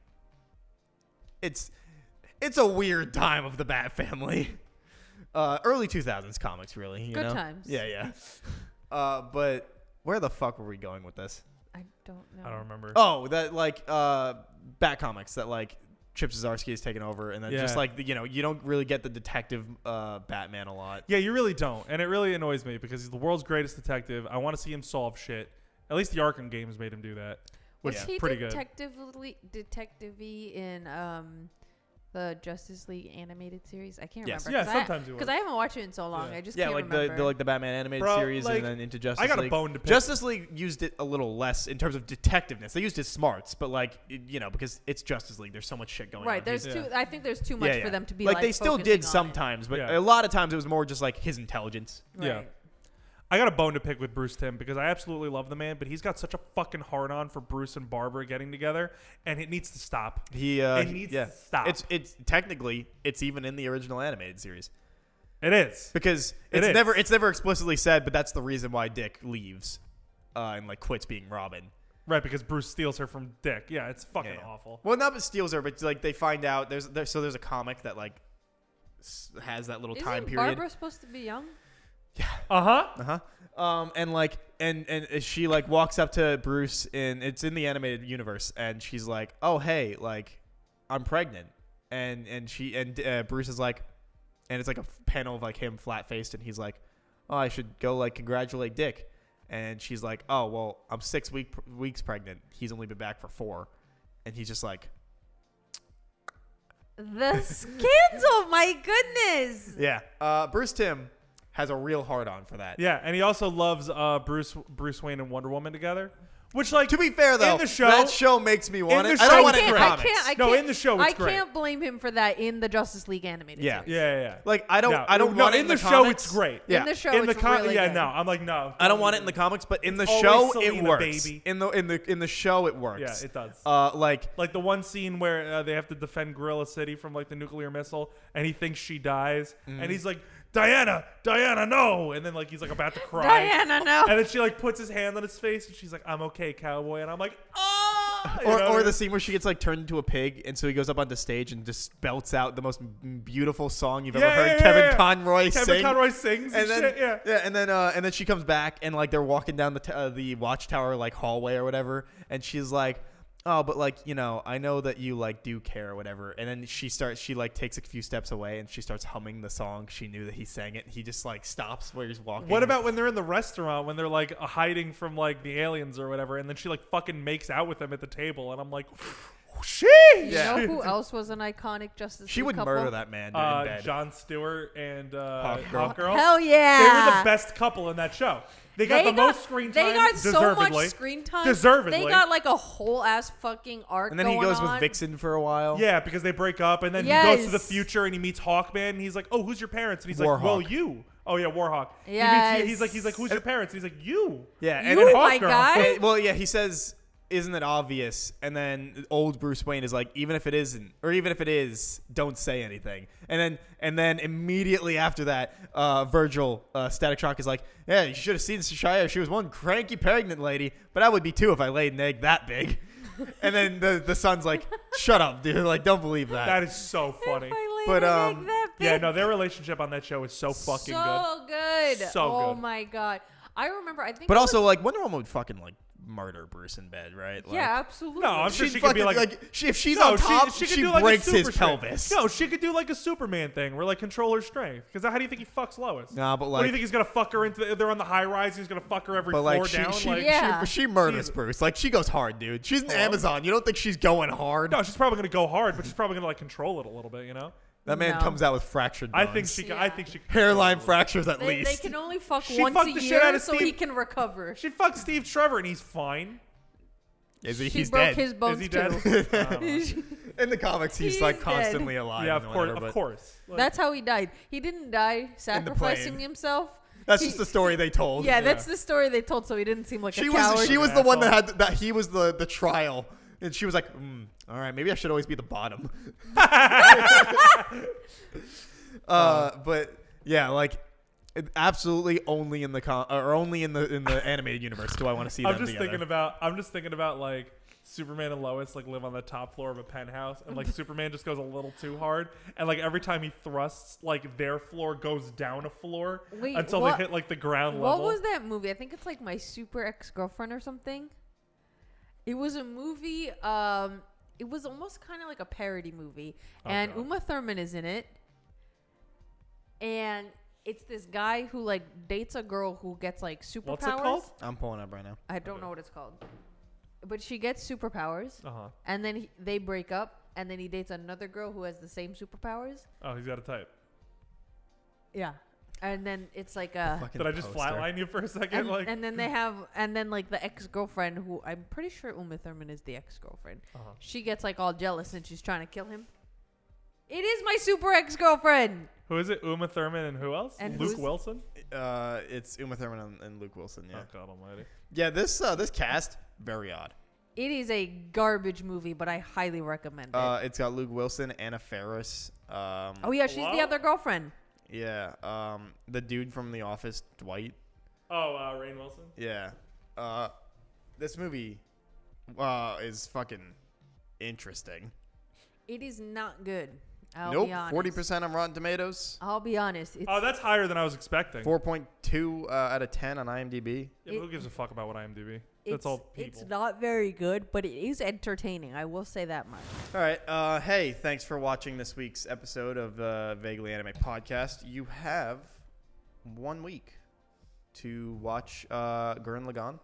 A: it's it's a weird time of the Bat family. Uh, early two thousands comics, really. You
B: Good
A: know?
B: times.
A: Yeah, yeah. Uh, but where the fuck were we going with this?
B: I don't know.
C: I don't remember.
A: Oh, that like uh Bat comics that like Chip Zdarsky has taken over, and then
C: Yeah.
A: just like the- you know you don't really get the detective uh Batman a lot.
C: Yeah, you really don't. And it really annoys me because he's the world's greatest detective. I want to see him solve shit. At least the Arkham games made him do that, which
B: Was
C: is
B: he
C: pretty good.
B: detectively detective-y in um the Justice League animated series? I can't
A: Yes.
B: remember.
C: Yeah, sometimes he
B: because
C: was.
B: I, haven't watched it in so long.
C: Yeah.
B: I just
A: Yeah,
B: can't
A: like the,
B: remember.
A: the like the Batman animated
C: Bro,
A: series
C: like,
A: and then into Justice
C: I got a
A: League.
C: bone to pick.
A: Justice League used it a little less in terms of detectiveness. They used his smarts, but like it- you know because it's Justice League, there's so much shit going on.
B: right. There's
C: Yeah.
B: too. I think there's too much for them to be like.
A: they still
B: focusing on
A: did
B: it.
A: sometimes, but
C: Yeah.
A: a lot of times it was more just like his intelligence.
C: Yeah.
B: Right.
C: I got a bone to pick with Bruce Tim because I absolutely love the man, but he's got such a fucking hard on for Bruce and Barbara getting together, and it needs to stop.
A: He uh,
C: It needs
A: yeah.
C: to stop.
A: It's it's technically it's even in the original animated series.
C: It is.
A: because
C: It
A: it's
C: is.
A: never it's never explicitly said, but that's the reason why Dick leaves uh, and like quits being Robin.
C: Right, because Bruce steals her from Dick. Yeah, it's fucking
A: Yeah, yeah.
C: awful.
A: Well, not but steals her, but like they find out there's there, so there's a comic that like s- has that little
B: Isn't
A: time period.
B: Barbara supposed to be young?
C: Uh huh.
A: Uh huh. Um, and like, and and she like walks up to Bruce, and it's in the animated universe, and she's like, "Oh hey, like, I'm pregnant," and and she and uh, Bruce is like, and it's like a f- panel of like him flat faced, and he's like, "Oh, I should go like congratulate Dick," and she's like, "Oh well, I'm six week weeks pregnant. He's only been back for four, and he's just like,
B: The scandal! My goodness.
A: "Yeah." Uh, Bruce Tim has a real hard on for that.
C: Yeah, and he also loves uh, Bruce Bruce Wayne and Wonder Woman together, Which, like,
A: To be fair, though,
C: in the show,
A: that show makes me want
C: in
A: it.
C: the
A: I
C: show,
A: don't want
C: it's
A: it in
C: great.
B: I
A: comics.
B: can't. I can't
C: No, in the show, it's
B: I
C: great.
B: can't blame him for that in the Justice League animated.
A: Yeah.
B: series.
C: yeah, yeah, yeah.
A: Like I don't,
C: No,
A: I don't
C: no,
A: want it
C: in the, show.
A: comics.
C: It's great.
A: Yeah.
B: In the show,
C: in the
B: it's
C: con-
B: really
C: yeah,
B: good.
C: no, I'm like, no,
A: I don't want it in the comics, but in the
C: It's
A: show
C: always Selena,
A: it works.
C: baby.
A: In the in the in the show it works.
C: Yeah, it does.
A: Uh, like
C: like the one scene where uh, they have to defend Gorilla City from like the nuclear missile, and he thinks she dies, and he's like, "Diana, Diana, no!" And then like he's like about to cry,
B: Diana, no.
C: and then she like puts his hand on his face, and she's like, "I'm okay, cowboy," and I'm like, "Ah!" you
A: or,
C: know?
A: or the scene where she gets like turned into a pig, and so he goes up onto stage and just belts out the most m- beautiful song you've
C: Yeah,
A: ever heard.
C: yeah, yeah,
A: Kevin
C: yeah.
A: Conroy
C: Kevin
A: sing.
C: Conroy sings and,
A: and then
C: shit, yeah.
A: and then uh, and then she comes back and like they're walking down the t- uh, the watchtower like hallway or whatever, and she's like, oh, but like you know, I know that you like do care or whatever, and then she starts she like takes a few steps away and she starts humming the song. She knew that he sang it. And he just like stops where he's walking.
C: What about when they're in the restaurant when they're like hiding from like the aliens or whatever, and then she like fucking makes out with them at the table, and I'm like, Uh, "Sheesh!"
B: You know who else was an iconic Justice
A: She
B: League
A: would
B: couple?
A: murder that man in
C: Uh,
A: bed.
C: John Stewart and uh,
A: Hawk Girl.
C: Hawkgirl.
B: Hell
C: They were
B: yeah.
C: the best couple in that show. They got the most screen time.
B: They got so
C: deservedly.
B: much screen time.
C: Deservedly.
B: They got like a whole ass fucking arc.
A: and then he
B: going
A: goes
B: on.
A: with Vixen for a while.
C: Yeah, because they break up, and then he goes to the
B: Yes.
C: future, and he meets Hawkman, and he's like, "Oh, who's your parents?" And he's
A: Warhawk.
C: like, "Well, you." Oh yeah, Warhawk. He meets-
B: Yes.
C: he's like, he's like, "Who's your parents?" And he's like, "You."
A: yeah, and
B: You,
A: then
B: my
C: Hawkgirl.
B: guy.
A: Hey, well, yeah, he says, "Isn't it obvious?" And then old Bruce Wayne is like, "Even if it isn't, or even if it is, don't say anything." And then, and then immediately after that, uh, Virgil, uh, Static Shock is like, "Yeah, you should have seen Shia. She was one cranky pregnant lady, but I would be too if I laid an egg that big." and then the the son's like, "Shut up, dude! Like, don't believe that."
C: That is so funny.
B: If I
A: But,
B: laid an egg
A: um,
B: that
C: Yeah,
B: big,
C: no, their relationship on that show is so fucking good.
B: so good.
C: So
B: oh
C: good.
B: my god. I remember. I think.
A: but
B: it
A: also,
B: was-
A: like, Wonder Woman would fucking like murder Bruce in bed, right? Like,
B: yeah, absolutely.
C: No, I'm sure
A: she'd
C: she could
A: fucking
C: be
A: like,
C: like,
A: she, if she's
C: no,
A: on top, she,
C: she, she could do like
A: breaks
C: a super
A: his
C: strength.
A: pelvis.
C: No, she could do like a Superman thing, where like control her strength. Because how do you think he fucks Lois?
A: Nah, but
C: what do
A: like-
C: you think he's gonna fuck her into? The, they're on the high rise. He's gonna fuck her every
A: But
C: floor
A: like she,
C: down.
A: she,
C: like,
A: she-
B: Yeah. Oh.
A: she, murders
C: She's-
A: Bruce. Like she goes hard, dude. She's an Amazon. You don't think she's going hard?
C: no, she's probably gonna go hard, but she's probably gonna like control it a little bit. You know,
A: That man
B: No.
A: comes out with fractured.
C: I think
A: bones.
C: she. Can,
B: Yeah.
C: I think she. Can
A: hairline fractures at
B: They, they
A: least.
B: can only fuck
C: She
B: once
C: fucked
B: a
C: the shit
B: year,
C: out of
B: so he
C: Steve-
B: can recover.
C: She fucked Steve Trevor and he's fine.
A: Is he?
B: She
A: He's
B: broke
A: dead.
B: his
C: Is
B: bones too.
C: he dead? Oh.
A: In the comics, he's,
B: He's
A: like
B: dead.
A: constantly alive.
C: yeah,
A: and
C: of course,
A: whatever,
C: of
A: but
C: course. Like,
B: That's how he died. He didn't die sacrificing
A: plane.
B: himself.
A: That's
B: He-
A: just the story they told.
B: Yeah, that's the story they told, so he didn't seem like
A: She
B: a
A: was.
B: coward.
A: She was
C: An
A: the one that
C: asshole.
A: had that. He was the the trial, and she was like, mm, "All right, maybe I should always be the bottom." uh, but yeah, like. it- Absolutely, only in the con- or only in the in the animated universe do I want to see
C: I'm
A: them
C: just
A: together.
C: thinking about. I'm just thinking about like. Superman and Lois like live on the top floor of a penthouse, and like Superman just goes a little too hard, and like every time he thrusts, like their floor goes down a floor
B: Wait,
C: until
B: what-
C: they hit like the ground
B: What
C: level.
B: was that movie? I think it's like My Super Ex Girlfriend or something. It was a movie. Um, it was almost kind of like a parody movie, and
C: Oh, God.
B: Uma Thurman is in it. And it's this guy who like dates a girl who gets like superpowers.
C: What's it called?
A: I'm pulling up right now.
B: I don't know what it's called, but she gets superpowers,
C: Uh huh.
B: and then he, they break up, and then he dates another girl who has the same superpowers.
C: Oh, he's got a type.
B: Yeah, and then it's like a.
A: Fucking
C: Uh, Did I just
A: poster.
C: flatline you for a second?
B: and,
C: like,
B: and then they have and then like the ex-girlfriend who i'm pretty sure uma thurman is the ex-girlfriend
C: Uh-huh.
B: she gets like all jealous and she's trying to kill him it is my super ex-girlfriend
C: who is it? Uma Thurman and who else?
B: And
C: Luke
B: who's-
C: Wilson.
A: Uh, it's Uma Thurman and, and Luke Wilson. Yeah,
C: Oh God Almighty.
A: yeah. This uh, this cast very odd.
B: it is a garbage movie but i highly recommend it
A: Uh, it's got Luke Wilson, Anna Faris. Um,
B: oh yeah she's the
C: hello?
B: other girlfriend
A: yeah. Um, the dude from The Office, Dwight.
C: Oh, uh, Rain Wilson.
A: Yeah. Uh, this movie uh, is fucking interesting.
B: it is not good I'll
A: nope.
B: be honest.
A: 40% on Rotten Tomatoes.
B: i'll be honest it's,
C: Oh, that's higher than I was
B: Uh,
C: expecting.
A: 4.2 uh, out of 10 on IMDb.
C: Yeah, but
B: It-
C: who gives a fuck about what IMDb?
B: it's,
C: That's all people.
B: it's not very good but it is entertaining i will say that much
A: All right. Uh, hey, thanks for watching this week's episode of the Vaguely Anime Podcast. You have one week to watch uh, Gurren Lagann.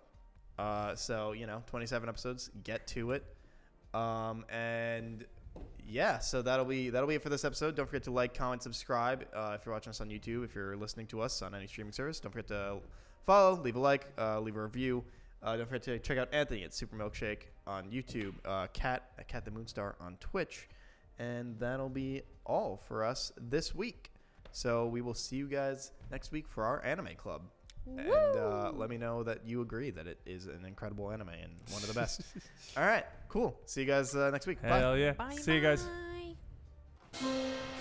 A: Uh, so, you know, 27 episodes. Get to it. Um, and yeah, so that'll be that'll be it for this episode. Don't forget to like, comment, subscribe. Uh, if you're watching us on YouTube, if you're listening to us on any streaming service, don't forget to follow, leave a like, uh, leave a review. Uh, Uh, don't forget to check out Anthony at Super Milkshake on YouTube, uh, Cat at Cat the Moonstar on Twitch, and that'll be all for us this week. So we will see you guys next week for our anime club. And uh,
B: Woo!
A: let me know that you agree that it is an incredible anime and one of the best. all right, cool. See you guys uh, next week. Bye.
C: Hell yeah.
B: Bye.
C: See you guys.
B: bye.